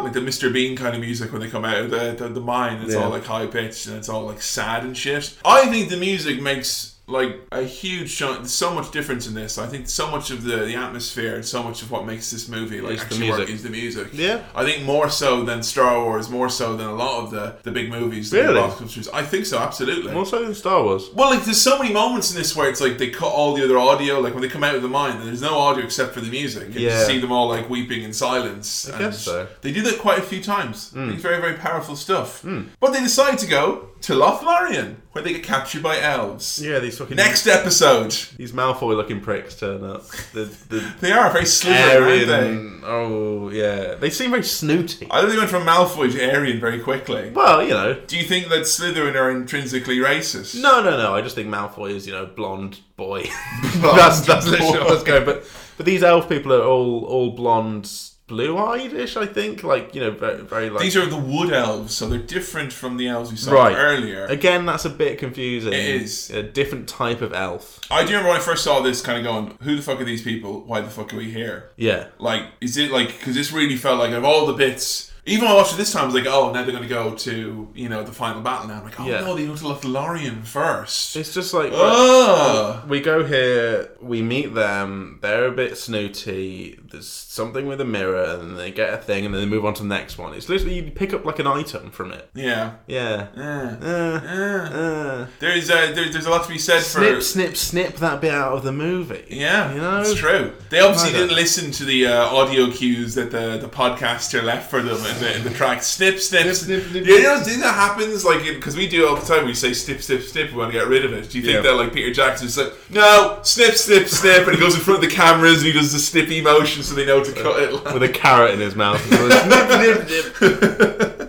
Speaker 1: like the Mr. Bean kind of music when they come out of the, the, the mine, it's
Speaker 2: Yeah.
Speaker 1: all like high pitched and it's all like sad and shit. I think the music makes like a huge chunk, so much difference in this. I think so much of the, the atmosphere and so much of what makes this movie like
Speaker 2: Is the
Speaker 1: actually work
Speaker 2: music.
Speaker 1: is the music.
Speaker 2: Yeah.
Speaker 1: I think more so than Star Wars, more so than a lot of the, the big movies. the big
Speaker 2: Really?
Speaker 1: blockbusters. I think so, absolutely.
Speaker 2: more so than Star Wars.
Speaker 1: Well, like there's so many moments in this where it's like they cut all the other audio. Like when they come out of the mine, there's no audio except for the music. And You
Speaker 2: Yeah.
Speaker 1: see them all like weeping in silence. I
Speaker 2: guess so. Hmm.
Speaker 1: They do that quite a few times. It's very very powerful stuff. But they decide to go to Lothlorien, where they get captured by elves.
Speaker 2: Yeah, these fucking
Speaker 1: Next episode.
Speaker 2: these Malfoy-looking pricks turn up. The *laughs* the
Speaker 1: They are very slithering, aren't they?
Speaker 2: Aryan, oh yeah, they seem very snooty.
Speaker 1: I think they went from Malfoy to Aryan very quickly.
Speaker 2: Well, you know,
Speaker 1: Do you think that Slytherin are intrinsically racist?
Speaker 2: No, no, no. I just think Malfoy is, you know, blonde boy. *laughs* that's that's literally what I was going. But but these elf people are all all blonde, blue eyed ish. I think like you know very, very like
Speaker 1: These are the wood elves, so they're different from the elves we saw
Speaker 2: Right.
Speaker 1: earlier.
Speaker 2: again. That's a bit confusing.
Speaker 1: It is.
Speaker 2: a different type of elf.
Speaker 1: I do remember when I first saw this, kind of going, "Who the fuck are these people? Why the fuck are we here?"
Speaker 2: Yeah,
Speaker 1: Like, is it like because this really felt like of all the bits. Even when I watched it this time, I was like, "Oh, now they're going to go to you know the final battle." Now I'm like, "Oh
Speaker 2: Yeah.
Speaker 1: no, they go to Lothlorien first.
Speaker 2: it's just like.
Speaker 1: Ugh.
Speaker 2: We go here, we meet them, they're a bit snooty, there's something with a mirror, and they get a thing, and then they move on to the next one. It's literally, you pick up like an item from it.
Speaker 1: Yeah.
Speaker 2: Yeah.
Speaker 1: Yeah.
Speaker 2: Uh,
Speaker 1: Yeah.
Speaker 2: uh.
Speaker 1: There's uh, there, there's a lot to be said
Speaker 2: snip,
Speaker 1: for
Speaker 2: snip, snip that bit out of the movie.
Speaker 1: Yeah,
Speaker 2: you know,
Speaker 1: it's true. They obviously
Speaker 2: Neither.
Speaker 1: didn't listen to the uh, audio cues that the, the podcaster left for them in the, in the track. Snip, snip, snip.
Speaker 2: snip, snip,
Speaker 1: yeah, you know, do you think that happens? Like, because we do all the time, we say snip, snip, snip. We want to get rid of it. Do you think
Speaker 2: Yeah.
Speaker 1: that like Peter Jackson's like, no, snip, snip, snip, and he goes in front of the cameras and he does the snippy motion so they know to cut it.
Speaker 2: *laughs* with a carrot in his mouth. *laughs* snip, snip, snip.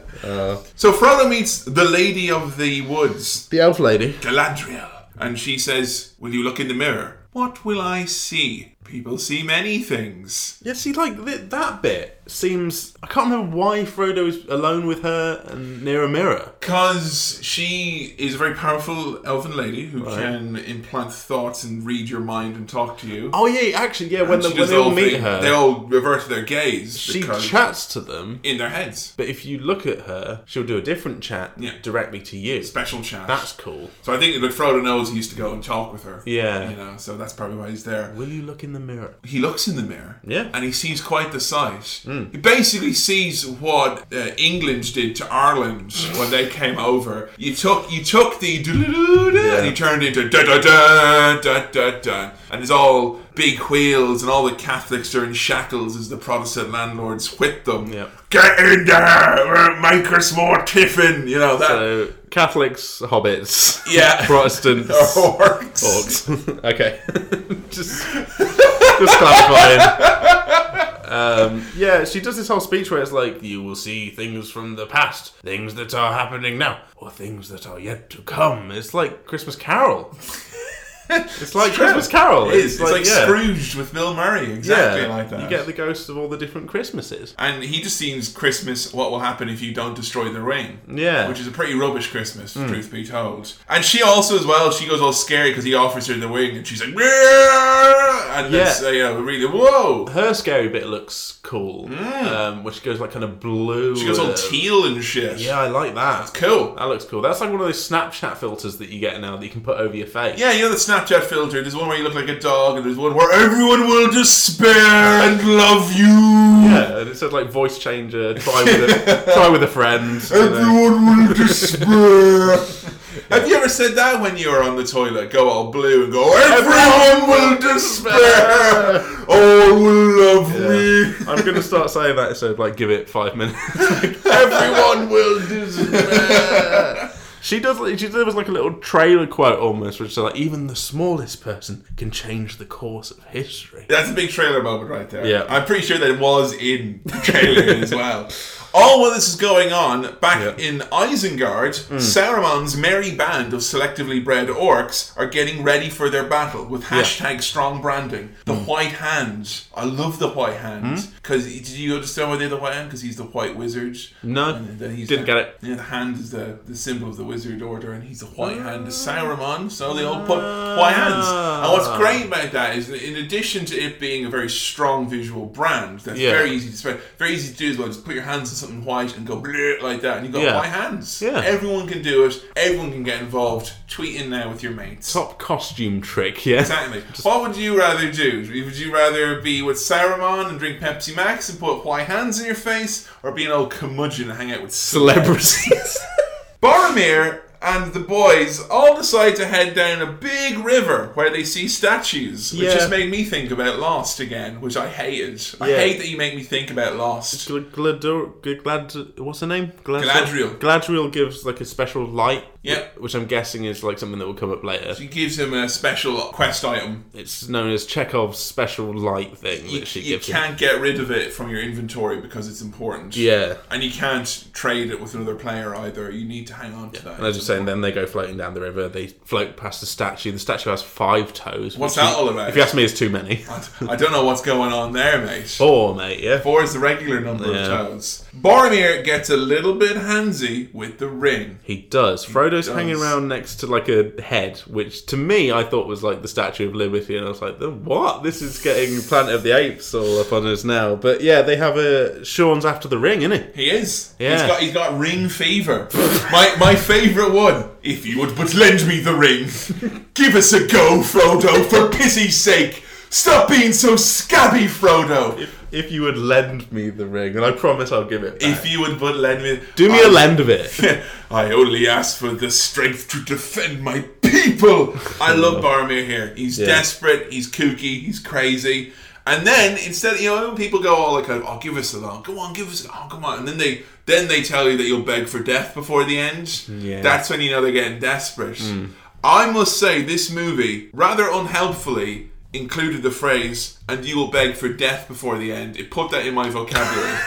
Speaker 1: So Frodo meets the Lady of the Woods.
Speaker 2: The elf lady.
Speaker 1: Galadriel. And she says, Will you look in the mirror? What will I see? People see many things.
Speaker 2: Yeah, see, like th- that bit seems. I can't remember why Frodo is alone with her and near a mirror.
Speaker 1: Because she is a very powerful elven lady who can implant thoughts and read your mind and talk to you.
Speaker 2: Oh yeah, actually, yeah. When,
Speaker 1: And
Speaker 2: the,
Speaker 1: she
Speaker 2: when
Speaker 1: does
Speaker 2: they
Speaker 1: the
Speaker 2: all
Speaker 1: whole
Speaker 2: meet
Speaker 1: thing.
Speaker 2: her,
Speaker 1: They all revert to their gaze
Speaker 2: she
Speaker 1: because
Speaker 2: chats to them.
Speaker 1: in their heads.
Speaker 2: But if you look at her, she'll do a different chat
Speaker 1: Yeah.
Speaker 2: directly to you.
Speaker 1: Special chat.
Speaker 2: That's cool.
Speaker 1: so I think that Frodo knows he used to go and talk with her.
Speaker 2: Yeah.
Speaker 1: You know, so that's probably why he's there.
Speaker 2: Will you look in the mirror?
Speaker 1: he looks in the mirror
Speaker 2: Yeah.
Speaker 1: and he sees quite the sight. He basically sees what uh, England did to Ireland when they came over. You took you took the doo-doo-doo-doo and you turned into da da da da da da and it's all big wheels and all the Catholics are in shackles as the Protestant landlords whip them.
Speaker 2: Yep.
Speaker 1: Get in there, we'll make us more tiffin, you know that.
Speaker 2: So Catholics, hobbits,
Speaker 1: Uh, Yeah.
Speaker 2: *laughs*
Speaker 1: Oh.
Speaker 2: Protestants,
Speaker 1: *laughs* Orcs.
Speaker 2: Orcs. *laughs* okay. just, just clarifying. Um, yeah, she does this whole speech where it's like, you will see things from the past, things that are happening now, or things that are yet to come. It's like Christmas Carol. it's like
Speaker 1: true.
Speaker 2: Christmas Carol.
Speaker 1: It is. It's like,
Speaker 2: yeah.
Speaker 1: Scrooged with Bill Murray, exactly
Speaker 2: yeah.
Speaker 1: like that.
Speaker 2: You get the ghosts of all the different Christmases.
Speaker 1: And he just seems Christmas, what will happen if you don't destroy the ring?
Speaker 2: Yeah. Hmm.
Speaker 1: Which is a pretty rubbish Christmas, truth be told. And she also, as well, she goes all scary because he offers her the ring and she's like, "Rrrr!" and
Speaker 2: Yeah.
Speaker 1: it's, uh, you know, really, whoa.
Speaker 2: Her scary bit looks cool, um, which goes like kind of blue.
Speaker 1: Mm. She goes all
Speaker 2: uh,
Speaker 1: teal and shit.
Speaker 2: Yeah, I like that.
Speaker 1: Cool.
Speaker 2: That looks cool. That's like one of those Snapchat filters that you get now that you can put over your face.
Speaker 1: Yeah, you know the Snapchat filter. There's one where you look like a dog, and there's one where everyone will despair and love you.
Speaker 2: Yeah, and it said like voice changer, try with
Speaker 1: *laughs*
Speaker 2: a try with a friend. you know.
Speaker 1: Everyone will despair. *laughs* Have you ever said that when you were on the toilet? Go all blue and go, Everyone will despair. All will love me.
Speaker 2: I'm gonna start saying that so like give it
Speaker 1: *laughs*
Speaker 2: five minutes. Like, everyone will despair. She does. like- She delivers like a little trailer quote almost, which is like, "Even the smallest person can change the course of history."
Speaker 1: That's a big trailer moment right there.
Speaker 2: Yeah.
Speaker 1: I'm pretty sure that it was in the trailer
Speaker 2: *laughs*
Speaker 1: as well. All while this is going on, back
Speaker 2: Yeah. Mm.
Speaker 1: in Isengard, Saruman's merry band of selectively bred orcs are getting ready for their battle with hashtag strong branding. The
Speaker 2: Mm.
Speaker 1: White Hands. I love the White Hands.
Speaker 2: Hmm?
Speaker 1: Because did you understand why they're the White Hand? Because he's the White Wizard.
Speaker 2: No,
Speaker 1: And then he's
Speaker 2: didn't
Speaker 1: the,
Speaker 2: get it.
Speaker 1: Yeah, the hand is the, the symbol of the wizard order, and he's the white hand of
Speaker 2: Ah.
Speaker 1: Saruman, so they all put white hands. And what's great about that is, that in addition to it being a very strong visual brand, that's
Speaker 2: Yeah.
Speaker 1: very easy to spread, very easy to do as well. Just put your hands on something white and go bleh, like that, and you got
Speaker 2: Yeah.
Speaker 1: white hands.
Speaker 2: Yeah.
Speaker 1: Everyone can do it. Everyone can get involved. Tweet in there with your mates.
Speaker 2: Top costume trick. Yeah.
Speaker 1: Exactly. What would you rather do? Would you rather be with Saruman and drink Pepsi Max and put white hands in your face, or be an old curmudgeon and hang out with
Speaker 2: Celebrities.
Speaker 1: *laughs* Boromir and the boys all decide to head down a big river where they see statues, which
Speaker 2: Yeah.
Speaker 1: just made me think about Lost again, which I hated. I
Speaker 2: Yeah.
Speaker 1: hate that you make me think about Lost.
Speaker 2: Gl- Glador, Glad, what's her name? Glad-
Speaker 1: Galadriel.
Speaker 2: Galadriel gives like a special light
Speaker 1: Yep.
Speaker 2: Which I'm guessing is like something that will come up later.
Speaker 1: She gives him a special quest item.
Speaker 2: It's known as Chekhov's special light thing
Speaker 1: You,
Speaker 2: that she
Speaker 1: you
Speaker 2: gives him.
Speaker 1: can't get rid of it from your inventory because it's important.
Speaker 2: Yeah.
Speaker 1: And you can't trade it with another player either. You need to hang on to that.
Speaker 2: And as you're saying, then they go floating down the river. They float past the statue. The statue has five toes.
Speaker 1: What's
Speaker 2: which
Speaker 1: that
Speaker 2: you-
Speaker 1: all about?
Speaker 2: If you ask me, it's too many.
Speaker 1: I I don't know what's going on there, mate.
Speaker 2: Four, mate. Yeah.
Speaker 1: Four is the regular number
Speaker 2: Oh. Yeah.
Speaker 1: of toes. Boromir gets a little bit handsy with the ring.
Speaker 2: He does. Frodo's hanging
Speaker 1: does.
Speaker 2: around next to like a head, which to me I thought was like the Statue of Liberty, and I was like, the what? This is getting Planet of the Apes all up on us now. But yeah, they have a Sean's after the ring, innit?
Speaker 1: He is. He's
Speaker 2: Yeah.
Speaker 1: got he's got ring fever. my my favourite one. If you would but lend me the ring. Give us a go, Frodo, for pity's sake. Stop being so scabby, Frodo.
Speaker 2: *laughs* If you would lend me the ring, and I promise I'll give it. Back.
Speaker 1: If you would but lend me
Speaker 2: Do me
Speaker 1: a
Speaker 2: a lend of *laughs* it.
Speaker 1: *laughs* I only ask for the strength to defend my people. I love Boromir here. He's desperate. He's kooky. He's crazy. And then instead, you know, when people go, "Oh, like, oh, give us a loan. Go on, give us. Oh, come on." And then they then they tell you that you'll beg for death before the end.
Speaker 2: Yeah.
Speaker 1: That's when you know they're getting desperate. I must say, this movie rather unhelpfully included the phrase "and you will beg for death before the end." It put that in my vocabulary.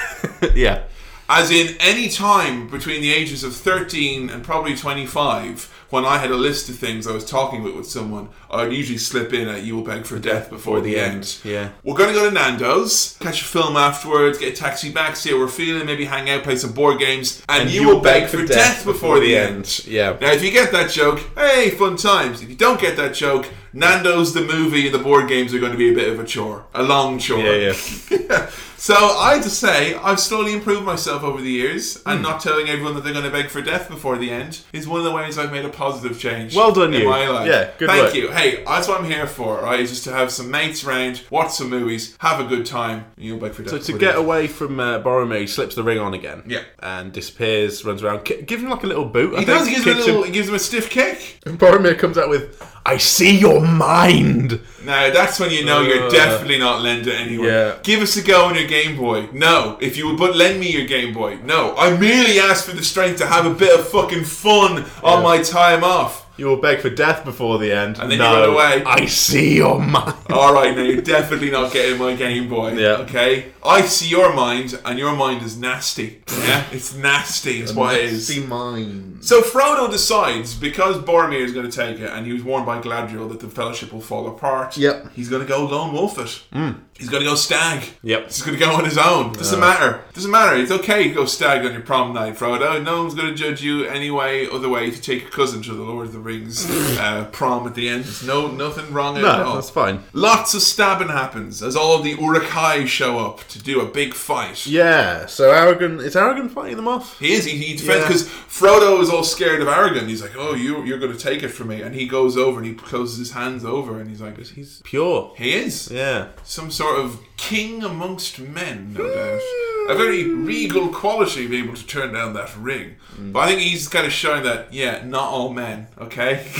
Speaker 2: yeah.
Speaker 1: As in any time between the ages of 13 and probably 25, when I had a list of things I was talking with with someone, I would usually slip in at "You will beg for death before the end."
Speaker 2: Yeah.
Speaker 1: We're gonna go to Nando's, catch a film afterwards, get a taxi back, see how we're feeling, maybe hang out, play some board games, and, you, will beg, for death, before the end.
Speaker 2: Yeah.
Speaker 1: Now, if you get that joke, hey, fun times. If you don't get that joke, Nando's the movie and the board games are going to be a bit of a chore, a long chore.
Speaker 2: Yeah,
Speaker 1: *laughs* so I have to say, I've slowly improved myself over the years, and
Speaker 2: Hmm.
Speaker 1: not telling everyone that they're going to beg for death before the end is one of the ways I've made a positive change.
Speaker 2: Well done,
Speaker 1: in
Speaker 2: you.
Speaker 1: My life.
Speaker 2: Yeah, good
Speaker 1: Thank
Speaker 2: work.
Speaker 1: you. Hey, that's what I'm here for, right? Is just to have some mates around, watch some movies, have a good time, and you'll beg for death.
Speaker 2: So to
Speaker 1: before
Speaker 2: get
Speaker 1: the end.
Speaker 2: away from uh, Boromir, he slips the ring on again.
Speaker 1: Yeah.
Speaker 2: And disappears, runs around. Ki- give him like a little boot. I
Speaker 1: He
Speaker 2: think,
Speaker 1: does. He gives him a
Speaker 2: kicks
Speaker 1: little. He gives him a stiff kick.
Speaker 2: And Boromir comes out with, I see your mind.
Speaker 1: Now that's when you know you're
Speaker 2: Uh,
Speaker 1: definitely not lender anyway.
Speaker 2: yeah.
Speaker 1: Give us a go on your Game Boy. No, if you would but lend me your Game Boy. No, I merely asked for the strength to have a bit of fucking fun on my time off.
Speaker 2: You will beg for death before the end. And
Speaker 1: then you run away.
Speaker 2: I see your mind.
Speaker 1: All right, now you're definitely not getting my Game Boy.
Speaker 2: Yeah.
Speaker 1: Okay. I see your mind, and your mind is nasty. Yeah, it's nasty. It's what it is.
Speaker 2: mind.
Speaker 1: So Frodo decides because Boromir is going to take it, and he was warned by Galadriel that the Fellowship will fall apart.
Speaker 2: Yep. Hmm.
Speaker 1: He's going to go lone wolf it. He's going to go stag.
Speaker 2: Yep. Uh.
Speaker 1: He's going to go on his own. Doesn't matter. Doesn't matter. It's okay to go stag on your prom night, Frodo. No one's going to judge you anyway. Other way to take your cousin to the Lord of the
Speaker 2: *laughs*
Speaker 1: Rings uh, prom at the end. There's no nothing wrong at all.
Speaker 2: No, that's fine.
Speaker 1: Lots of stabbing happens as all of the Urukai show up to do a big fight.
Speaker 2: Yeah, so Aragorn, is Aragorn fighting them off?
Speaker 1: He is. He, he defends
Speaker 2: Yeah.
Speaker 1: because Frodo is all scared of Aragorn. He's like, "Oh, you, you're going to take it from me," and he goes over and he closes his hands over and he's like,
Speaker 2: He's pure.
Speaker 1: "He is
Speaker 2: Yeah.
Speaker 1: some sort of king amongst men, no doubt. A very regal quality being able to turn down that ring.
Speaker 2: Mm.
Speaker 1: But I think he's kind of showing that, yeah, not all men, okay? *laughs*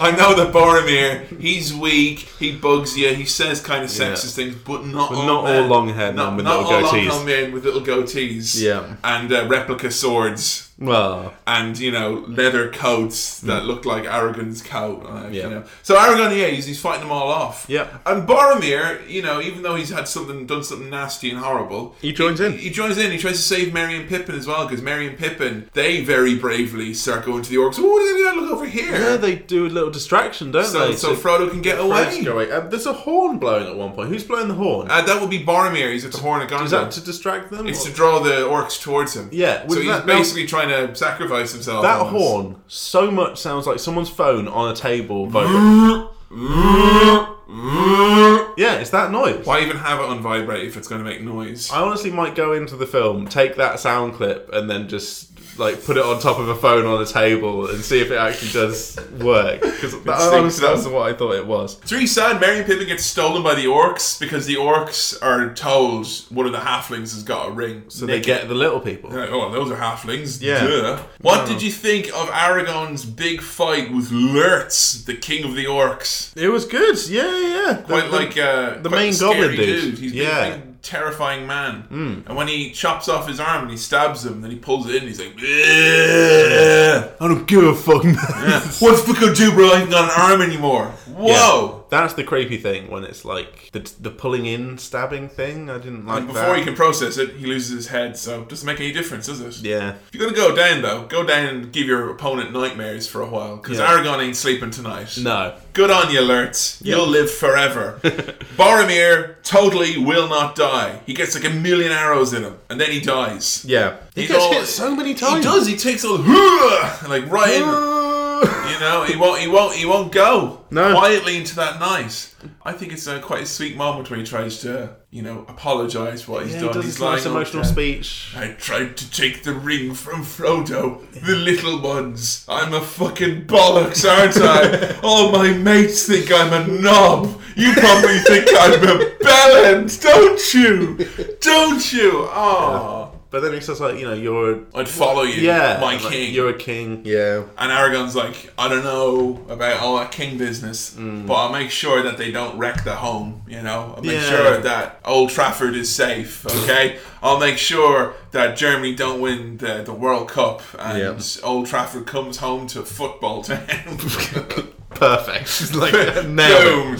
Speaker 1: I know that Boromir, he's weak, he bugs you, he says kind of sexist things, but not all
Speaker 2: not all
Speaker 1: men.
Speaker 2: long-haired men with
Speaker 1: not
Speaker 2: little
Speaker 1: all
Speaker 2: goatees.
Speaker 1: long-haired men with little goatees.
Speaker 2: Yeah.
Speaker 1: And uh, replica swords
Speaker 2: Well,
Speaker 1: and you know leather coats that look like Aragorn's coat. Like,
Speaker 2: Mm. Yeah.
Speaker 1: you know. So Aragorn, yeah, he's, he's fighting them all off.
Speaker 2: Yeah.
Speaker 1: And Boromir, you know, even though he's had something done something nasty and horrible,
Speaker 2: He joins in.
Speaker 1: He joins in. He tries to save Merry and Pippin as well because Merry and Pippin they very bravely start going to the orcs. Oh, what are they doing? Look over here.
Speaker 2: yeah, they do a little distraction, don't
Speaker 1: so,
Speaker 2: they?
Speaker 1: so Frodo can get away.
Speaker 2: Frodo's go away. Um, there's a horn blowing at one point. Who's blowing the horn?
Speaker 1: Uh, that would be Boromir. He's at the Horn of Gondor.
Speaker 2: Is that to distract them?
Speaker 1: it's
Speaker 2: Or-
Speaker 1: to draw the orcs towards him.
Speaker 2: Yeah,
Speaker 1: So
Speaker 2: with
Speaker 1: he's
Speaker 2: that- now-
Speaker 1: basically trying to sacrifice himself.
Speaker 2: That
Speaker 1: almost.
Speaker 2: horn so much sounds like someone's phone on a table.
Speaker 1: *laughs*
Speaker 2: Vibrating. yeah, it's that noise.
Speaker 1: Why even have it on vibrate if it's going to make noise?
Speaker 2: I honestly might go into the film, take that sound clip, and then just like put it on top of a phone on a table and see if it actually does work. Because
Speaker 1: stinks
Speaker 2: honestly,
Speaker 1: up.
Speaker 2: that's what I thought it was.
Speaker 1: It's really sad. Merry and Pippin gets stolen by the orcs because the orcs are told one of the halflings has got a ring.
Speaker 2: So they get the little people.
Speaker 1: Like, oh, those are halflings.
Speaker 2: Yeah.
Speaker 1: Duh. What did you think of Aragorn's big fight with Lurtz, the king of the orcs?
Speaker 2: It was good. Yeah, yeah. yeah.
Speaker 1: Quite like uh,
Speaker 2: the
Speaker 1: quite
Speaker 2: main
Speaker 1: scary
Speaker 2: goblin dude.
Speaker 1: He's big,
Speaker 2: Yeah. Hmm.
Speaker 1: big terrifying man. And when he chops off his arm and he stabs him, then he pulls it in. he's like, "Yeah."
Speaker 2: I don't give a fuck. *laughs* man.
Speaker 1: "What's the good do, bro? I ain't got an arm anymore." Whoa!
Speaker 2: That's the creepy thing when it's like the the pulling in stabbing thing. I didn't like
Speaker 1: And
Speaker 2: that.
Speaker 1: before he can process it, he loses his head. So it doesn't make any difference, does it?
Speaker 2: yeah.
Speaker 1: If you're gonna go down though, go down and give your opponent nightmares for a while, because
Speaker 2: Yeah.
Speaker 1: Aragon ain't sleeping tonight.
Speaker 2: No.
Speaker 1: Good on you, Lurtz. You'll live
Speaker 2: *laughs*
Speaker 1: forever. Boromir totally will not die. He gets like a million arrows in him, and then he dies.
Speaker 2: Yeah. He
Speaker 1: He's
Speaker 2: gets
Speaker 1: all-
Speaker 2: hit so many times. *laughs*
Speaker 1: He does. He takes all *laughs* like right in.
Speaker 2: does.
Speaker 1: You know, he won't. He won't. He won't go
Speaker 2: No.
Speaker 1: quietly into that night. I think it's uh, quite a sweet moment when he tries to, you know, apologize for what he's
Speaker 2: Yeah, he
Speaker 1: done.
Speaker 2: does
Speaker 1: he's
Speaker 2: his
Speaker 1: lying
Speaker 2: nice
Speaker 1: on
Speaker 2: emotional
Speaker 1: the-
Speaker 2: speech.
Speaker 1: I tried to take the ring from Frodo, the little ones. I'm a fucking bollocks, aren't
Speaker 2: *laughs*
Speaker 1: I? All my mates think I'm a knob. You probably think I'm a bellend, don't you? Don't you? Oh.
Speaker 2: But then he says like, you know, you're
Speaker 1: I'd follow you,
Speaker 2: yeah,
Speaker 1: my
Speaker 2: like,
Speaker 1: king.
Speaker 2: You're a king. Yeah.
Speaker 1: and Aragon's like, I don't know about all that king business,
Speaker 2: Mm.
Speaker 1: but I'll make sure that they don't wreck the home, you know? I'll make
Speaker 2: Yeah.
Speaker 1: sure that Old Trafford is
Speaker 2: *laughs*
Speaker 1: safe, okay? I'll make sure that Germany don't win the, the World Cup and
Speaker 2: Yeah.
Speaker 1: Old Trafford comes home to football *laughs* town.
Speaker 2: *laughs* Perfect. *laughs*
Speaker 1: *laughs*
Speaker 2: She's like nailed.
Speaker 1: Boom!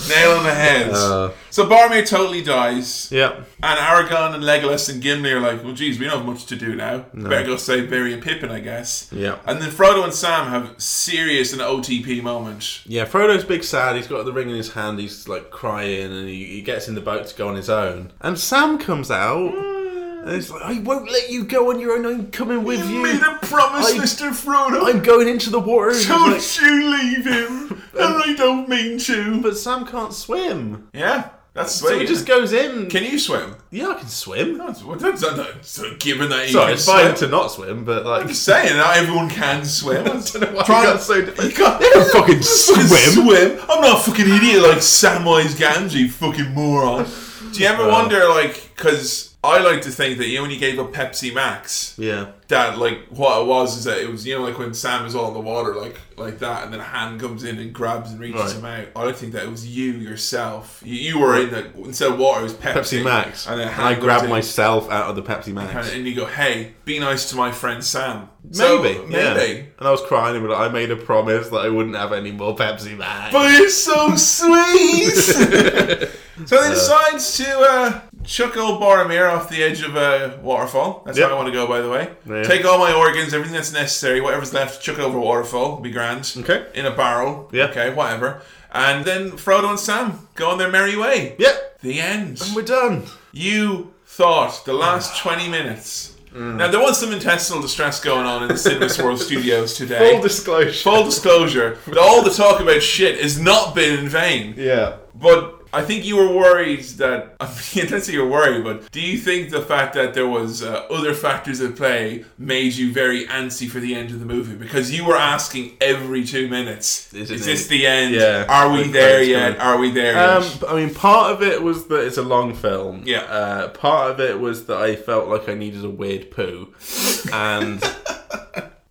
Speaker 1: Nail on the head.
Speaker 2: Uh.
Speaker 1: so Boromir totally dies.
Speaker 2: Yeah.
Speaker 1: And Aragon and Legolas and Gimli are like, well, geez, we don't have much to do now. Better go save Barry and Pippin, I guess.
Speaker 2: Yeah.
Speaker 1: And then Frodo and Sam have serious and OTP moment.
Speaker 2: Yeah, Frodo's big sad. He's got the ring in his hand. He's like crying, and he, he gets in the boat to go on his own. And Sam comes out, and he's like, "I won't let you go on your own. I'm coming with
Speaker 1: Mm. You
Speaker 2: you.
Speaker 1: made a promise,
Speaker 2: I-
Speaker 1: Mr. Frodo.
Speaker 2: *laughs* I'm going into the water." And he's
Speaker 1: don't
Speaker 2: like,
Speaker 1: you leave
Speaker 2: *laughs*
Speaker 1: him. and I don't mean to.
Speaker 2: but Sam can't swim,
Speaker 1: Yeah, that's
Speaker 2: so
Speaker 1: sweet.
Speaker 2: he just goes in.
Speaker 1: Can you swim?
Speaker 2: yeah, I can swim.
Speaker 1: That's, well, that's, that's, that's given that you
Speaker 2: *laughs* Sorry,
Speaker 1: can
Speaker 2: it's fine
Speaker 1: swim.
Speaker 2: to not swim, but like,
Speaker 1: I'm saying not everyone can
Speaker 2: *laughs*
Speaker 1: swim. *laughs* I don't know
Speaker 2: why
Speaker 1: Try
Speaker 2: you
Speaker 1: and-
Speaker 2: got *laughs* so different.
Speaker 1: You can't-
Speaker 2: They
Speaker 1: *laughs*
Speaker 2: don't fucking
Speaker 1: swim.
Speaker 2: swim.
Speaker 1: I'm not a fucking idiot like Samwise Gamgee, you fucking moron. Uh. Do you ever wonder, like, because I like to think that you know, when you gave up Pepsi Max,
Speaker 2: yeah,
Speaker 1: that like what it was is that it was you know like when Sam is all in the water like like that, and then a hand comes in and grabs and reaches
Speaker 2: Right.
Speaker 1: him out. I think that it was you yourself. You, you were in the instead of water, it was Pepsi,
Speaker 2: Pepsi Max,
Speaker 1: and
Speaker 2: and,
Speaker 1: then a hand
Speaker 2: I
Speaker 1: comes
Speaker 2: grab
Speaker 1: in.
Speaker 2: myself out of the Pepsi
Speaker 1: And,
Speaker 2: Max.
Speaker 1: and you go, hey, be nice to my friend Sam. So,
Speaker 2: Maybe, yeah.
Speaker 1: maybe.
Speaker 2: And I was crying, but I made a promise that I wouldn't have any more Pepsi Max.
Speaker 1: But it's so
Speaker 2: *laughs*
Speaker 1: sweet. so they decides to uh, chuck old Boromir off the edge of a waterfall. That's
Speaker 2: Yep.
Speaker 1: how I want to go, by the way.
Speaker 2: Yeah.
Speaker 1: Take all my organs, everything that's necessary, whatever's left, chuck it over a waterfall. It'll be grand.
Speaker 2: Okay.
Speaker 1: In a barrel.
Speaker 2: Yeah.
Speaker 1: Okay, whatever. And then Frodo and Sam go on their merry way.
Speaker 2: yep,
Speaker 1: The end.
Speaker 2: we're done.
Speaker 1: You thought the last 20 minutes.
Speaker 2: Mm.
Speaker 1: Now, there was some intestinal distress going on in the Cinemas
Speaker 2: *laughs*
Speaker 1: World Studios today.
Speaker 2: Full disclosure.
Speaker 1: Full disclosure, that all the talk about shit has not been in vain.
Speaker 2: yeah.
Speaker 1: But I think you were worried that *laughs* I mean, let's say you're worried, but do you think the fact that there was uh, other factors at play made you very antsy for the end of the movie because you were asking every two minutes, is,
Speaker 2: Is it
Speaker 1: this
Speaker 2: it?
Speaker 1: the end?
Speaker 2: Yeah.
Speaker 1: Are we
Speaker 2: Like,
Speaker 1: there
Speaker 2: that's
Speaker 1: yet?
Speaker 2: good.
Speaker 1: Are we there
Speaker 2: Um,
Speaker 1: yet?
Speaker 2: I mean, part of it was that it's a long film.
Speaker 1: Yeah.
Speaker 2: Uh, part of it was that I felt like I needed a weird poo,
Speaker 1: *laughs*
Speaker 2: and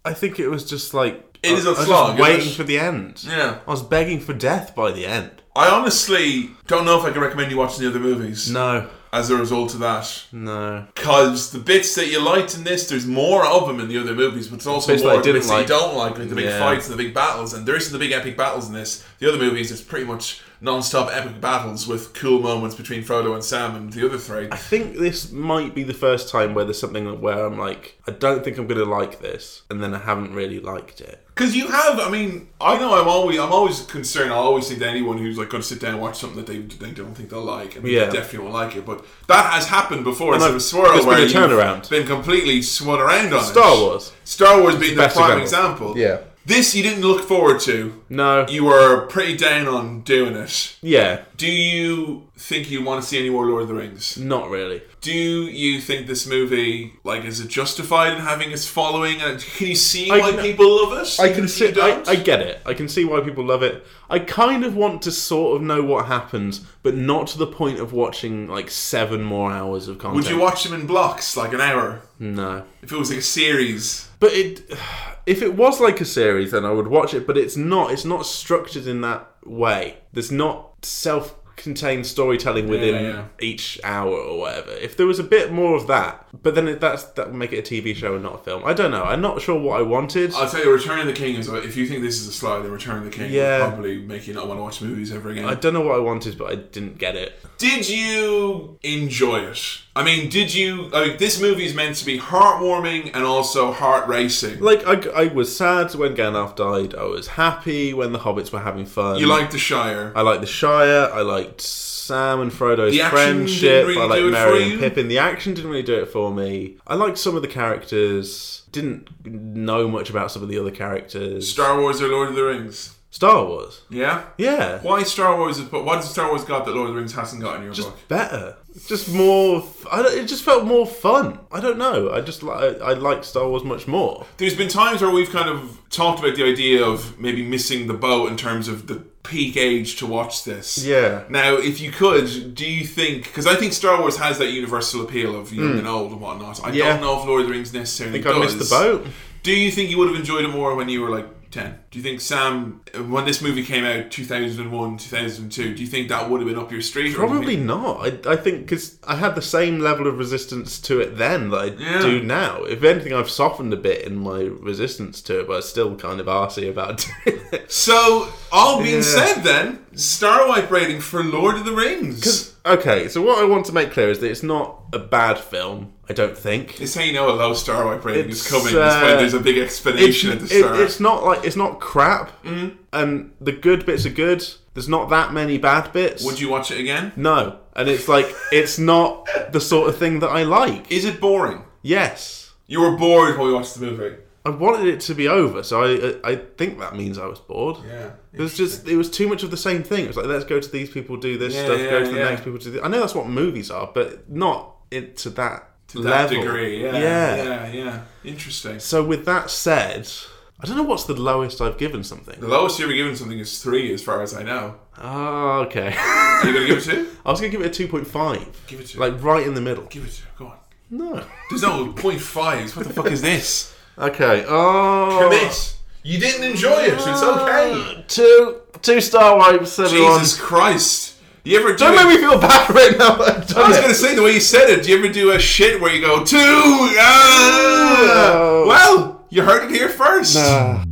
Speaker 2: I think it was just like
Speaker 1: It is a
Speaker 2: I was just
Speaker 1: slog, isn't
Speaker 2: waiting
Speaker 1: it?
Speaker 2: for the end.
Speaker 1: Yeah.
Speaker 2: I was begging for death by the end.
Speaker 1: I honestly don't know if I can recommend you watching the other movies
Speaker 2: No,
Speaker 1: as a result of that.
Speaker 2: no.
Speaker 1: Because the bits that you liked in this, there's more of them in the other movies, but it's also
Speaker 2: Bits that
Speaker 1: more
Speaker 2: I
Speaker 1: of the
Speaker 2: didn't
Speaker 1: bits that you
Speaker 2: like.
Speaker 1: don't like, like the big
Speaker 2: Yeah.
Speaker 1: fights and the big battles. And there isn't the big epic battles in this. The other movies, there's pretty much non-stop epic battles with cool moments between Frodo and Sam and the other three.
Speaker 2: I think this might be the first time where there's something where I'm like, I don't think I'm gonna like this, and then I haven't really liked it.
Speaker 1: Because you have, I mean, I know I'm always, I'm always concerned. I always think that anyone who's like going to sit down and watch something that they, they don't think they'll like, I mean,
Speaker 2: Yeah.
Speaker 1: they definitely won't like it. But that has happened before. It's
Speaker 2: know.
Speaker 1: been a swirl
Speaker 2: There's been
Speaker 1: where
Speaker 2: a
Speaker 1: you've
Speaker 2: turnaround.
Speaker 1: been completely swung around on
Speaker 2: Star
Speaker 1: it.
Speaker 2: Wars.
Speaker 1: Star Wars being the,
Speaker 2: best
Speaker 1: prime
Speaker 2: example.
Speaker 1: example.
Speaker 2: Yeah.
Speaker 1: This you didn't look forward to.
Speaker 2: No.
Speaker 1: You were pretty down on doing it.
Speaker 2: yeah.
Speaker 1: Do you think you want to see any more Lord of the Rings?
Speaker 2: Not really.
Speaker 1: Do you think this movie, like, is it justified in having its following? And can you see
Speaker 2: I
Speaker 1: why
Speaker 2: can-
Speaker 1: people love it?
Speaker 2: I
Speaker 1: even
Speaker 2: can
Speaker 1: if
Speaker 2: see.
Speaker 1: you don't?
Speaker 2: I, I get it. I can see why people love it. I kind of want to sort of know what happens, but not to the point of watching like seven more hours of content.
Speaker 1: Would you watch them in blocks, like an hour?
Speaker 2: No.
Speaker 1: If it was like a series,
Speaker 2: But it, *sighs* if it was like a series, then I would watch it. But it's not. It's not structured in that way. There's not self contained storytelling within
Speaker 1: yeah.
Speaker 2: each hour or whatever. If there was a bit more of that, but then it, that's that would make it a TV show and not a film. I don't know. I'm not sure what I wanted.
Speaker 1: I'll tell you, Return of the King is. If you think this is a slide, then Return of the King
Speaker 2: Yeah.
Speaker 1: will probably make you not want to watch movies ever again.
Speaker 2: I don't know what I wanted, but I didn't get it.
Speaker 1: Did you enjoy it? I mean, did you? I mean, this movie is meant to be heartwarming and also heart racing.
Speaker 2: Like I, I was sad when Gandalf died. I was happy when the hobbits were having fun.
Speaker 1: You like The Shire?
Speaker 2: I liked the Shire. I liked Sam and Frodo's
Speaker 1: The action didn't
Speaker 2: friendship.
Speaker 1: really
Speaker 2: I
Speaker 1: do
Speaker 2: liked
Speaker 1: it for
Speaker 2: Merry and
Speaker 1: you?
Speaker 2: Pippin. The action didn't really do it for me. I liked some of the characters. Didn't know much about some of the other characters.
Speaker 1: Star Wars or Lord of the Rings?
Speaker 2: Star Wars.
Speaker 1: Yeah.
Speaker 2: Yeah.
Speaker 1: Why Star Wars? Is, but why does Star Wars got that Lord of the Rings hasn't got in your book?
Speaker 2: Just better. Just more. f- I don't, it just felt more fun. I don't know. I just li- I, I like Star Wars much more.
Speaker 1: There's been times where we've kind of talked about the idea of maybe missing the boat in terms of the peak age to watch this.
Speaker 2: Yeah.
Speaker 1: Now, if you could, do you think? Because I think Star Wars has that universal appeal of young and old and whatnot. I
Speaker 2: Mm. Yeah.
Speaker 1: don't know if Lord of the Rings necessarily
Speaker 2: I think I
Speaker 1: does.
Speaker 2: missed the boat.
Speaker 1: Do you think you would have enjoyed it more when you were like 10? Do you think Sam, when this movie came out 2001, 2002, do you think that would have been up your street? or do you
Speaker 2: Probably
Speaker 1: think-
Speaker 2: not. I, I think because I had the same level of resistance to it then that I
Speaker 1: Yeah.
Speaker 2: do now. If anything, I've softened a bit in my resistance to it, but I'm still kind of arsy about *laughs* it.
Speaker 1: So, all being
Speaker 2: Yeah.
Speaker 1: said then, Star Wipe rating for Lord of the Rings.
Speaker 2: okay, so what I want to make clear is that it's not a bad film, I don't think.
Speaker 1: It's how you know a low Star Wipe rating is
Speaker 2: It's,
Speaker 1: coming,
Speaker 2: uh,
Speaker 1: is when there's a big explanation at the
Speaker 2: It-
Speaker 1: start. Mm.
Speaker 2: it's not like it's not crap, and the good bits are good. There's not that many bad bits.
Speaker 1: would you watch it again?
Speaker 2: No, and it's like it's not the sort of thing that I like.
Speaker 1: Is it boring?
Speaker 2: Yes.
Speaker 1: You were bored when we watched the movie.
Speaker 2: I wanted it to be over, so I I I think that means I was bored.
Speaker 1: Yeah.
Speaker 2: It was just it was too much of the same thing. It was like let's go to these people, do this
Speaker 1: Yeah,
Speaker 2: stuff,
Speaker 1: yeah,
Speaker 2: go to the
Speaker 1: yeah.
Speaker 2: next people, do. This. I know that's what movies are, but not it to that
Speaker 1: To that
Speaker 2: level.
Speaker 1: degree, yeah.
Speaker 2: yeah.
Speaker 1: Yeah, yeah. Interesting.
Speaker 2: So with that said, I don't know what's the lowest I've given something.
Speaker 1: The lowest you've ever given something is three, as far as I know.
Speaker 2: Oh, okay. *laughs*
Speaker 1: Are you going
Speaker 2: I
Speaker 1: to give it two?
Speaker 2: was gonna give it a two point five,
Speaker 1: Give it two.
Speaker 2: like right in the middle.
Speaker 1: give it two. Go on.
Speaker 2: No.
Speaker 1: There's no point fives. What the fuck is this?
Speaker 2: *laughs* Okay. Oh.
Speaker 1: Commit. You didn't enjoy it. It's okay.
Speaker 2: Two two star wipes, everyone.
Speaker 1: Jesus Christ. You ever do?
Speaker 2: Don't
Speaker 1: a-
Speaker 2: make me feel bad right now. *laughs* that I've done
Speaker 1: I was
Speaker 2: it.
Speaker 1: gonna say the way you said it. Do you ever do a shit where you go two? ah!"
Speaker 2: No.
Speaker 1: Well, you heard it here first.
Speaker 2: Ah.